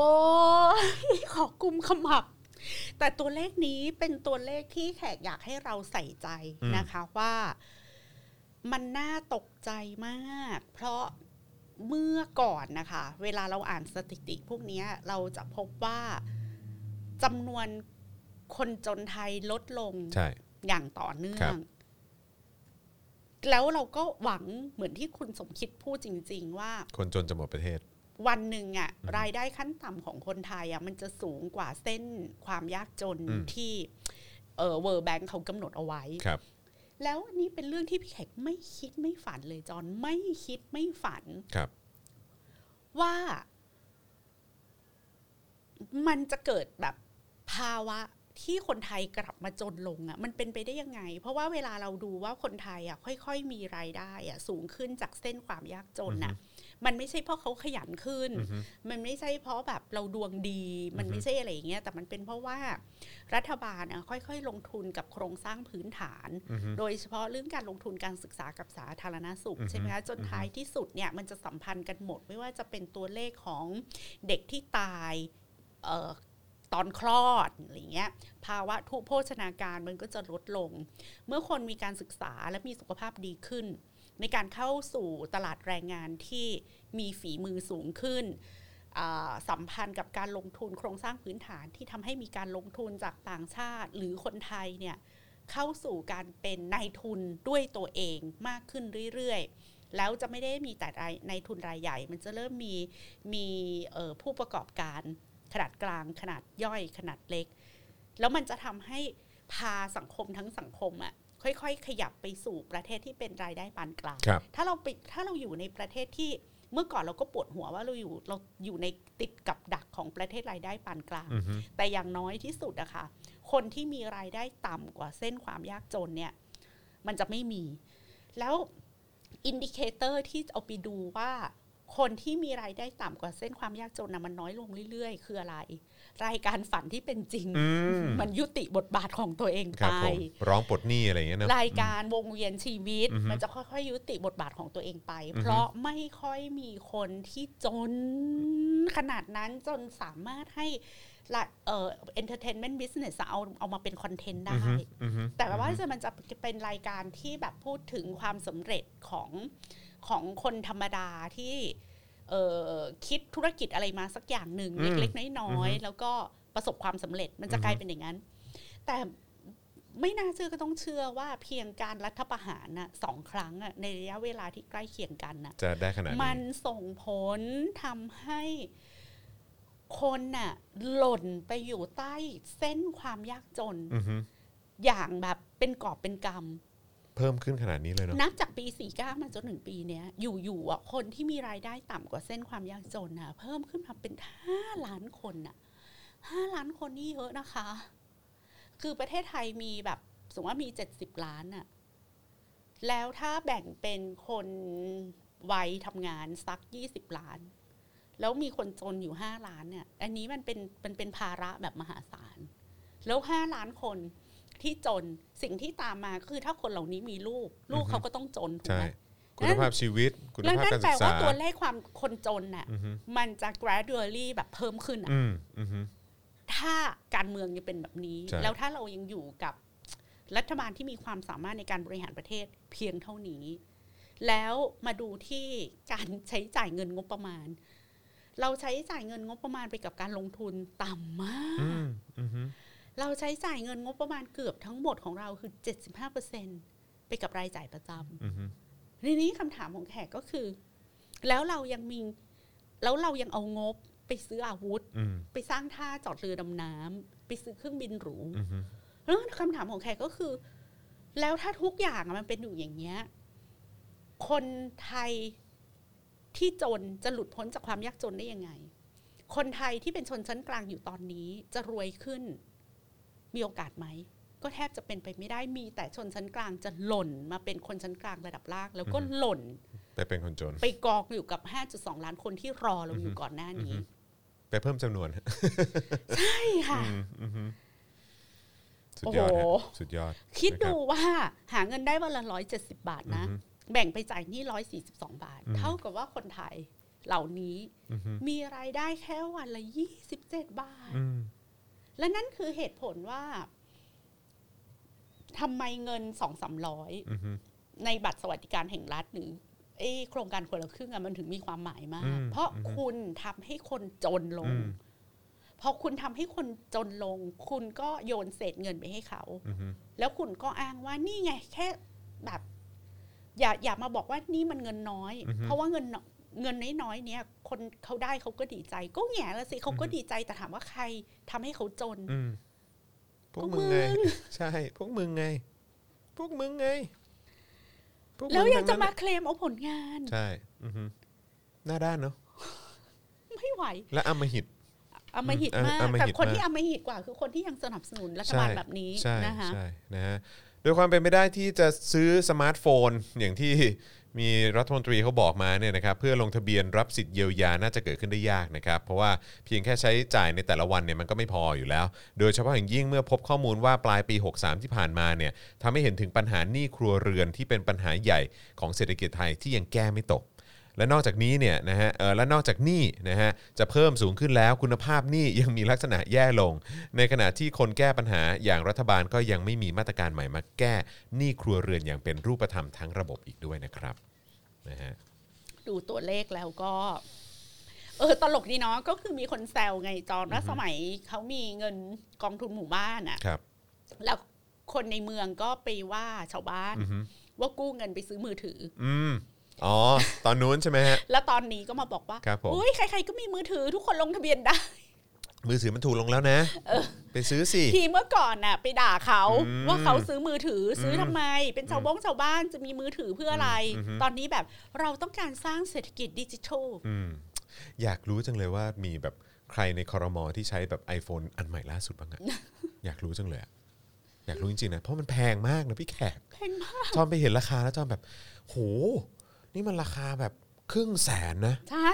ย ขอกุมขมับ แต่ตัวเลขนี้เป็นตัวเลขที่แขกอยากให้เราใส่ใจนะคะว่า มันน่าตกใจมาก เพราะเมื่อก่อนนะคะ เวลาเราอ่านสถิติพวกเนี้ยเราจะพบว่าจำนวนคนจนไทยลดลง
ใช่
อย่างต่อเนื่อ
ครั
ง
บ
แล้วเราก็หวังเหมือนที่คุณสมคิดพูดจริง ๆ ว่า
คนจนจะหมดประเทศ
วันหนึ่งอะรายได้ขั้นต่ำของคนไทยอะมันจะสูงกว่าเส้นความยากจน
อืม
ที่เออเวอร์แบงเขากำหนดเอาไว้
ครับ
แล้วอันนี้เป็นเรื่องที่พี่แขกไม่คิดไม่ฝันเลยจอนไม่คิดไม่ฝัน
ครับ
ว่า มันจะเกิดแบบภาวะที่คนไทยกลับมาจนลงอะ่ะ มันเป็นไปได้ยังไง เพราะว่าเวลาเราดูว่าคนไทยอะ่ะ ค่อย ๆ มีรายได้อะ่ะ สูงขึ้นจากเส้นความยากจนน่ะ มันไม่ใช่เพราะเขาขยันขึ้น
อือฮึ
มันไม่ใช่เพราะแบบเราดวงดี มันไม่ใช่อะไรอย่างเงี้ยแต่มันเป็นเพราะว่ารัฐบาลอะค่อยๆ ลงทุนกับโครงสร้างพื้นฐาน
อือฮึ
โดยเฉพาะเรื่องการลงทุนการศึกษากับสาธารณสุข
อือฮึ
ใช่ไหมคะจน
อือฮึ
ท้ายที่สุดเนี่ยมันจะสัมพันธ์กันหมด ไม่ว่าจะเป็นตัวเลขของเด็กที่ตายเอ่อตอนคลอดอะไรเงี้ยภาวะทุพโภชนาการมันก็จะลดลง เมื่อคนมีการศึกษาและมีสุขภาพดีขึ้น ในการเข้าสู่ตลาดแรงงานที่มีฝีมือสูงขึ้นอ่าสัมพันธ์กับการลงทุนโครงสร้างพื้นฐานที่ทำให้มีการลงทุนจากต่างชาติ หรือคนไทยเนี่ย เข้าสู่การเป็นนายทุนด้วยตัวเองมากขึ้นเรื่อยๆ แล้วจะไม่ได้มีแต่รายนายทุนรายใหญ่ มันจะเริ่มมีมีเอ่อผู้ประกอบการขนาดกลางขนาดย่อยขนาดเล็ก แล้วมันจะทำให้พาสังคมทั้งสังคมอะค่อยๆ ขยับไปสู่ประเทศที่เป็นรายได้ปานกลาง
ครับ
ถ้าเราไปถ้าเราอยู่ในประเทศที่เมื่อก่อนเราก็ปวดหัวว่าเราอยู่เราอยู่ในติดกับดักของประเทศรายได้ปานกลาง
อือฮึ
แต่อย่างน้อยที่สุดอะค่ะ คนที่มีรายได้ต่ำกว่าเส้นความยากจนเนี่ย มันจะไม่มี แล้วอินดิเคเตอร์ที่เอาไปดูว่า คนที่มีรายได้ต่ำกว่าเส้นความยากจนนะมันน้อยลงเรื่อย ๆ คืออะไร รายการฝันที่เป็นจริง
อืม
มันยุติบทบาทของตัวเอง
ครับ
ไป
ผมร้องปลดหนี้อะไรอย่างเงี้ยเนอะ
รายการวงเวียนชีวิต
อือฮึ
มันจะค่อยๆ ยุติบทบาทของตัวเองไป
อือฮึ
เพราะไม่ค่อยมีคนที่จนขนาดนั้นจนสามารถให้ละเอ่อ entertainment business อะเอาเอามาเป็นคอนเทนต์ได้
อือฮึอือฮึ
แต่ว่าจะมันจะเป็นรายการที่แบบพูดถึงความสำเร็จของของคนธรรมดาที่เอ่อคิดธุรกิจอะไรมาสักอย่างหนึ่ง
อืม
เล็กๆน้อย
อือฮึ
ๆแล้วก็ประสบความสำเร็จมันจะ
อือฮึ
กลายเป็นอย่างนั้น แต่ไม่น่าเชื่อก็ต้องเชื่อว่าเพียงการรัฐประหารน่ะสองครั้งอะในระยะเวลาที่ใกล้เคียงกันน่ะ
จะได้ขนาดนี้
มันส่งผลทำให้คนน่ะหล่นไปอยู่ใต้เส้นความยากจน
อือฮึ
อย่างแบบเป็นกอบเป็นกำ
เพิ่มขึ้นขนาดนี้เลยเนาะ
นับจากปี 49 มาจนถึงปีเนี้ย อยู่ๆอ่ะคนที่มีรายได้ต่ำกว่าเส้นความยากจนนะเพิ่มขึ้นมาเป็น 5 ล้านคนน่ะ 5 ล้านคนนี่เยอะนะคะ คือประเทศไทยมีแบบสมมติว่ามี 70 ล้านน่ะ แล้วถ้าแบ่งเป็นคนวัยทำงานสัก 20 ล้าน แล้วมีคนจนอยู่ 5 ล้านเนี่ย อันนี้มันเป็นมันเป็นภาระแบบมหาศาล แล้ว 5 ล้านคนที่จนสิ่งที่ตามมาคือถ้าคนเหล่านี้มีลูก ลูก
อือฮึ
เขาก็ต้องจนถูก
ใช่
ไหม
คุณภาพชีวิต คุณ
แล้ว
ภาพ
นั่น
การ
แป
ศึ
ล
กษา
ว่าตัวเลขความคนจนน่ะ
อือฮึ
มันจะ gradually แบบเพิ่มขึ้นอะ
อืมอือฮึ
ถ้าการเมืองยังเป็นแบบนี้
ใช่
แล้วถ้าเรายังอยู่กับรัฐบาลที่มีความสามารถในการบริหารประเทศเพียงเท่านี้ แล้วมาดูที่การใช้จ่ายเงินงบประมาณ เราใช้จ่ายเงินงบประมาณไปกับการลงทุนต่ำมาก
อืมอือฮึ
เราใช้จ่ายเงินงบประมาณเกือบทั้งหมดของเราคือ 75%ไปกับรายจ่ายประจำ
อือฮึ
ทีนี้คำถามของแขกก็คือ แล้วเรายังมีแล้วเรายังเอางบไปซื้ออาวุธ
อืม
ไปสร้างท่าจอดเรือดำน้ำไปซื้อเครื่องบินหรู
อือฮึ
เออคำถามของแขกก็คือ แล้วถ้าทุกอย่างอะมันเป็นอยู่อย่างเงี้ยคนไทยที่จนจะหลุดพ้นจากความยากจนได้ยังไง คนไทยที่เป็นชนชั้นกลางอยู่ตอนนี้จะรวยขึ้น มีโอกาสไหม ก็แทบจะเป็นไปไม่ได้มีแต่ชนชั้นกลางจะหล่นมาเป็นคนชั้นกลางระดับล่าง แล้วก็
อือฮึ
หล่น
ไปเป็นคนจน
ไปกองอยู่กับ 5.2 ล้านคนที่รอเราอยู่ก่อนหน้า
อือฮ
นี้
ึ ไปเพิ่มจำนวน
ใช่ค่ะ
อืมอือฮึสุดยอดฮะ
โอ้โห
สุดยอด
คิด
นะ
ดู
รับ
ว่าหาเงินได้วันละ 170 บาทนะ
อือฮึ
แบ่งไปจ่ายหนี่ 142 บาท
อือฮึ
เท่ากับว่าคนไทยเหล่านี้
อือฮึ
มีรายได้แค่วันละ 27 บาท
อืม
และนั่นคือเหตุผลว่าทำไมเงิน 2 300
อือฮึ
ในบัตรสวัสดิการแห่งรัฐหรือไอ้โครงการคนละครึ่งอะมันถึงมีความหมายมาก
อืม
เพราะ
อือฮึ
คุณทำให้คนจนล
อื
ง
ม
พอคุณทำให้คนจนลง คุณก็โยนเศษเงินไปให้เขา
อือฮึ
แล้วคุณก็อ้างว่านี่ไงแค่แบบ อย่าอย่ามาบอกว่านี่มันเงินน้อย เพราะว่าเงินน้อยเงินน้อยๆเนี่ย คนเขาได้เขาก็ดีใจ ก็แง่ละสิเขาก็ดีใจแต่ถามว่าใครทำให้เขาจน
อืมพวก
พวก
มึงไง
มึง
ใช่ พวกมึงไง พวกมึงไงพกมึ
แล้วยังจะ
ทั้
มา
นั้น
เคลมเอาผลงาน
ใช่ อือฮึหน้าด้านเนาะ
ไม่ไหว
และอำมหิต
อำมหิต
อืม
มาก
อำมหิต
แต่คน
มาก
ที่อำมหิตกว่า คือคนที่ยังสนับสนุนรัฐบาลแบบนี้
ใช่
นะคะ
ใช่นะฮะโดยความเป็นไปได้ที่จะซื้อสมาร์ทโฟน อย่างที่มีรัฐมนตรีเขาบอกมาเนี่ยนะครับเพื่อลงทะเบียนรับสิทธิ์เยียวยาน่าจะเกิดขึ้นได้ยากนะครับ เพราะว่าเพียงแค่ใช้จ่ายในแต่ละวันเนี่ยมันก็ไม่พออยู่แล้ว โดยเฉพาะอย่างยิ่งเมื่อพบข้อมูลว่าปลายปี 63 ที่ผ่านมาเนี่ยทำให้เห็นถึงปัญหาหนี้ครัวเรือนที่เป็นปัญหาใหญ่ของเศรษฐกิจไทยที่ยังแก้ไม่ตก และนอกจากนี้เนี่ยนะฮะเอ่อและนอกจากหนี้นะฮะจะเพิ่มสูงขึ้นแล้วคุณภาพหนี้ยังมีลักษณะแย่ลง ในขณะที่คนแก้ปัญหาอย่างรัฐบาลก็ยังไม่มีมาตรการใหม่มาแก้หนี้ครัวเรือนอย่างเป็นรูปธรรมทั้งระบบอีกด้วยนะครับนะฮะ
ดูตัวเลขแล้วก็ เออตลกดีเนาะก็คือมีคนแซวไงจอนว่าสมัยเขามีเงินกองทุนหมู่บ้านอะ
ครับ
แล้วคนในเมืองก็ไปว่าชาวบ้าน
อือฮึ
ว่ากู้เงินไปซื้อมือถือ
อืมอ๋อ ตอนนู้นใช่ไหมฮะ
แล้วตอนนี้ก็มาบอกว่า
ครับผม
โอ้ยใคร ๆ ก็มีมือถือทุกคนลงทะเบียนได้
มือถือมันถูกลงแล้วนะ
เออ
ไปซื้อสิ
ทีเมื่อก่อนน่ะ ไปด่าเขา
อืม
ว่าเขาซื้อมือถือซื้ออ
ม
ทำไม เป็นชาวบ้งชาวบ้านจะมีมือถือเพื่ออะไร
อืมอืม
ตอนนี้แบบเราต้องการสร้างเศรษฐกิจดิจิทัล
อืมอยากรู้จังเลยว่ามีแบบใครในคอรมอที่ใช้แบบ iPhone อันใหม่ล่าสุดบ้างอะ อยากรู้จังเลยอะอยากรู้จริงๆนะเพราะมันแพงมากนะพี่แขก
แพงมาก
จอมไปเห็นราคาแล้วจอมแบบ โห นี่มันราคาแบบครึ่งแสนนะ
ใช่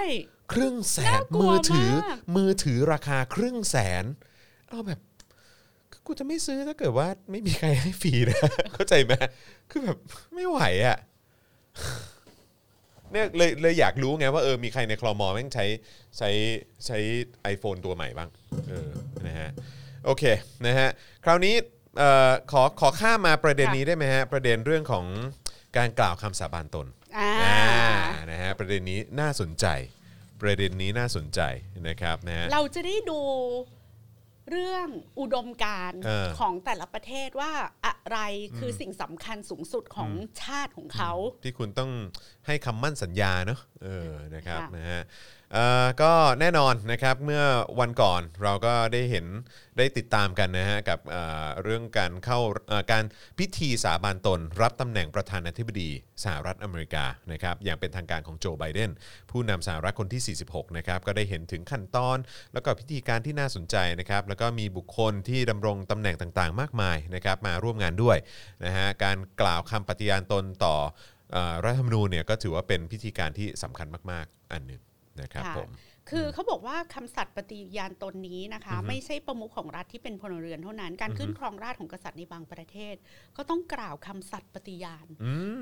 ครึ่งแสน
น่ากลัว
มือถือ
มาก
มือถือราคาครึ่งแสนเอาแบบกูจะไม่ซื้อถ้าเกิดว่าไม่มีใครให้ฟรีนะ เข้าใจไหมคือแบบไม่ไหวอ่ะ เนี่ยเลยเลยอยากรู้ไงว่าเออมีใครในคลอมอแม่งใช้ใช้ใช้ iPhone ตัวใหม่บ้างเออนะฮะโอเคนะฮะคราวนี้เอ่อขอขอข้ามมาประเด็นนี้ได้ไหมฮะ ประเด็นเรื่องของการกล่าวคำสาบานตน
อ่า
อ่านะฮะประเด็นนี้น่าสนใจ ประเด็นนี้น่าสนใจนะครับนะฮะ
เราจะได้ดูเรื่องอุดมการณ์
เออ
ของแต่ละประเทศว่าอะไรคือสิ่งสำคัญสูงสุดของชาติของเขา
ที่คุณต้องให้คำมั่นสัญญาเนอะเออนะครับ
ค่ะ
นะฮะเอ่อก็แน่นอนนะครับเมื่อวันก่อนเราก็ได้เห็นได้ติดตามกันนะฮะกับเอ่อเรื่องการเข้าเอ่อการพิธีสาบานตน รับตำแหน่งประธานาธิบดีสหรัฐอเมริกานะครับอย่างเป็นทางการของโจไบเดนผู้นำสหรัฐคนที่ 46 นะครับก็ได้เห็นถึงขั้นตอน แล้วก็พิธีการที่น่าสนใจนะครับแล้วก็มีบุคคลที่ดำรงตำแหน่งต่างๆ มากมายนะครับมาร่วมงานด้วยนะฮะการกล่าวคำปฏิญาณตนต่อ เอ่อรัฐธรรมนูญเนี่ยก็ถือว่าเป็นพิธีการที่สำคัญมากๆ อันหนึ่งนะครับ
ค่ะ
ผม
คือเขาบอกว่าคำสัตย์ปฏิญาณตนนี้นะคะ
อือฮึ
ไม่ใช่ประมุขของรัฐที่เป็นพลเรือนเท่านั้น การขึ้นครองราชย์ของกษัตริย์ในบางประเทศ ก็ต้องกล่าวคำสัตย์ปฏิญาณ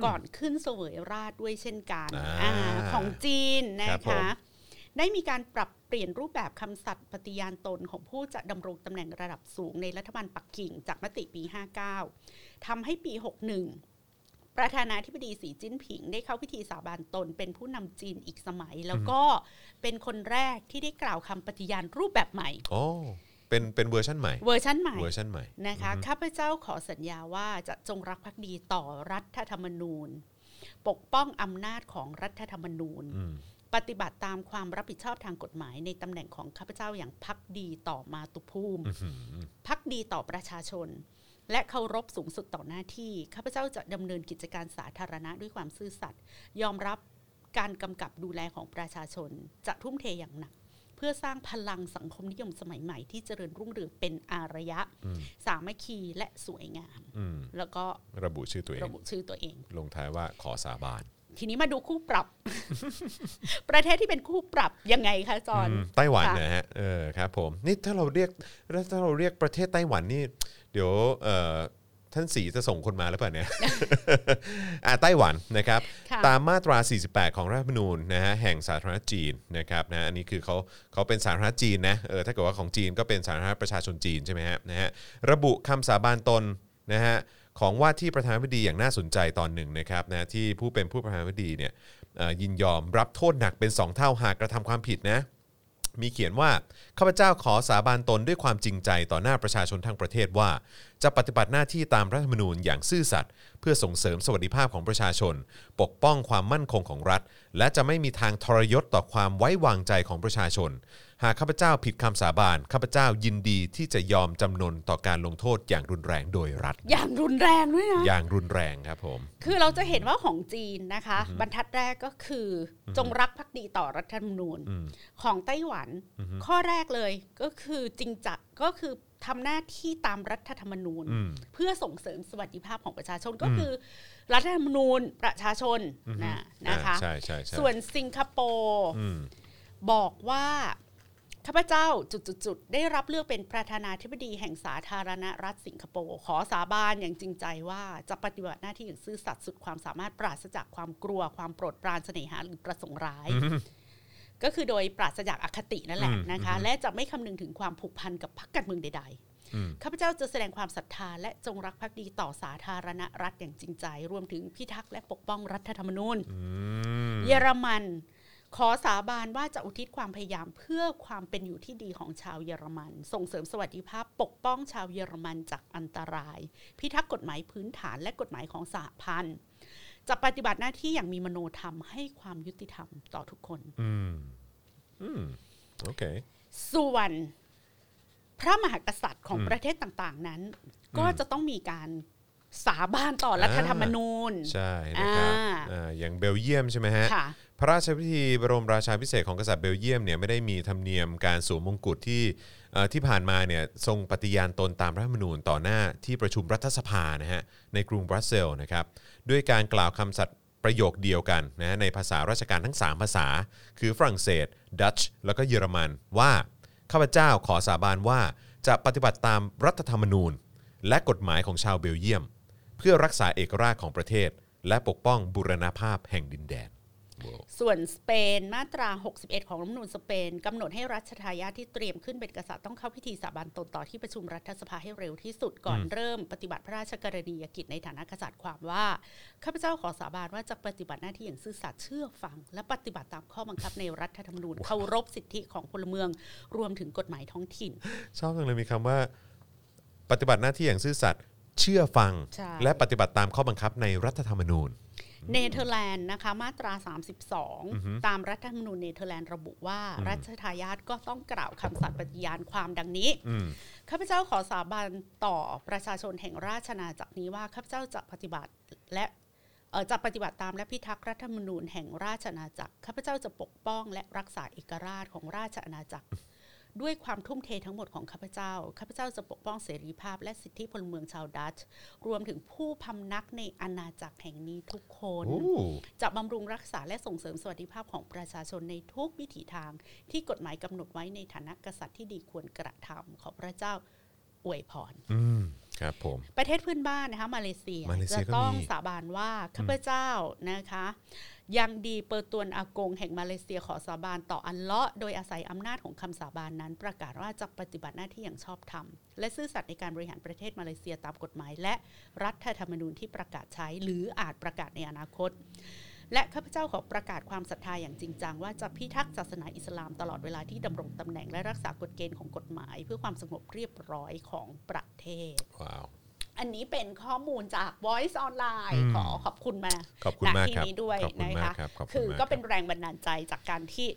ก่อนขึ้นเสวยราชย์ด้วยเช่นกัน
อ่า
อาของจีนนะครับ
ผ
คะ
ม
ได้มีการปรับเปลี่ยนรูปแบบคำสัตย์ปฏิญาณตนของผู้จะดำรงตำแหน่งระดับสูงในรัฐบาลปักกิ่งจากมติปี 59ทำให้ปี 61 ประธานาธิบดีสีจิ้นผิง ได้เข้าพิธีสาบานตน เป็นผู้นำจีนอีกสมัย แล้วก็เป็นคนแรกที่ได้กล่าวคำปฏิญาณรูปแบบใหม่
โอ้เป็นเป็นเวอร์ชันใหม่
เวอร์ชันใหม่
เวอร์ชันใหม่
นะคะข้าพเจ้าขอสัญญาว่าจะจงรักภักดีต่อรัฐธรรมนูญ ปกป้องอำนาจของรัฐธรรมนูญ
อืม
ปฏิบัติตามความรับผิดชอบทางกฎหมายในตำแหน่งของข้าพเจ้าอย่างพักดีต่อมาตุภูมิ
อื้อหือ
พักดีต่อประชาชน และเคารพสูงสุดต่อหน้าที่ข้าพเจ้าจะดำเนินกิจการสาธารณะด้วยความซื่อสัตย์ยอมรับการกำกับดูแลของประชาชน จะทุ่มเทอย่างหนัก เพื่อสร้างพลังสังคมนิยมสมัยใหม่ที่เจริญรุ่งเรืองเป็นอารยะ สามัคคีและสวยงาม
อืม
แล้วก็
ระบุชื่อตัวเอง
ระบุชื่อตัวเอง
ลงท้ายว่าขอสาบาน
ทีนี้มาดูคู่ปรับ ประเทศที่เป็นคู่ปรับยังไงคะจอน
มไต้หวัน
ค่ะ
นะฮะ เออครับผม นี่ถ้าเราเรียกถ้าเราเรียกประเทศไต้หวันนี่ เดี๋ยวเอ่อท่านสีจะส่งคนมาหรือเป ล่าเนี่ย อ่าไต้หวันนะครับ
ค่ะ
ตามมาตรา 48 ของรัฐธรรมนูญนะฮะแห่งสาธารณรัฐจีนนะครับนะอันนี้คือเขาเขาเป็นสาธารณรัฐจีนนะเออถ้าเกิดว่าของจีนก็เป็นสาธารณรัฐประชาชนจีนใช่ไหมฮะนะฮะระบุคำสาบานตนนะฮะของว่าที่ประธานาธิบดีอย่างน่าสนใจตอนหนึ่งนะครับนะที่ผู้เป็นผู้ประธานาธิบดีเนี่ยเอ่อยินยอมรับโทษหนักเป็น 2 เท่าหากกระทำความผิดนะ มีเขียนว่าข้าพเจ้าขอสาบานตนด้วยความจริงใจต่อหน้าประชาชนทั้งประเทศว่า จะปฏิบัติหน้าที่ตามรัฐธรรมนูญอย่างซื่อสัตย์เพื่อส่งเสริมสวัสดิภาพของประชาชน ปกป้องความมั่นคงของรัฐ และจะไม่มีทางทรยศต่อความไว้วางใจของประชาชน หากข้าพเจ้าผิดคำสาบานข้าพเจ้ายินดีที่จะยอมจำนนต่อการลงโทษอย่างรุนแรงโดยรัฐ
อย่างรุนแรงด้วยนะ
อย่างรุนแรงครับผม
คือเราจะเห็นว่าของจีนนะคะ บรรทัดแรกก็คืออจงรักภักดีต่อรัฐธรรมนูญ
อืม
ของไต้หวัน
อือฮึ
ข้อแรกเลยก็คือจริงจักก็คือทำหน้าที่ตามรัฐธรรมนูญ
อืม
เพื่อส่งเสริมสวัสดิภาพของประชาชนก็
อืม
คือ รัฐธรรมนูญประชาชน
อืม
นะนะคะ
อ่าใช่ใช่ใช่
ส่วนสิงคโปร์
อืม
บอกว่าข้าพเจ้าจุดๆๆได้รับเลือกเป็นประธานาธิบดีแห่งสาธารณรัฐสิงคโปร์ขอสาบานอย่างจริงใจว่าจะปฏิบัติหน้าที่อย่างซื่อสัตย์สุดความสามารถปราศจากความกลัวความโปรดปรานเสน่หาหรือประสงค์ร้าย
อืม
ก็คือโดยปราศจากอคตินั่นแหละ
อืม
นะคะ
อืม
และจะไม่คำนึงถึงความผูกพันกับพรรคการเมืองใด ๆ
อืม
ข้าพเจ้าจะแสดงความศรัทธาและจงรักภักดีต่อสาธารณรัฐอย่างจริงใจ รวมถึงพิทักษ์และปกป้องรัฐธรรมนูญ
อืม
เยอรมัน ขอสาบานว่าจะอุทิศความพยายามเพื่อความเป็นอยู่ที่ดีของชาวเยอรมัน ส่งเสริมสวัสดิภาพปกป้องชาวเยอรมันจากอันตราย พิทักษ์กฎหมายพื้นฐานและกฎหมายของสหพันธ์จะปฏิบัติหน้าที่อย่างมีมโนธรรมให้ความยุติธรรมต่อทุกคน
อืมอืมโอเค
ส่วนพระมหากษัตริย์ของ
อืม
ประเทศต่าง ๆ นั้น ก็
อืม
จะต้องมีการสาบานต่อรัฐ
อ่า
ธรรมนูญ
ใช่นะครับ
อ่า
อ่าอย่างเบลเยียมใช่ไหมฮะ
ค่ะ
พระราชพิธีบรมราชาพิเศษกของกษัตริย์เบลเยียมเนี่ยไม่ได้มีธรรมเนียมการสวมมงกุฎที่เอ่อที่ผ่านมาเนี่ยทรงปฏิญาณตนตามรัฐธรรมนูญต่อหน้าที่ประชุมรัฐสภานะฮะในกรุงบรัสเซลส์นะครับด้วยการกล่าวคำสัตย์ประโยคเดียวกันนะในภาษาราชการทั้ง 3 ภาษา คือฝรั่งเศส ดัตช์แล้วก็เยอรมันว่าข้าพเจ้าขอสาบานว่าจะปฏิบัติตามรัฐธรรมนูญ และกฎหมายของชาวเบลเยียม เพื่อรักษาเอกราชของประเทศ และปกป้องบุรณภาพแห่งดินแดน
ส่วนสเปนมาตรา 61 ของรัฐธรรมนูญสเปนกำหนดให้รัชทายาทที่เตรียมขึ้นเป็นกษัตริย์ต้องเข้าพิธีสาบานตนต่อที่ประชุมรัฐสภาให้เร็วที่สุดก่อนเริ่มปฏิบัติพระราชกรณียกิจในฐานะกษัตริย์ความว่าข้าพเจ้าขอสาบานว่าจะปฏิบัติหน้าที่อย่างซื่อสัตย์เชื่อฟัง และปฏิบัติตามข้อบังคับในรัฐธรรมนูญเคารพสิทธิของพลเมืองรวมถึงกฎหมายท้องถิ่น
ชอบจังเลยมีคำว่า ปฏิบัติหน้าที่อย่างซื่อสัตย์เชื่อฟัง
ใช่
และปฏิบัติตามข้อบังคับในรัฐธรรมนูญ
เนเธอร์แลนด์นะคะมาตรา 32 ตามรัฐธรรมนูญเนเธอร์แลนด์ระบุว่า รัชทายาทก็ต้องกล่าวคำสัตย์ปฏิญาณความดังนี้
อืม
ข้าพเจ้าขอสาบานต่อประชาชนแห่งราชนาจักรนี้ว่าข้าพเจ้าจะปฏิบัติและเอ่อจะปฏิบัติตามและพิทักษ์รัฐธรรมนูญแห่งราชอาณาจักรข้าพเจ้าจะปกป้องและรักษาเอกราชของราชอาณาจักร ด้วยความทุ่มเททั้งหมดของข้าพเจ้าข้าพเจ้าจะปกป้องเสรีภาพ และสิทธิพลเมืองชาวดัตช์รวมถึงผู้พำนักในอาณาจักรแห่งนี้ทุกคน
โอ้
จะบำรุงรักษาและส่งเสริมสวัสดิภาพของประชาชนในทุกวิถีทาง ที่กฎหมายกำหนดไว้ในฐานะกษัตริย์ที่ดีควรกระทำขอพระเจ้าอวยพร
อืมครับผม
ประเทศเพื่อนบ้านนะคะมาเลเซีย
มาเลเซี
จะ
ยก็มี
ต้องสาบานว่าข้าพเจ้านะคะ ยังดีเปิดตัวนอากงแห่งมาเลเซียขอสาบานต่ออันเลาะห์โดยอาศัยอำนาจของคำสาบานนั้น ประกาศว่าจะปฏิบัติหน้าที่อย่างชอบธรรม และซื่อสัตย์ในการบริหารประเทศมาเลเซียตามกฎหมาย และรัฐธรรมนูญที่ประกาศใช้หรืออาจประกาศในอนาคต และข้าพเจ้าขอประกาศความศรัทธาอย่างจริงจังว่าจะพิทักษ์ศาสนาอิสลามตลอดเวลาที่ดำรงตำแหน่งและรักษากฎเกณฑ์ของกฎหมาย เพื่อความสงบเรียบร้อยของประเทศ
ว้าว
อันนี้เป็นข้อมูลจาก Voice Online
อืม
ขอขอบคุณมา
ขอบคุณ
ณ
มาก
ที่
ครับ
นี้ด้วย
ขอบคุณ
นะ
มาก
คะ
ครับขอบคุ
คื
ณ
อ
มาก
ก็เป็
คน รับ
แรงบันดาลใจจากการที่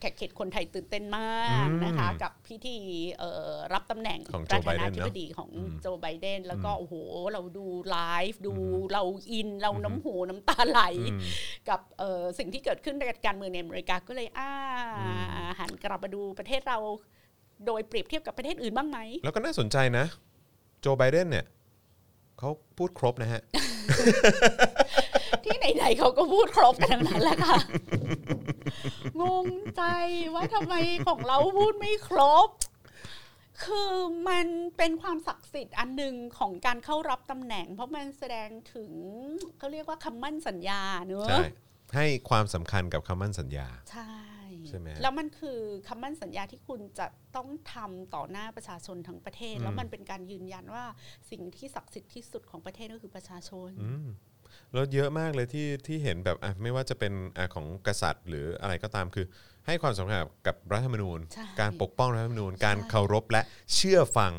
แขกเขตคนไทยตื่นเต้นมากนะคะ
อืม
กับพิธีเอ่อรับตำแหน่ง
ของโจ
ประ
ไบ
ธา
เดน
นา
เนอะ
ธิบดีของ
อืม
โจไบเดน แล้วก็
อืม
โอ้โห เราดูไลฟ์ดู
อืม
เราอินเรา
อืม
น้ำหูน้ำตาไหล
อืม
กับเอ่อสิ่งที่เกิดขึ้นในการเมืองในอเมริกาก็เลยอ่า
อืม
หันกลับมาดูประเทศเรา โดยเปรียบเทียบกับประเทศอื่นบ้างไหม
แล้วก็น่าสนใจนะ โจไบเดนเนี่ยเขาพูดครบนะฮะ
ที่ไหนๆเขาก็พูดครบกันทั้งนั้นแหละค่ะ งงใจว่าทำไมของเราพูดไม่ครบ คือมันเป็นความศักดิ์สิทธิ์อันหนึ่งของการเข้ารับตำแหน่ง เพราะมันแสดงถึงเขาเรียกว่าคำมั่นสัญญาเนอะ
ใช่ ให้ความสำคัญกับคำมั่นสัญญา
ใช่
ใช่ไหม
แล้วมันคือคำมั่นสัญญาที่คุณจะต้องทำต่อหน้าประชาชนทั้งประเทศ
อืม
แล้วมันเป็นการยืนยันว่าสิ่งที่ศักดิ์สิทธิ์ที่สุดของประเทศก็คือประชาชน
อืมแล้วเยอะมากเลยที่ที่เห็นแบบอ่ะไม่ว่าจะเป็นอ่ะของกษัตริย์ หรืออะไรก็ตามคือ ให้ความสำคัญกับรัฐธรรมนูญ
ใช่
การปกป้องรัฐธรรมนูญ การ
ใช่
เคารพและเชื่อฟัง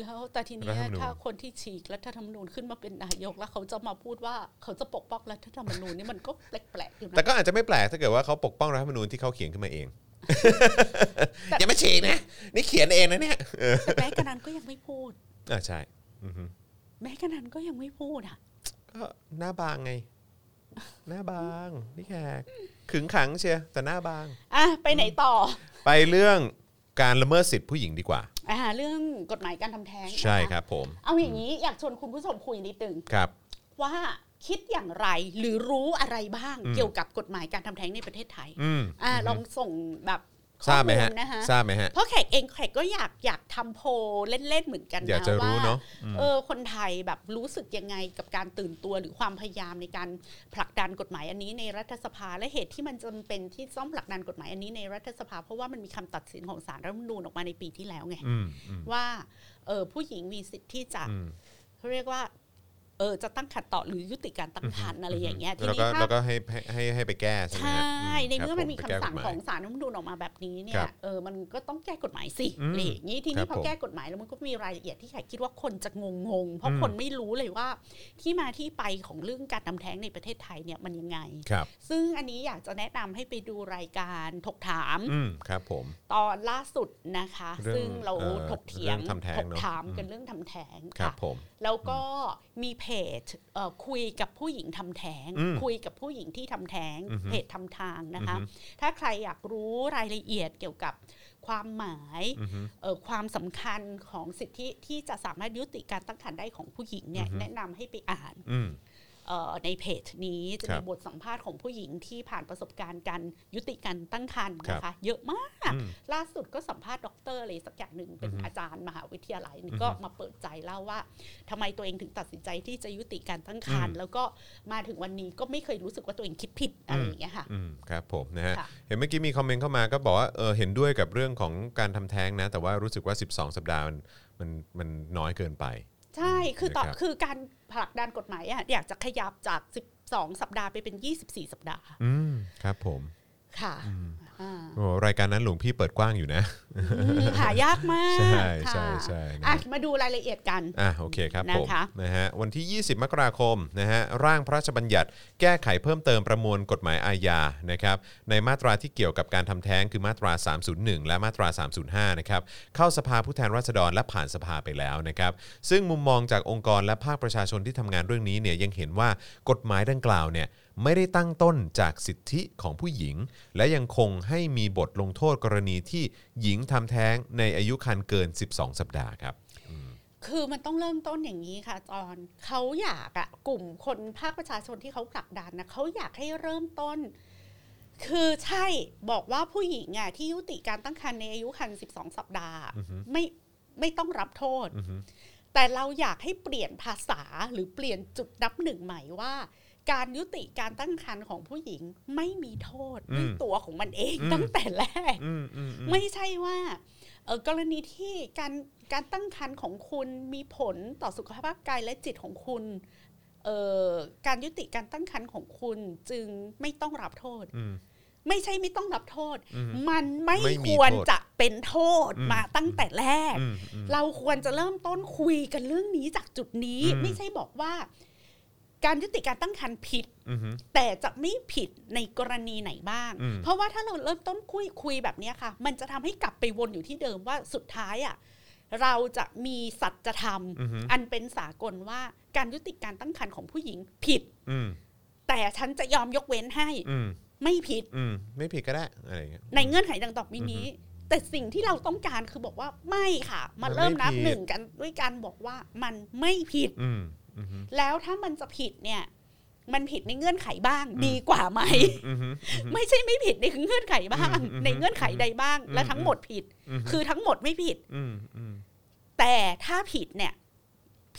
แล้วแต่ที
รัฐ
เนี้ย
ธรรมนูญ
ถ้าคนที่ฉีกรัฐธรรมนูญขึ้นมาเป็นนายกแล้วเขาจะมาพูดว่าเขาจะปกป้องรัฐธรรมนูญนี่มันก็แปลกๆอยู่
แต่
นะ
ก็อาจจะไม่แปลกถ้าเกิดว่าเขาปกป้องรัฐธรรมนูญที่เขาเขียนขึ้นมาเอง อย่ามาฉีกนะ นี่เขียนเองนะเนี่ยเออ
แต่แม้กระนั้นก็ยังไม่พูด
อ่าใช่อือฮึ
แม้กระนั้นก็ยังไม่พูดอ่ะ
ก็หน้าบางไง หน้าบางนี่แขกขึงขังเชียแต่หน้าบาง
อ่ะไปไหนต่อ
ไปเรื่องการละเมิดสิทธิผู้หญิงดีกว่า
อ่าเรื่องกฎหมายการทำแท้งนะะ
ใช่ครับผม
เอาอย่างนี้อยากชวนคุณผู้ชมคุยนิดนึง
ครับ
ว่าคิดอย่างไรหรือรู้อะไรบ้าง
อืม
เกี่ยวกับกฎหมายการทำแท้งในประเทศไทย
อืม
อ่าลองส่งแบบ
ทราบไหมฮะ
ข้อลนะคะ
ทราบไหมฮะ
เพราะแขกเองแขกก็อยากอยากทำโพลเล่นๆเหมือนกัน
อยาก
นะ
จะรู้
ว่า
เนอะอืม
เออคนไทยแบบรู้สึกยังไงกับการตื่นตัวหรือความพยายามในการผลักดันกฎหมายอันนี้ในรัฐสภาและเหตุที่มันจำเป็นที่ต้องผลักดันกฎหมายอันนี้ในรัฐสภา เพราะว่ามันมีคำตัดสินของศาลรัฐธรรมนูญออกมาในปีที่แล้วไง
อืมอืม
ว่าเออผู้หญิงมีสิทธิ์ที่จะ
อืม
เขาเรียกว่า เออจะตั้งขัดต่อหรือยุติการตั้งครรภ์อะไรอย่างเงี้ยที
แล้ว
นี้
ก็
ถ้า
แล้วก็ให้ให้ให้ให้ไปแก้ใช่ไหม
ใช่
ฮะอื
ในเมื่อมันมี
รับผไปแก้
คำสั่ง
กฎหาย
ของศาลรัฐธรรมนูญออกมาแบบนี้เนี่
ค
ย
รับ
เออมันก็ต้องแก้กฎหมายสิ
อืม
อะไรอย่างงี้ที
ครั
นี้
บ
พอ
ผม
แก้กฎหมายแล้วมันก็มีรายละเอียดที่แขกคิดว่าคนจะงงงๆเพ
อื
ราะ
ม
คนไม่รู้เลยว่า ที่มาที่ไปของเรื่องการทำแท้งในประเทศไทยเนี่ยมันยังไง
ครับ
ซึ่งอันนี้อยากจะแนะนำให้ไปดูรายการถกถาม
อืมครับผม
ตอนล่าสุดนะคะ
เรื่อง
ซึ่งเรา
เอ่อ
ถกเถียง
เรื่องทำแท้ง
ถก
เนอะ
ถาม
อืม
กันเรื่องทำแท้ง
ครับ
ค่ะ
ผม
แล้วก็มีเพจเอ่อคุยกับผู้หญิงทำแท้ง
อืม
คุยกับผู้หญิงที่ทำแท้ง
อือฮึ
เพจทำทางนะคะ
อือฮึ
ถ้าใครอยากรู้รายละเอียดเกี่ยวกับความหมาย
อือฮึ
เอ่อความสำคัญของสิทธิที่จะสามารถยุติการตั้งครรภ์ได้ของผู้หญิงเนี่ย
อือฮึ
แนะนำให้ไปอ่าน
อืม
เอ่อในเพจนี้จะ
ครั
มี
บบ
ทสัมภาษณ์ของผู้หญิงที่ผ่านประสบการณ์การยุติการตั้งครรภ์นะคะ เยอะมาก
อืม
ล่าสุดก็สัมภาษณ์ด็อกเตอร์อะไรสักอย่างหนึ่งเป็น
อือฮึ
อาจารย์มหาวิทยาลัย
อือฮึ
ก็มาเปิดใจเล่าว่าทำไมตัวเองถึงตัดสินใจที่จะยุติการตั้งครรภ์
อืม
แล้วก็มาถึงวันนี้ก็ไม่เคยรู้สึกว่าตัวเองคิดผิดอะไรอย่างเงี้ยค่ะ
อืมครับผมนะฮะ
ค่ะ
เห็นเมื่อกี้มีคอมเมนต์เข้ามาก็บอกว่าเออเห็นด้วยกับเรื่องของการทำแท้งนะ แต่ว่ารู้สึกว่า 12 สัปดาห์มันมันมันน้อยเกินไป
ใช่คือต่อ
นะครับ
คือการผลักดันกฎหมายอะอยากจะขยับจาก 12 สัปดาห์ไปเป็น 24 สัปดาห์
อืมครับผม
ค่ะอ่า
โอ้รายการนั้นหลวงพี่เปิดกว้างอยู่นะ
อืมหายากมาก
ใช่ใช่
ค่ะ
ใช่นะ
อ่ะมาดูรายละเอียดกัน
อ่ะโอเคครับผม
นะคะ
นะฮะวันที่ 20 มกราคมนะฮะร่างพระราชบัญญัติ แก้ไขเพิ่มเติมประมวลกฎหมายอาญานะครับในมาตราที่เกี่ยวกับการทำแท้งคือมาตรา 301 และมาตรา 305 นะครับเข้าสภาผู้แทนราษฎรและผ่านสภาไปแล้วนะครับซึ่งมุมมองจากองค์กรและภาคประชาชนที่ทำงานเรื่องนี้เนี่ยยังเห็นว่ากฎหมายดังกล่าวเนี่ยไม่ได้ตั้งต้นจากสิทธิของผู้หญิง และยังคงให้มีบทลงโทษกรณีที่หญิงทำแท้งในอายุครรภ์เกิน 12 สัปดาห์ครับ
คือมันต้องเริ่มต้นอย่างนี้ค่ะจอนเขาอยากอะกลุ่มคนภาคประชาชนที่เขาผลักดันนะเขาอยากให้เริ่มต้น คือใช่บอกว่าผู้หญิงอะที่ยุติการตั้งครรภ์ในอายุครรภ์12 สัปดาห์
อือฮึ
ไม่ไม่ต้องรับโทษ
อือฮึ
แต่เราอยากให้เปลี่ยนภาษาหรือเปลี่ยนจุดนับหนึ่งใหม่ว่า การยุติการตั้งครรภ์ของผู้หญิงไม่มีโทษ
อืม
ด้วยตัวของมันเอง
อืม
ตั้งแต่แรก
อืมอืมอืม
ไม่ใช่ว่าเอ่อกรณีที่การการตั้งครรภ์ของคุณมีผลต่อสุขภาพกายและจิตของคุณเอ่อการยุติการตั้งครรภ์ของคุณจึงไม่ต้องรับโทษ
อืม
ไม่ใช่ไม่ต้องรับโทษ
อืม
มันไม่
ไม่มี
ควร
โทษ
จะเป็นโทษ
อืม
มาตั้งแต่แรก
อืมอืม
เราควรจะเริ่มต้นคุยกันเรื่องนี้จากจุดนี้
อืม
ไม่ใช่บอกว่า การยุติการตั้งครรภ์ผิด
อืม
แต่จะไม่ผิดในกรณีไหนบ้าง
อืม
เพราะว่าถ้าเราเริ่มต้นคุยคุยแบบเนี้ยค่ะ มันจะทำให้กลับไปวนอยู่ที่เดิมว่าสุดท้ายอ่ะเราจะมีสัจธรรม
อืม
อันเป็นสากลว่าการยุติการตั้งครรภ์ของผู้หญิงผิด
อืม
แต่ฉันจะยอมยกเว้นให้
อืม
ไม่ผิด
อืมไม่ผิดก็ได้อะไรอย่างเงี้ย
ในเงื่อนไขดังต่อไปนี้ แต่สิ่งที่เราต้องการคือบอกว่าไม่ค่ะ
มั
มาน
ไม่
เริ่มนับ
ผิด
หนึ่งกันด้วยการบอกว่ามันไม่ผิด
อืมอืม
แล้วถ้ามันจะผิดเนี่ย มันผิดในเงื่อนไขบ้าง ดีกว่าไหม
อืมอืม
ไม่ใช่ไม่ผิดในเงื่อนไขบ้าง
อืมอืม
ในเงื่อนไขใดบ้าง
อืม
และทั้งหมดผิด
ม
คือทั้งหมดไม่ผิด
อืมอืม
แต่ถ้าผิดเนี่ย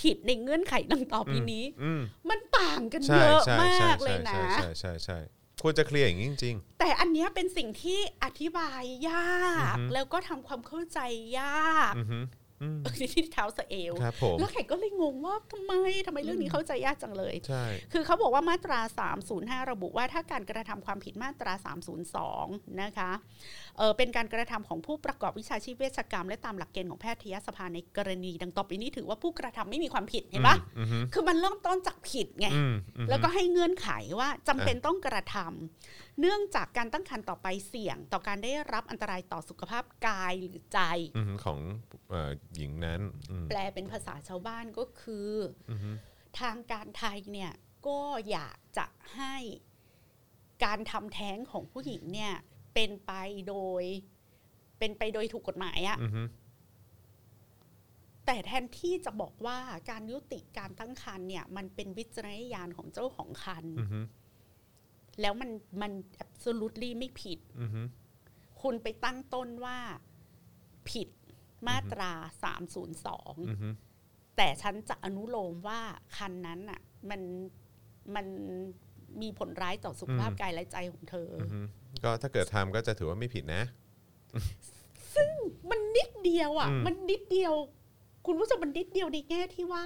ผิดในเงื่อนไขดังต่อไปนี้
อืม
มันต่างกัน
ใช่
เยอะ
ใช่
ม
ใช่
ากเล
ใช่
ยนะ
ใช่ใช่ใช่ใช่ควรจะเคลียร์อย่างนี้จริง
แต่อันเนี้ยเป็นสิ่งที่อธิบายยาก
อือฮึ
แล้วก็ทำความเข้าใจยาก
ๆอืมอืม
ที่เท้าสะเอ ว
ครับผม
แล้วแขกก็เลยงงว่าทำไมทำไมเรื่องนี้เข้าใจยากจังเลย
ใช่
คือเขาบอกว่ามาตรา 305 ระบุว่าถ้าการกระทำความผิดมาตรา 302 นะคะเออเป็นการกระทำของผู้ประกอบวิชาชีพเวชกรรม และตามหลักเกณฑ์ของแพทยสภาในกรณีดังต่อไปนี้ถือว่าผู้กระทำไม่มีความผิดเห็นปะ
อืมอืม
คือมันเริ่มต้นจากผิดไง
อืมอืม
แล้วก็ให้เงื่อนไขว่าจำเป็นต้องกระทำ เนื่องจากการตั้งครรภ์ต่อไปเสี่ยง ต่อการได้รับอันตรายต่อสุขภาพกายหรือใจ
อือหือของเอ่อหญิงนั้นอืม
แปลเป็นภาษาชาวบ้านก็คือ
อือหือ
ทางการไทยเนี่ยก็อยากจะให้การทำแท้งของผู้หญิงเนี่ยเป็นไปโดย เป็นไปโดยถูกกฎหมายอะ
อือหือ
แต่แทนที่จะบอกว่าการยุติการตั้งครรภ์เนี่ยมันเป็นวิจารณญาณของเจ้าของครรภ์
อือหือ
แล้วมันมัน absolutely ไม่ผิด
อือหือ
คุณไปตั้งต้นว่าผิดมาตรา 302
อือหือ
แต่ฉันจะอนุโลมว่าคันนั้นอ่ะมันมันมีผลร้ายต่อสุขภาพกายและใจของเธออ
อือหือก็ถ้าเกิดทำก็จะถือว่าไม่ผิดนะ
มันนิดเดียวอ่ะ
อืม
มันนิดเดียว คุณผู้ชมมันนิดเดียวในแง่ที่ว่า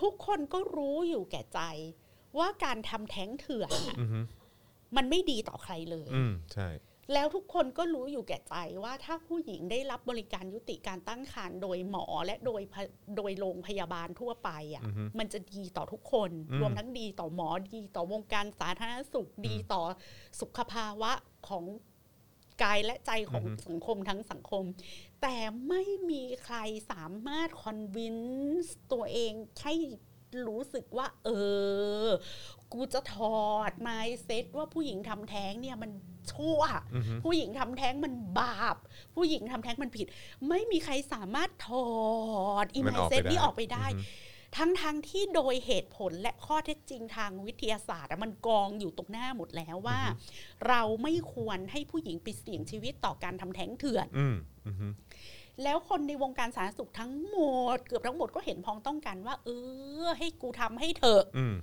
ทุกคนก็รู้อยู่แก่ใจ ว่าการทำแท้งเถื่อนอะ
อือหือ
มันไม่ดีต่อใครเลย
อืมใช่
แล้วทุกคนก็รู้อยู่แก่ใจว่าถ้าผู้หญิงได้รับบริการยุติการตั้งครรภ์โดยหมอและโดยพะโดยโรงพยาบาลทั่วไปอ่ะ
อือหือ
มันจะดีต่อทุกคน
อืม
รวมทั้งดีต่อหมอดีต่อวงการสาธารณสุขดีต่อสุขภาวะของกายและใจของ
อือฮึ
สังคมทั้งสังคม แต่ไม่มีใครสามารถคอนวินส์ตัวเองให้รู้สึกว่า เออ กูจะถอดไมเซ็ตว่าผู้หญิงทำแท้งเนี่ยมันชั่ว
อือหือ
ผู้หญิงทำแท้งมันบาป ผู้หญิงทำแท้งมันผิด ไม่มีใครสามารถถอดอิ
มั
มาน
ออก
เซ
ไป
ตนี้
ได้
ออกไปได้
อือฮึ
ทั้งทางๆที่โดยเหตุผลและข้อเท็จจริงทางวิทยาศาสตร์อะมันกองอยู่ตรงหน้าหมดแล้วว่า เราไม่ควรให้ผู้หญิงไปเสี่ยงชีวิตต่อการทำแท้งเถื่อน
อืมอือหือ
แล้วคนในวงการสาธารณสุขทั้งหมด เกือบทั้งหมดก็เห็นพ้องต้องกันว่า เออ ให้กูทำให้เถอะ
อืม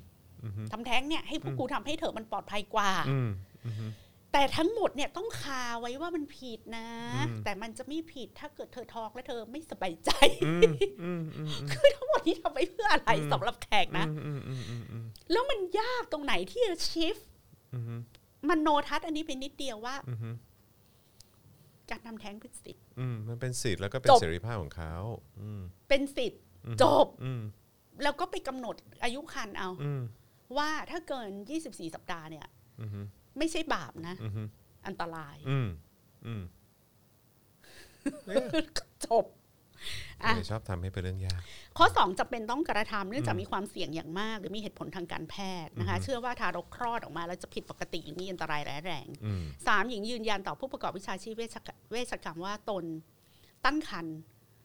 อือหือ
ทำแท้งเนี่ยให้พวกกูทำให้เถอะมันปลอดภัยกว่า
อืมอือหือ
แต่ทั้งหมดเนี่ยต้องคาไว้ว่ามันผิดนะ
อืม
แต่มันจะไม่ผิดถ้าเกิดเธอท้องและเธอไม่สบายใจ
อืมอืมอืมอืม
คือทั้งหมดที่ทำไปเพื่ออะไร
อืม
สำหรับแขกนะ
อืมอืมอืมอืม
แล้วมันยากตรงไหนที่จะชิฟ
อืม
มันโนทัศน์อันนี้เป็นนิดเดียวว่า
อืม
การทำแท้งเป็นสิทธิ์
อืมมันเป็นสิทธิ์แล้วก็เป็น
จบ
เสรีภาพของเขาอืม
เป็นสิทธิ์
อืม
จบ
อืม
แล้วก็ไปกำหนดอายุครรภ์เอา
อืม
ว่าถ้าเกิน 24 สัปดาห์เนี่ย
อืมอืม
ไม่ใช่บาปนะ
อืม
อันตราย
อืมอืม
จบอ่ะ
เดี๋ยวชอบทำให้เป็นเรื่องยาก
ข้อ 2จำเป็นต้องกระทำเนื่องจาก
อืม
มีความเสี่ยงอย่างมาก หรือมีเหตุผลทางการแพทย์นะคะ
อือฮึ
เชื่อว่าทารกคลอดออกมาแล้วจะผิดปกติหรือมีอันตรายร้ายแรง
อืม
สามหญิงยืนยันต่อผู้ประกอบวิชาชีพเวชกะเวชกรรมว่าตนตั้งครรภ์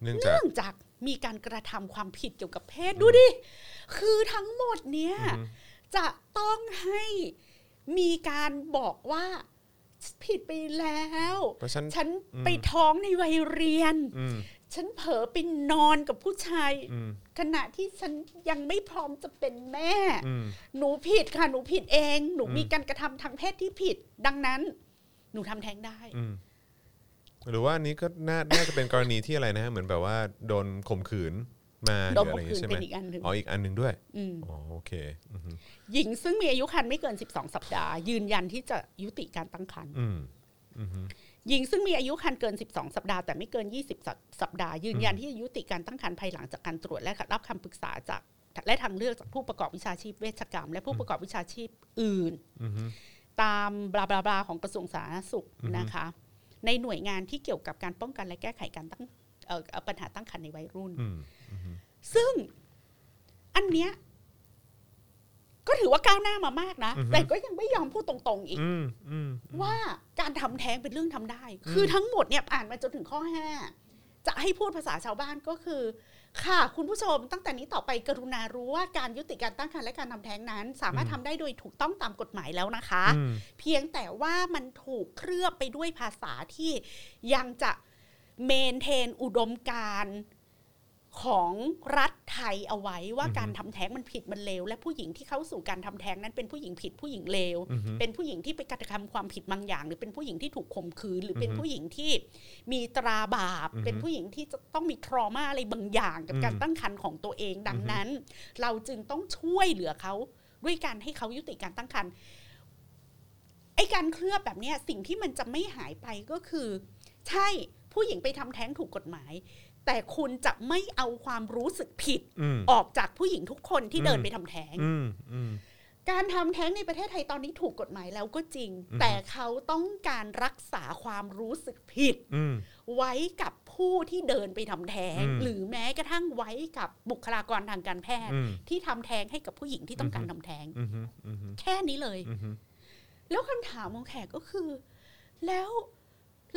เนื่องจาก
เนื่องจากมีการกระทำความผิดเกี่ยวกับเพศดูดิ คือทั้งหมดเนี้ย
อือฮึ
จะต้องให้มีการบอกว่าผิดไปแล้ว
เพราะฉัน
ฉัน
อืม
ไปท้องในวัยเรียน
อืม
ฉันเผลอไปนอนกับผู้ชาย
อืม
ขณะที่ฉันยังไม่พร้อมจะเป็นแม่
อืม
หนูผิดค่ะ หนูผิดเอง หนู
อืม
มีการกระทำทางเพศที่ผิด ดังนั้น หนูทำแท้งได้
อืมหรือว่าอันนี้ก็น่าน่าจะเป็นกรณีที่อะไรนะฮะเหมือนแบบว่าโดนข่มขืนมาห
โด
รื
น
ออะไรอ
ข่ม
ย่างงี้
ขืน
ใช่ไห
เป็
ม
นอีกอันหนึ่ง
อ๋ออีกอันหนึ่งด้วย
อืม
อ๋อโอเคอืม
หญิงซึ่งมีอายุครรภ์ไม่เกิน 12 สัปดาห์ ยืนยันที่จะยุติการตั้งครรภ์
อืมอืม
หญิงซึ่งมีอายุครรภ์เกิน 12 สัปดาห์แต่ไม่เกิน 20 สัปสัปดาห์ ยืนยันที่จะยุติการตั้งครรภ์ภายหลังจากการตรวจและรับคำปรึกษาจาก และทางเลือกจากผู้ประกอบวิชาชีพเวชกรรม และผู้ประกอบวิชาชีพอื่น
อืม
ตามบลาบลาบลาของกระทรวงสาธารณสุขนะคะ ในหน่วยงานที่เกี่ยวกับการป้องกันและแก้ไขการตั้งเอ่อเอ่อปัญหาตั้งครรภ์ในวัยรุ่น
อืม
ซึ่งอันเนี้ยก็ถือว่าก้าวหน้ามามากนะ
อือฮึ
แต่ก็ยังไม่ยอมพูดตรงๆอีก
อืมอืม
ว่าการทำแท้งเป็นเรื่องทำได้ คือทั้งหมดเนี่ยอ่านมาจนถึงข้อห้าจะให้พูดภาษาชาวบ้านก็คือ ค่ะ คุณผู้ชมตั้งแต่นี้ต่อไปกรุณารู้ว่าการยุติการตั้งครรภ์และการทำแท้งนั้น สามารถ
อืม
ทำได้โดยถูกต้องตามกฎหมายแล้วนะคะ
อืม
เพียงแต่ว่ามันถูกเคลือบไปด้วยภาษาที่ยังจะเมนเทนอุดมการณ์ของรัฐไทยเอาไว้ว่า
อือฮึ
การทำแท้งมันผิดมันเลวและผู้หญิงที่เข้าสู่การทำแท้งนั้นเป็นผู้หญิงผิดผู้หญิงเลว
อือฮึ
เป็นผู้หญิงที่ไปกระทำความผิดบางอย่าง หรือเป็นผู้หญิงที่ถูกข่มขืน หรือ
อ
อ
ฮึ
เป็นผู้หญิงที่มีตราบาป
อือฮึ
เป็นผู้หญิงที่จะต้องมีทรมาอะไรบางอย่าง กับการ
อืม
ตั้งครรภ์ของตัวเองดังนั้น เราจึงต้องช่วยเหลือเขาด้วยการให้เขายุติการตั้งครรภ์ ไอ้การเคลือบแบบเนี้ยสิ่งที่มันจะไม่หายไปก็คือ ใช่ผู้หญิงไปทำแท้งถูกกฎหมาย แต่คุณจะไม่เอาความรู้สึกผิด
อืม
ออกจากผู้หญิงทุกคนที่เดินไปทำแท้ง
อืมอืม
การทำแท้งในประเทศไทยตอนนี้ถูกกฎหมายแล้วก็จริง แต่เขาต้องการรักษาความรู้สึกผิด
อืม
ไว้กับผู้ที่เดินไปทำแท้ง
อืม
หรือแม้กระทั่งไว้กับบุคลากรทางการแพทย์
อืม
ที่ทำแท้งให้กับผู้หญิงที่ต้องการทำแท้ง
อืมอืม
แค่นี้เลย
อืม
แล้วคำถามของแขกก็คือ แล้ว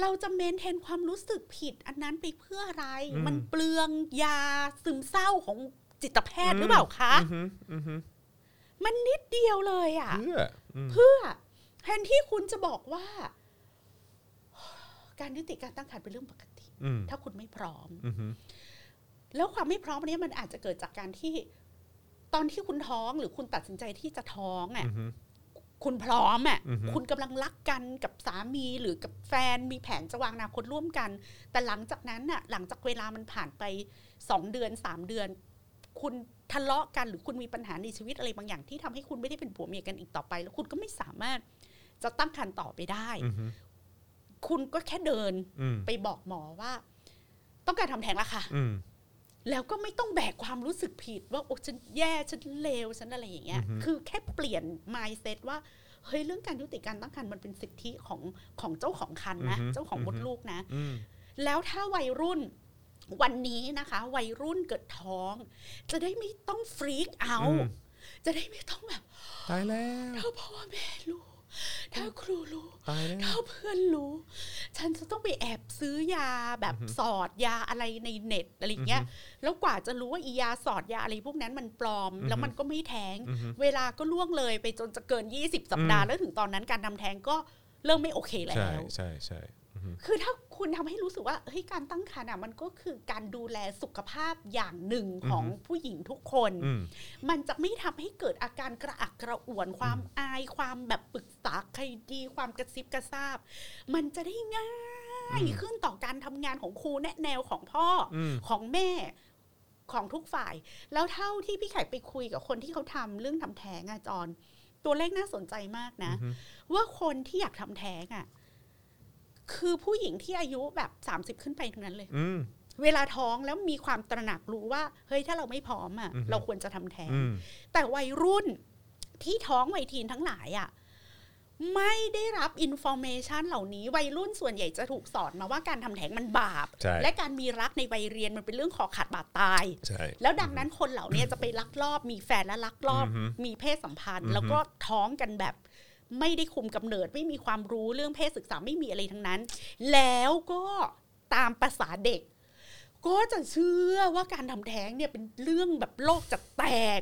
เราจะเมนเทนความรู้สึกผิด อันนั้นไปเพื่ออะไร มันเปลืองยาซึมเศร้าของจิตแพทย์หรือเปล่าคะ
อืมอืม
มันนิดเดียวเลยอ่ะ
เพื่ออืม
เพื่อแทนที่คุณจะบอกว่า การยุติการตั้งครรภ์เป็นเรื่องปกติ
อืม
ถ้าคุณไม่พร้อม
อืม
แล้วความไม่พร้อมเนี้มันอาจจะเกิดจากการที่ตอนที่คุณท้องหรือคุณตัดสินใจที่จะท้องอ่ะ คุณพร้อมอ่ะ
อือฮึ
คุณกำลังรักกันกับสามีหรือกับแฟนมีแผนจะวางอนาคตร่วมกัน แต่หลังจากนั้นน่ะ หลังจากเวลามันผ่านไปสองเดือนสามเดือน คุณทะเลาะกันหรือคุณมีปัญหาในชีวิตอะไรบางอย่างที่ทำให้คุณไม่ได้เป็นผัวเมียกันอีกต่อไป แล้วคุณก็ไม่สามารถจะตั้งครรภ์ต่อไปได้
อืม
คุณก็แค่เดิน
อืม
ไปบอกหมอว่า ต้องการทำแท้งแล้วค่ะ
อืม
แล้วก็ไม่ต้องแบกความรู้สึกผิดว่าโอ้ฉันแย่ฉันเลวฉันอะไรอย่างเงี้ย
อือฮึ
คือแค่เปลี่ยน mindset ว่าเฮ้ยเรื่องการยุติการตั้งครรภ์มันเป็นสิทธิของของเจ้าของคันนะ
อือฮึ
เจ้าของ
อือ
ม
ฮึ
ดลูกนะ
อืม
แล้วถ้าวัยรุ่นวันนี้นะคะ วัยรุ่นเกิดท้อง จะได้ไม่ต้องฟรีกเอา
อืม
จะได้ไม่ต้องแบบ
ตายแล้ว
ถ้าพ่อแม่รู้ถ้าครูรู้
ตายแล้ว
ถ้าเพื่อนรู้ ฉันจะต้องไปแอบซื้อยาแบบ
อือหือ
สอดยาอะไรในเน็ตอะไรอย่างเงี้ย แล้วกว่าจะรู้ว่าอียาสอดยาอะไรพวกนั้นมันปลอม
อือหือ
แล้วมันก็ไม่แท้ง
อืม
เวลาก็ล่วงเลยไปจนจะเกิน 20 สัปดาห์
อืม
แล้วถึงตอนนั้นการทำแท้งก็เริ่มไม่โอเคแล้
ใช่
ว
ใช่ใช่อืม
คือถ้าคุณทำให้รู้สึกว่าเฮ้ยการตั้งครรภ์อ่ะมันก็คือการดูแลสุขภาพอย่างหนึ่งของ
อือหือ
ผู้หญิงทุกคน
อืม
มันจะไม่ทำให้เกิดอาการกระอักกระอ่วนความอายความแบบปรึกษาใครดี ความกระซิบกระซาบ มันจะได้ง่าย
อืม
ขึ้นต่อการทำงานของครูแนะแนวของพ่ออ
ม
ของแม่ของทุกฝ่าย แล้วเท่าที่พี่ไข่ไปคุยกับคนที่เขาทำเรื่องทำแท้งอะจอนตัวเลขน่าสนใจมากนะ ว่าคนที่อยากทำแท้งอะคือผู้หญิงที่อายุแบบ 30 ขึ้นไปทั้งนั้นเลย
อืม
เวลาท้องแล้วมีความตระหนักรู้ว่าเฮ้ยถ้าเราไม่พร้อมอะ
อือฮึ
เราควรจะทำแท้ง
อืม
แต่วัยรุ่นที่ท้องวัยทีนทั้งหลายอะ่ะไม่ได้รับอินโฟเมชันเหล่านี้ วัยรุ่นส่วนใหญ่จะถูกสอนมาว่าการทำแท้งมันบาป
ใช่
และการมีรักในวัยเรียนมันเป็นเรื่องคอขาดบาดตาย
ใช่
แล้วดังนั้นคนเหล่าเนี้ยจะไปลักลอบมีแฟนและลักลอบ
อือฮึ
มีเพศสัมพัน
อื
ธ์
อฮึ
แล้วก็ท้องกันแบบ ไม่ได้คุมกำเนิดไม่มีความรู้เรื่องเพศศึกษาไม่มีอะไรทั้งนั้น แล้วก็ตามภาษาเด็ก ก็จะเชื่อว่าการทำแท้งเนี่ยเป็นเรื่องแบบโลกจะแตก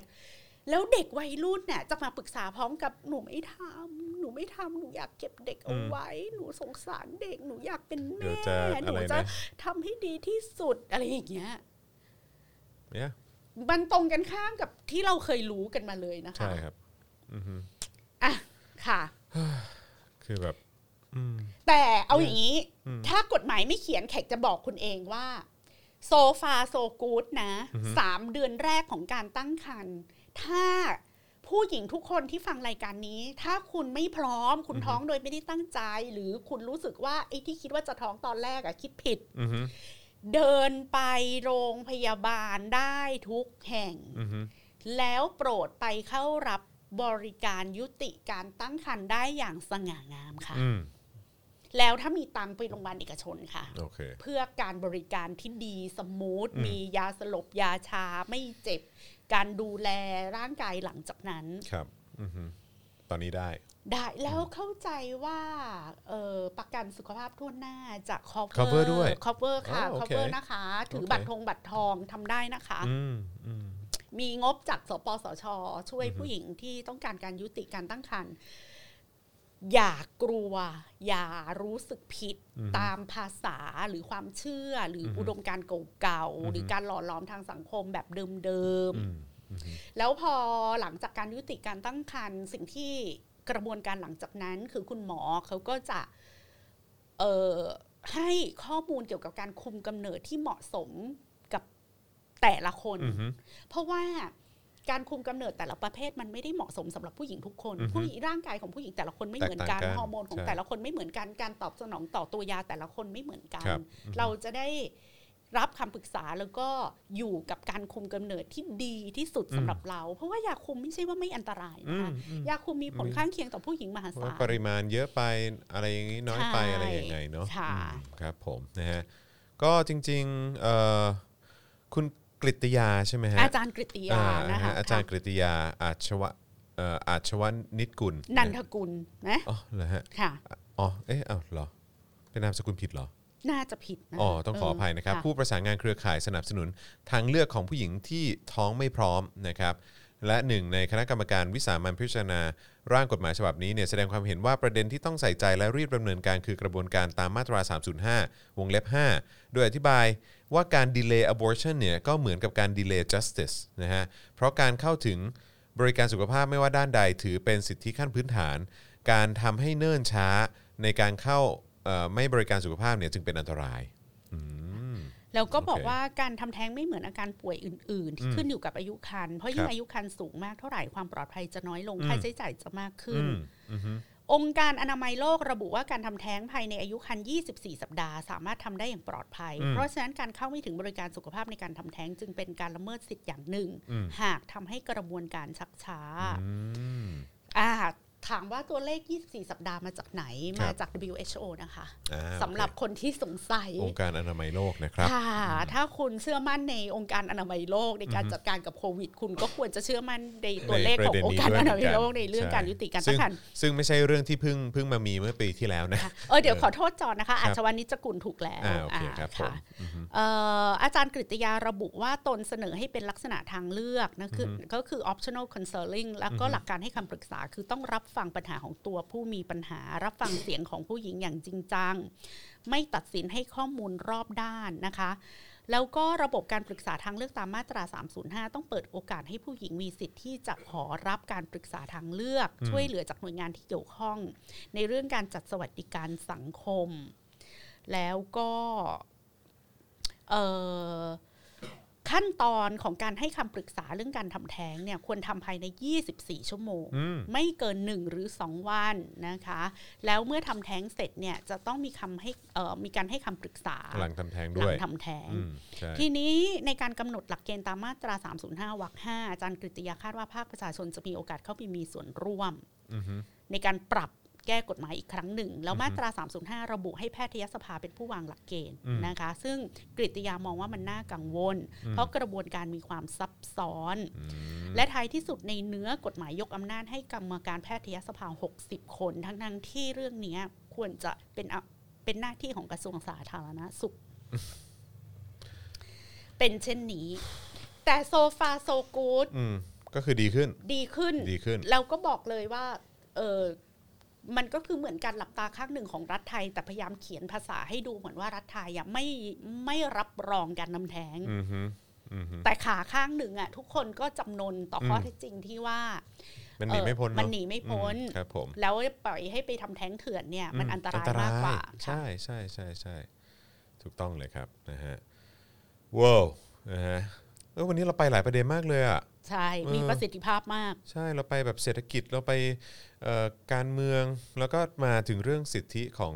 แล้วเด็กวัยรุ่นเนี่ยจะมาปรึกษาพร้อมกับหนูไม่ทำหนูไม่ทำหนูอยากเก็บเด็กเอาไว้ หนูสงสารเด็กหนูอยากเป็น
เดี๋ยว
แม่
จะ
ห
อะ
นู
ไร
จะ
นะ
ทำให้ดีที่สุดอะไรอย่างเงี้ย
เนี่ย
มันตรงกันข้ามกับที่เราเคยรู้กันมาเลยนะคะ
ใช่ครับ อืม
อ่ะค่ะ
คือแบบ อืม
แต่เอาอย่างนี้
อืม
ถ้ากฎหมายไม่เขียนแขกจะบอกคุณเองว่า โซฟาโซกูดนะ
อือฮึ
สามเดือนแรกของการตั้งครรภ์ถ้าผู้หญิงทุกคนที่ฟังรายการนี้ ถ้าคุณไม่พร้อม คุณท้องโดยไม่ได้ตั้งใจ หรือคุณรู้สึกว่าไอ้ที่คิดว่าจะท้องตอนแรกอะคิดผิด
อืม
เดินไปโรงพยาบาลได้ทุกแห่ง
อืม
แล้วโปรดไปเข้ารับบริการยุติการตั้งครรภ์ได้อย่างสง่างามค่ะ
อืม
แล้วถ้ามีตังค์ไปโรงพยาบาลเอกชนค่ะ
โอเค
เพื่อการบริการที่ดีสมูท
อืม
มียาสลบยาชาไม่เจ็บ การดูแลร่างกายหลังจากนั้น
ครับ อืมตอนนี้ได้
ได้แล้วเข้าใจว่าเอ่อประกันสุขภาพทั่วหน้าจะ cover
cover ด้วย
cover ค่ะ
อ๋อโอเค
cover นะคะ ถือบัตรทงบัตรทองทำได้นะคะ
อืม อืม
มีงบจากสปสช ช่วย
อือฮึ
ผู้หญิงที่ต้องการการยุติการตั้งครรภ์อย่ากลัว อย่ารู้สึกผิด
อืม
ตามภาษาหรือความเชื่อหรืออ
อฮึ
อุดมการณ์เก่า
อือฮึ
ๆหรือการหล่อหลอมทางสังคมแบบเดิม
อืมอืม
ๆ แล้วพอหลังจากการยุติการตั้งครรภ์สิ่งที่กระบวนการหลังจากนั้น คือคุณหมอเขาก็จะเอ่อให้ข้อมูลเกี่ยวกับการคุมกำเนิดที่เหมาะสมกับแต่ละคน
อืม
เพราะว่าการคุมกำเนิดแต่ละประเภทมันไม่ได้เหมาะสมสำหรับผู้หญิงทุกคน
อือฮึ
ผู้หญิงร่างกายของผู้หญิงแต่ละคนไม่เหมือนกัน
แตกต่างกัน
ฮอร์โมนของ
ใช่
แต่ละคนไม่เหมือนกันการตอบสนองต่อตัวยาแต่ละคนไม่เหมือนกัน
ครับอือฮึ
เราจะได้ รับคำปรึกษาแล้วก็อยู่กับการคุมกำเนิดที่ดีที่สุดสำหรับเรา เพราะว่ายาคุมไม่ใช่ว่าไม่อันตรายนะคะยาคุมมีผลข้างเคียงต่อผู้หญิงมหาศา
ว่า
ล
ปริมาณเยอะไปอะไรอย่างนี้น้อยไป
ใช่
อะไรยังไงเนาะ
ค่ะ
อืมครับผมนะฮะก็จริงๆเอ่อคุณกริตยาใช่ไหมฮะ
อาจารย์กริติยานะ
ฮ
คะ
อาจารย์ก
ค่ะ
ริตยาอาชวะเอ่ออาชวะนิตกุล
นันทกุลนะ
อ๋อเหรอฮะ
ค่ะ
อ๋อเอ๊ะอ้าวเหรอเป็นนามสกุลผิดเหรอ
น่าจะผิดนะ
อ๋อ ต้องขออภัยนะครับ
เ
ผู้ประสานงานเครือข่ายสนับสนุนทางเลือกของผู้หญิงที่ท้องไม่พร้อมนะครับ และหนึ่งในคณะกรรมการวิสามันพิจารณา ร่างกฎหมายฉบับนี้เนี่ยแสดงความเห็นว่าประเด็นที่ต้องใส่ใจและรีบดำเนินการคือกระบวนการตามมาตรา 305 วงเล็บ 5 โดยอธิบายว่าการ delay abortion เนี่ยก็เหมือนกับการ delay justice นะฮะ เพราะการเข้าถึงบริการสุขภาพไม่ว่าด้านใดถือเป็นสิทธิขั้นพื้นฐาน การทำให้เนิ่นช้าในการเข้าเอ่อไม่บริการสุขภาพเนี่ยจึงเป็นอันตราย อืม
แล้วก็บอก
โอเค
ว่าการทำแท้งไม่เหมือนอาการป่วยอื่น ๆ ที่ขึ้นอยู่กับอายุครรภ์เพราะยิ่
ครั
ง
บ
อายุครรภ์สูงมากเท่าไหร่ความปลอดภัยจะน้อยลง
อืม
ค่าใช้จ่ายจะมากขึ้
อื
น
มอืม
องค์การอนามัยโลกระบุว่าการทำแท้งภายในอายุครรภ์24 สัปดาห์ สามารถทำได้อย่างปลอดภัย
อืม
เพราะฉะนั้นการเข้าไม่ถึงบริการสุขภาพในการทำแท้งจึงเป็นการละเมิดสิทธิ์อย่างหนึ่ง
อืม
หากทำให้กระบวนการชักช้า
อืม
อ่าถามว่าตัวเลข 24 สัปดาห์มาจากไหน
ครับ
มาจาก WHO นะคะ
อ่า
สำหรับคนที่สงสัย
องค์การอนามัยโลกนะครับ
ค่ะ ถ้าคุณเชื่อมั่นในองค์การอนามัยโลกในการจัดการกับโควิด คุณก็ควรจะเชื่อมั่นในตัวเลขขององค์การอนามัยโลกในเรื่องการยุติการ
ซึ่
ตั้
ง
งครรภ์
ซึ่งไม่ใช่เรื่องที่เพิ่งเพิ่งมามีเมื่อปีที่แล้วนะ
ค่ะเออเดี๋ยวขอโทษจอนนะ
ครั
คะ
บ
อาชวันนิจกุลถูกแล้ว
อ่าโอเคครับผม
ะเอ่ออาจารย์กฤติยาระบุว่าตนเสนอให้เป็นลักษณะทางเลือกนะคือก็คือ optional counseling แล้วก็หลักการให้คำปรึกษาคือต้องรับฟังปัญหาของตัวผู้มีปัญหา รับฟังเสียงของผู้หญิงอย่างจริงจัง ไม่ตัดสินให้ข้อมูลรอบด้านนะคะ แล้วก็ระบบการปรึกษาทางเลือกตามมาตรา 305 ต้องเปิดโอกาสให้ผู้หญิงมีสิทธิ์ที่จะขอรับการปรึกษาทางเลือก ช่วยเหลือจากหน่วยงานที่เกี่ยวข้อง ในเรื่องการจัดสวัสดิการสังคม แล้วก็เอ่อขั้นตอนของการให้คำปรึกษาเรื่องการทำแท้งเนี่ยควรทำภายใน 24 ชั่วโมง
อืม
ไม่เกิน 1 หรือ 2 วันนะคะ แล้วเมื่อทำแท้งเสร็จเนี่ยจะต้องมีคำให้เอ่อมีการให้คำปรึกษา
หลังทำแทง
ห
ด้
ลั
วย
งทำแท้ง
อืมใช่
ทีนี้ในการกำหนดหลักเกณฑ์ตามมาตรา 305วรรค5อาจารย์กฤติยาคาดว่าภาคประชาชนจะมีโอกาสเข้าไปมีส่วนร่วม
อือฮึ
ในการปรับแก้กฎหมายอีกครั้งหนึ่ง แล้วมาตรา 305 ระบุให้แพทยสภาเป็นผู้วางหลักเกณฑ์
อืม
นะคะ ซึ่งกฤติยามองว่ามันน่ากังวล เพราะกระบวนการมีความซับซ้อน
อืม
และท้ายที่สุดในเนื้อกฎหมายยกอำนาจให้กรรมการแพทยสภา 60 คน ทั้งทั้งๆที่เรื่องเนี้ยควรจะเป็นอะเป็นหน้าที่ของกระทรวงสาธารณสุข เป็นเช่นนี้ แต่โซฟาโซกูด
อืม ก็คือดีขึ้น
ดีขึ้น
ดีขึ้น
เราก็บอกเลยว่าเออมันก็คือเหมือนการหลับตาข้างหนึ่งของรัฐไทย แต่พยายามเขียนภาษาให้ดูเหมือนว่ารัฐไทยอะไม่ไม่รับรองการนำแท้ง
อือฮึอือฮึ
แต่ขาข้างหนึ่งอะทุกคนก็จำนนต่ออ
ม
ข้อเท็จจริงที่ว่า
มันหนีไม่พ้น
เอ่
เอะ
อมันหนีไม่พ้น
อืมครับผม
แล้วปล่อยให้ไปทำแท้งเถื่อนเนี่ยมันอันตรายมากกว่า
ใช่ใช่ใช่ใช่ ถูกต้องเลยครับนะฮะว้าวนะฮะเออวันนี้เราไปหลายประเด็นมากเลยอ่ะ
ใช่
เออ
มีประสิทธิภาพมาก
ใช่เราไปแบบเศรษฐกิจเราไปเอ่อการเมืองแล้วก็มาถึงเรื่องสิทธิของ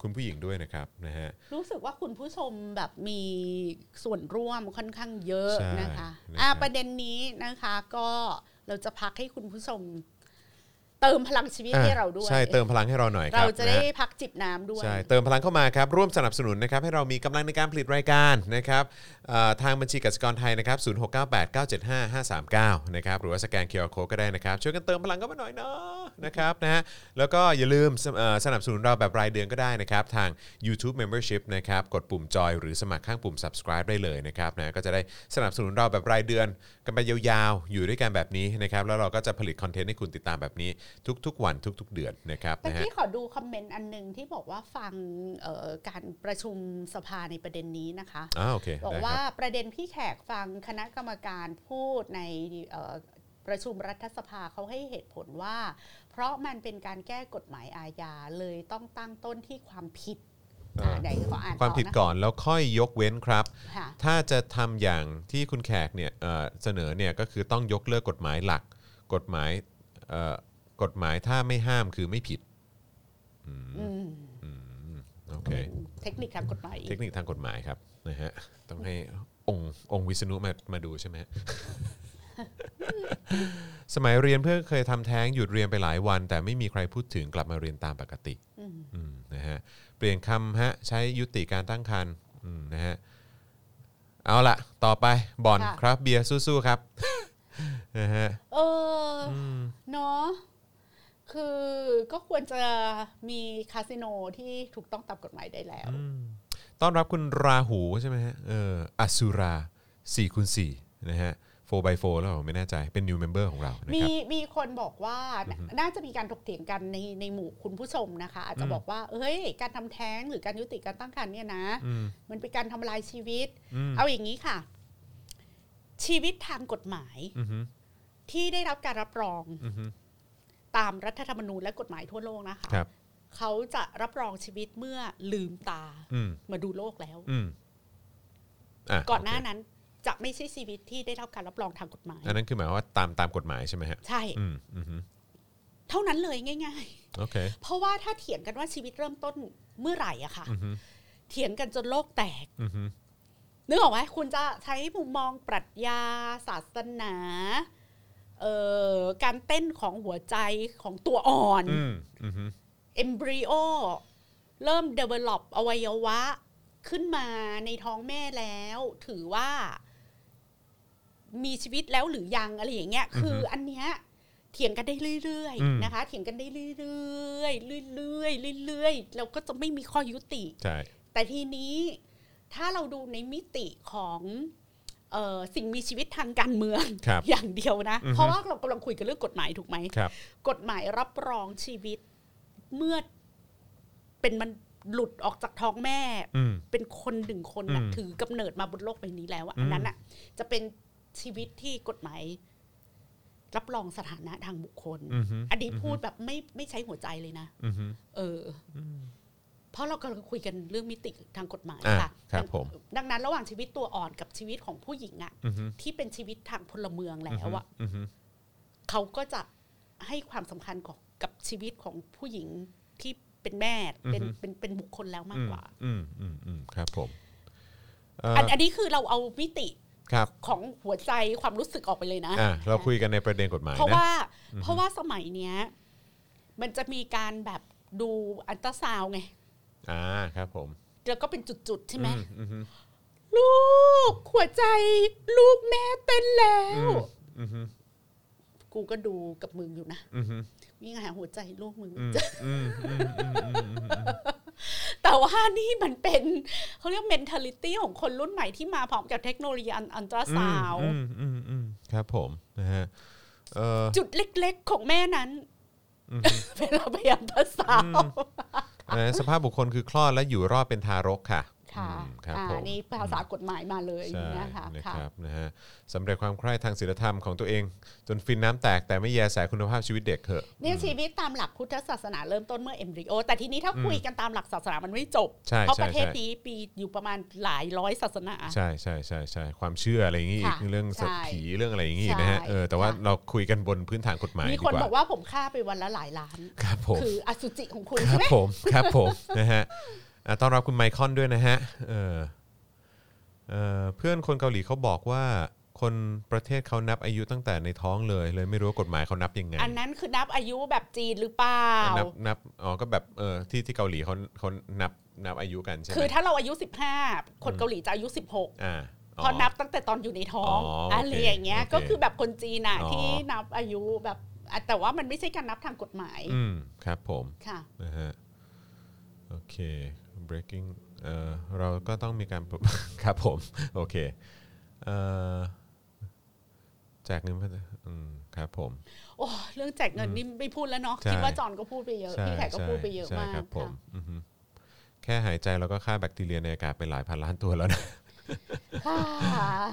คุณผู้หญิงด้วยนะครับนะฮะ
รู้สึกว่าคุณผู้ชมแบบมีส่วนร่วมค่อนข้างเยอะ
ใช่
นะคะ
นะครับ
อ่ะประเด็นนี้นะคะก็เราจะพักให้คุณผู้ชม เติมพลังชีวิตให้เราด้วย
ใช่เติมพลังให้เราหน่อยค
เรา
บ
จะได้
นฮ
พักจิบน้ำด้วย
ใช่เติมพลังเข้ามาครับ ร่วมสนับสนุนนะครับ ให้เรามีกำลังในการผลิตรายการนะครับเอ่อทางบัญชีกสิกรไทยนะครับศูนย์หกเนะครับ หรือว่าสแกนเคอร์โคก็ได้นะครับ ช่วยกันเติมพลังเข้ามาหน่อยเนาะนะครับนะฮะแล้วก็อย่าลืมสเอ่อสนับสนุนเราแบบรายเดือนก็ได้นะครับ ทาง YouTube Membership นะครับ กดปุ่มจอยหรือสมัครข้างปุ่ม subscribe ได้เลยนะครับนะก็จะได้สนับสนุนเราแบบรายเดือนกันไปยาวๆ อยู่ด้วยกันแบบนี้นะครับแล้วเราก็จะผลิตคอนเทนต์ให้คุณติดตามแบบนี้ทุกๆ วันทุก ๆ เดือนนะครับ
แต่
นะฮะ
ที่ขอดูคอมเมนต์อันหนึ่งที่บอกว่าฟังเอ่อการประชุมสภาในประเด็นนี้นะคะ
อ่าโอเค
บอก
ได้ค
ว่า
รับ
ประเด็นพี่แขกฟังคณะกรรมการพูดในเอ่อประชุมรัฐสภาเขาให้เหตุผลว่า เพราะมันเป็นการแก้กฎหมายอาญาเลยต้องตั้งต้นที่ความผิด
อ่า
อ่าไหนขออ่าน
ความผิด
ต่อนะ
ก่อนแล้วค่อยยกเว้นครับ
ค่ะ
ถ้าจะทำอย่างที่คุณแขกเนี่ยเอ่อเสนอเนี่ยก็คือต้องยกเลิกกฎหมายหลัก กฎหมายเอ่อกฎหมายถ้าไม่ห้ามคือไม่ผิด
อืม
อืมโอ เค
เทคนิคทางกฎหมายอีก
เทคนิคทางกฎหมายครับนะฮะต้องให้องค์องค์วิษณุมามาดูใช่ไหมฮะ สมัยเรียนเพื่อนเคยทำแท้งหยุดเรียนไปหลายวัน แต่ไม่มีใครพูดถึงกลับมาเรียนตามปกติ
อืม
อืมนะฮะเปลี่ยนคำฮะใช้ยุติการตั้งครรภ์อืมนะฮะเอาละต่อไปบอลครับเบียร์สู้ๆครับ นะฮะ
เอออเนาะคือก็ควรจะมีคาสิโนที่ถูกต้องตามกฎหมายได้แล้ว
อืมต้อนรับคุณราหูใช่ไหมฮะเอออสุรา4คูณ4นะฮะ4 by 4แล้วเหรอไม่แน่ใจเป็น new member ของเรานะครับ
มีมีคนบอกว่าน่ะน่าจะมีการถกเถียงกันในในหมู่คุณผู้ชมนะคะ อาจจะบอกว่า เอ้ย การทำแท้งหรือการยุติการตั้งครรภ์เนี่ยนะ
อืม
มันเป็นการทำลายชีวิต
อืม
เอาอย่างนี้ค่ะ ชีวิตทางกฎหมาย
อือฮึ
ที่ได้รับการรับรอง
อือฮึ
ตามรัฐธรรมนูญและกฎหมายทั่วโลกนะคะ
ครับ
เขาจะรับรองชีวิตเมื่อลืมตา
อืม
มาดูโลกแล้ว
อืมอ่ะ
ก่อนหน้า
โเค
นั้นจะไม่ใช่ชีวิตที่ได้รับการรับรองทางกฎหมาย
อันนั้นคือหมายว่าตามตามกฎหมายใช่ไหมฮะ
ใช่
อืมอือฮึ
เท่านั้นเลยง่าย ๆ
โอเค
เพราะว่าถ้าเถียงกันว่าชีวิตเริ่มต้นเมื่อไหร่อะค่ะ
อือฮึ
เถียงกันจนโลกแตก
อือฮึ
นึกออกไหมคุณจะใช้มุมมองปรัชญา ศาสนาเอ่อการเต้นของหัวใจของตัวอ่อน
อืมอือฮึ
เอมบริโอเริ่ม develop อวัยวะ ขึ้นมาในท้องแม่แล้ว ถือว่า มีชีวิตแล้วหรือยังอะไรอย่างเงี้ยคืออันเนี้ยเถียงกันได้เรื่อยๆนะคะ เถียงกันได้เรื่อยๆเรื่อยๆเรื่อยๆแล้วก็จะไม่มีข้อยุติ
ใช่
แต่ทีนี้ถ้าเราดูในมิติของเออสิ่งมีชีวิตทางการเมือง
ครับ
อย่างเดียวนะ
อือฮึ
เพราะว่าเรากำลังคุยกันเรื่องกฎหมายถูกไหม
ครับ
กฎหมายรับรองชีวิตเมื่อเป็นมันหลุดออกจากท้องแม่
อืม
เป็นคนหนึ่งคนนะ
อืม
ถือกำเนิดมาบนโลกใบนี้แล้วอะ
อืม
อันนั้นอะจะเป็นชีวิตที่กฎหมาย รับรองสถานะทางบุคคล
อือฮึ
อันนี้พูดแบบไม่ไม่ใช้หัวใจเลยนะ
อือฮึ
เอออเพราะเรากำลังคุยกันเรื่องมิติทางกฎหมาย
อ่ะ
ค่ะ
ครับผม
ดังนั้นระหว่างชีวิตตัวอ่อนกับชีวิตของผู้หญิงอะ
อือฮึ
ที่เป็นชีวิตทางพลเมือง
อือ
แล้
ฮึ
วอะ
อือฮึ
เขาก็จะให้ความสำคัญกับกับชีวิตของผู้หญิงที่เป็นแม่เป็นเป็นเป็นบุคคลแล้วมากกว่า
อืมอืมอืมครับผมเอ่ออ
อันอันนี้คือเราเอามิติ
ครับ
ของหัวใจความรู้สึกออกไปเลยนะ
อ่าเราคุยกันในประเด็นกฎหมาย
เพราะ
นะ
ว่าเพราะว่าสมัยเนี้ย มันจะมีการแบบดูอันตราซาวน์ไง
อ่าครับผม
แล้วก็เป็นจุดๆใช่ไหม
อืมอือฮึ
ลูก หัวใจ ลูกแม่เต้นแล้ว
อือฮึ
กูก็ดูกับมึงอยู่นะ
อือฮึ
วิ่งหาหัวใจลูกมึง
อืมอืมอืมอื มอืมอืม
แต่ว่านี่มันเป็นเขาเรียก mentality ของคนรุ่นใหม่ที่มาพร้อมกับเทคโนโลยีอันตราซาวน์
อืมอืมอืมครับผมนะฮะเอ่อ
จุดเล็กๆ ของแม่นั้น
อือฮึ
เวลาพยายามภาษา
อันนั้นสภาพบุคคลคือคลอดและอยู่รอดเป็นทารกค่ะ
ค่ะ
อืมครับ
อ่า
ผม
นี่ภาษากฎหมายมาเลย
ใช่
นะคะ
นะ
ค่ะ
ครับนะฮะสำเร็จความใคร่ทางศีลธรรมของตัวเอง จนฟินน้ำแตกแต่ไม่แยแสคุณภาพชีวิตเด็กเถอะ
เนี่ยชีวิตตามหลักพุทธศาสนาเริ่มต้นเมื่อเอมบริโอ แต่ทีนี้ถ้าคุยกันตามหลักศาสนามันไม่จบ
ใช่
เพราะ
ใช่
ประเทศ
ใช่
นี้ปีอยู่ประมาณหลายร้อยศาสนา
ใช่ใช่ใช่ใช่ความเชื่ออะไรอย่างงี้อีก
ค่ะ
เรื่องสัตว์
ใช่
ผีเรื่องอะไรอย่างงี้อีกนะฮะ
ใช่
เออแต่ว่า
ค่ะ
เราคุยกันบนพื้นฐานกฎหมาย
มี
ดี
คน
กว่า
บอกว่าผมฆ่าไปวันละหลายล้าน
ครับผม
คืออสุจิของคุณ
ครั
ใช่
บ
ไหม
ผมครับผม นะฮะอ่ะต้อนรับคุณไมคอนด้วยนะฮะเออเออเพื่อนคนเกาหลีเขาบอกว่า คนประเทศเขานับอายุตั้งแต่ในท้องเลย เลยไม่รู้ว่ากฎหมายเขานับยังไง
อันนั้นคือนับอายุแบบจีนหรือเปล่า
นับนับอ๋อก็แบบเออที่ที่เกาหลีเขาเขานับนับอายุกันใช่ไหม
คือถ้าเราอายุ 15 คนเกาหลีจะอายุ 16
อ่า
เพราะนับตั้งแต่ตอนอยู่ในท้อง
อ๋อ
อะ
โอ
ไร
เค
อย่างเงี้ย
โอเค
ก็คือแบบคนจีนน่ะ
อ๋อ
ที่นับอายุแบบอ่ะแต่ว่ามันไม่ใช่การนับทางกฎหมาย
อืมครับผม
ค่ะ
นะฮะโอเค breaking เออเราก็ต้องมีการ ครับ ผม โอเคเออแจกเงินเพื่อนอืมครับผม
โอ้เรื่องแจกเงินนี่ไม่พูดแล้วเนาะ
ใช่
คิดว่าจอนก็พูดไปเยอะ
ใช่
พี่แขกก็พูดไปเยอะ
ใช่
มาก
ครับผม
ค่ะ
อือฮึแค่หายใจเราก็ฆ่าแบคทีเรียในอากาศไปหลายพันล้านตัวแล้ว นะ
ค่ะ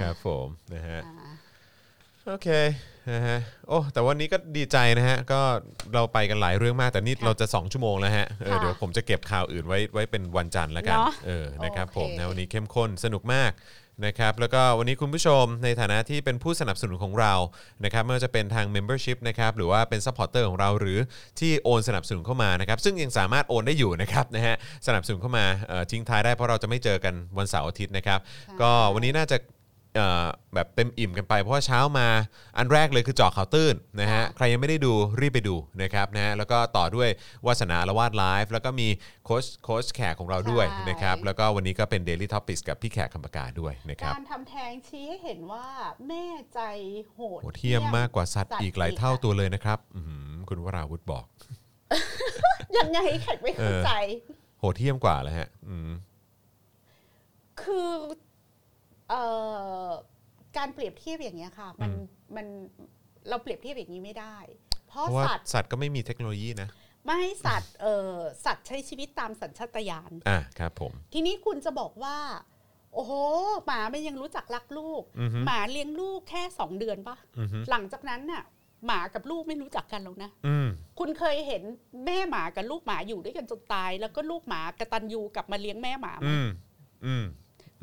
ครับผมนะฮะ
อ่า
โอเคนะฮะโอ้แต่วันนี้ก็ดีใจนะฮะก็เราไปกันหลายเรื่องมากแต่นี่เราจะ 2 ชั่วโมงแล้วฮะเออเดี๋ยวผมจะเก็บข่าวอื่นไว้ไว้เป็นวันจันทร์แล้วกัน
เนาะ
เออนะครับผ
โอ
ม
เค
นะวันนี้เข้มข้นสนุกมาก นะครับแล้วก็วันนี้คุณผู้ชมในฐานะที่เป็นผู้สนับสนุนของเรานะครับไม่ว่าจะเป็นทาง Membership นะครับหรือว่าเป็น Supporter ของเราหรือที่โอนสนับสนุนเข้ามานะครับซึ่งยังสามารถโอนได้อยู่นะครับนะฮะสนับสนุนเข้ามาเอ่อทิ้งท้ายได้เพราะเราจะไม่เจอกันวันเสาร์อาทิตย์นะครับ ก็วันนี้น่าจะเอ่อแบบเต็มอิ่มกันไปเพราะว่าเช้ามาอันแรกเลยคือเจาะข่าวตื้นนะฮะ
ค่ะ
ใครยังไม่ได้ดูรีบไปดูนะครับนะฮะแล้วก็ต่อด้วยวาสนาละวาดไลฟ์แล้วก็มีโค้ชโค้ชแขกของเราด้วย
ใช่
นะครับ แล้วก็วันนี้ก็เป็น Daily Topics กับพี่แขกคำปากาด้วยนะครับ
การทำแท้งชี้ให้เห็นว่าแม่ใจโหด
โหดเที่ยมมากกว่าสัตว์อีกหลายเท่า
ตัว
ตัวเลยนะครับอื้อหือคุณวราวุธบอก
ยังไงแขกไม่เข้าใจ
โหดเที่ยมกว่าเลยฮะอืม
คือเอ่อการเปรียบเทียบอย่างเงี้ยค่ะ มันมันเราเปรียบเทียบอย่างนี้ไม่ได้ เพ
เพ
ราะ
ราะว่า
สัตว์
สัตว์ก็ไม่มีเทคโนโลยีนะ
ไม่ให้สัตว์เอ่อสัตว์ใช้ชีวิตตามสัญชาตญาณ
อ่ะครับผม
ทีนี้คุณจะบอกว่า โอ้โห หมามันยังรู้จักรักลูก
อือฮึ
หมาเลี้ยงลูกแค่สองเดือนปะ
อือหือ
หลังจากนั้นน่ะ หมากับลูกไม่รู้จักกันแล้วนะ
อืม
คุณเคยเห็นแม่หมากับลูกหมาอยู่ด้วยกันจนตาย แล้วก็ลูกหมากระตันยูกลับมาเลี้ยงแม่หมาไหม
อืมอืม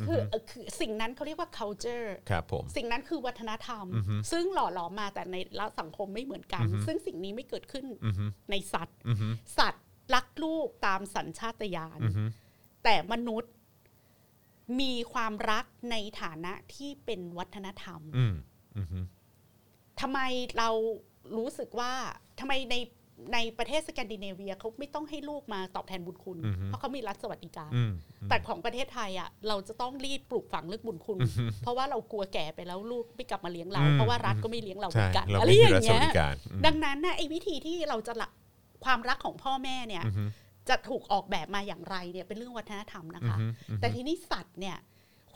คือเอ่อคือสิ่งนั้นเขาเรียกว่า culture
ครับผม
สิ่งนั้นคือวัฒนธรรม
อือฮึ
ซึ่งหล่อหลอมมาแต่ในละสังคมไม่เหมือนกัน
อือฮึ
ซึ่งสิ่งนี้ไม่เกิดขึ้น
อืม
ในสัตว์
อืม
สัตว์รักลูกตามสัญชาตญาณ
อืม
แต่มนุษย์มีความรักในฐานะที่เป็นวัฒนธรรม
อืมอืม
ทำไมเรารู้สึกว่าทำไมในในประเทศสแกนดิเนเวียเขาไม่ต้องให้ลูกมาตอบแทนบุญคุณ เพราะเขามีรัฐสวัสดิการ
อืม
แต่ของประเทศไทยอ่ะเราจะต้องรีบปลูกฝังเรื่องบุญคุณ เพราะว่าเรากลัวแก่ไปแล้วลูกไม่กลับมาเลี้ยงเรา
อืม
เพราะว่ารัฐก็ไม่เลี้ยงเราเห
ใช่
มือนกัน
เรา
อะไร
ไม่
อ
มีรั
ย่าง
ฐส
เงี้
วัส
ย
ดิการอืม
ดังนั้นนะไอ้วิธีที่เราจะละความรักของพ่อแม่เนี่ย
อืม
จะถูกออกแบบมาอย่างไรเนี่ยเป็นเรื่องวัฒนธรรมนะ
อืม
คะ
อืม
แต่ทีนี้สัตว์เนี่ย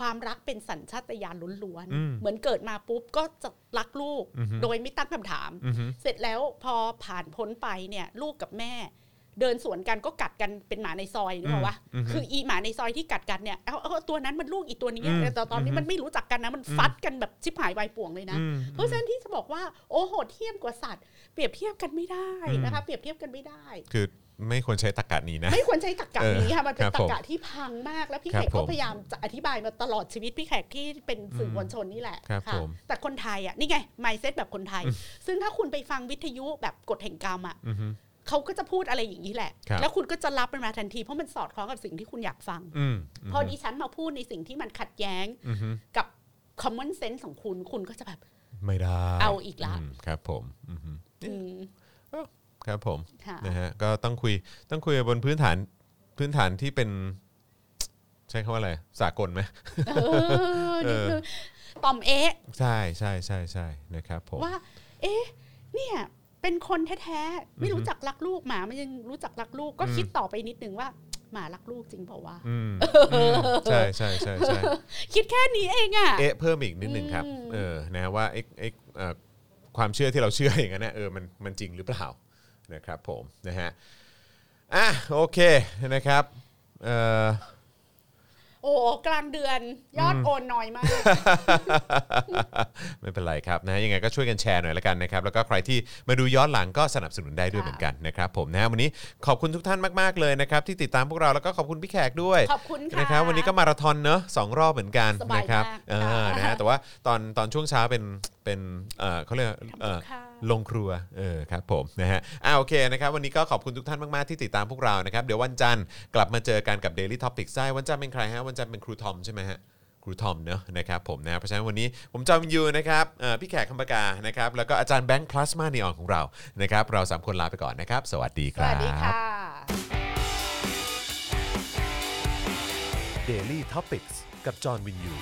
ความรักเป็นสัญชาตญาณล้วน
อืม
ๆเหมือนเกิดมาปุ๊บก็จะรักลูก
อือฮึ
โดยไม่ตั้งคำถาม
อืม
เสร็จแล้วพอผ่านพ้นไปเนี่ยลูกกับแม่ เดินสวนกันก็กัดกันเป็นหมาในซอยนึกออกปะ
ม
คืออีหมาในซอยที่กัดกันเนี่ยเอาเอาตัวนั้นมันลูกอีตัวนี้
อืม
แต่ตอนนี้
อือฮึ
มันไม่รู้จักกันนะมัน
อืม
ฟัดกันแบบชิบหายวายป่วงเลยนะ
อืม
เพราะฉะนั้นที่จะบอกว่าโอ้โหดเทียมกว่าสัตว์ เปรียบเทียบกันไม่ได้
อืม
นะคะเปรียบเทียบกันไม่ได้
คือไม่ควรใช้ตรรกะนี้นะ
ไม่ควรใช้ตรรกะ
เออ
นี้ค่ะมันเป็
คน รับ
ตรร
ผม
กะที่พังมากแล้วพี่
ครั
แข
บ
กก็
ผม
พยายามจะอธิบายมาตลอดชีวิตพี่แขกที่เป็นสื่อมวลชนนี่แหละ
ครับ
ค่ะ
ผม
แต่คนไทยอ่ะนี่ไงไมเซ็ตแบบคนไทย ซึ่งถ้าคุณไปฟังวิทยุแบบกฎแห่งกรรมอ่ะ
อือฮึ
เขาก็จะพูดอะไรอย่างนี้แหละ
ครับ
แล้วคุณก็จะรับมันมาทันทีเพราะมันสอดคล้องกับสิ่งที่คุณอยากฟัง
อืม
พอดิฉันมาพูดในสิ่งที่มันขัดแย้ง
อืม
กับ common sense ของคุณคุณก็จะแบบ
ไม่ได้
เอาอีกละ
มครับผมอืม
อืม
ครับผม
ค่ะ
นะฮะก็ต้องคุยต้องคุยบนพื้นฐานพื้นฐานที่เป็น ใช้คำว่าอะไรสากลไหม
เออนี่คือตอมเอ๊ะ
ใช่ใช่ใช่ใช่นะครับผม
ว่า เอ๊ะ เนี่ย เป็นคนแท้ๆ ไม่รู้จักรักลูกหมา มันยังรู้จักรักลูก ก็
อืม
คิดต่อไปนิดนึงว่า หมารักลูกจริงเปล่าวะ
อืมอืมใช่ใช่ใช่ใช่
คิดแค่นี้เองอ่ะ
เอ๊ะเพิ่มอีกนิดหนึ่งครับ
อืม
เออ นะฮะว่าไอ้ไอ้เอ่อความเชื่อที่เราเชื่ออย่างนั้นนะเออ มัน มันจริงหรือเปล่า นะครับผม นะฮะ อ่ะ โอเค นะครับ เอ่อ
โอ้กลางเดือนยอดโอนน้อยมาก
ไม่เป็นไรครับนะฮะยังไงก็ช่วยกันแชร์หน่อยละกันนะครับแล้วก็ใครที่มาดูย้อนหลังก็สนับสนุนได้ด้วยเห
ค่ะ
มือนกันนะครับผมนะฮะวันนี้ขอบคุณทุกท่านมากๆเลยนะครับที่ติดตามพวกเราแล้วก็ขอบคุณพี่แขกด้วย
ขอบคุณค่ะ
นะครับวันนี้ก็มาราธอนเนอะสองรอบเหมือนกัน
สบาย
นะครับ
มาก
เออ
ค่ะ
นะฮะแต่ว่าตอนตอนช่วงเช้าเป็นเป็นเอ่อเขาเรียกเอ่อ
ทำกับข้าว
ลงครัวเออครับผมนะฮะอ่าโอเคนะครับวันนี้ก็ขอบคุณทุกท่านมาก ๆ ที่ติดตามพวกเรานะครับเดี๋ยววันจันทร์กลับมาเจอกันกับ Daily Topic ใช่วันจันทร์เป็นใครฮะวันจันทร์เป็นครูทอมใช่ไหมฮะครูทอมเนอะนะครับผมนะเพราะฉะนั้นวันนี้ผมจอมยูนะครับเอ่อพี่แขกคำปากานะครับแล้วก็อาจารย์แบงค์พลาสมาเนออนของเรานะครับเราสามคนลาไปก่อนนะครับสวัสดี
ส
ครับ
วัสดีค่ะ
Daily t o p i c กกับจอห์นวินยู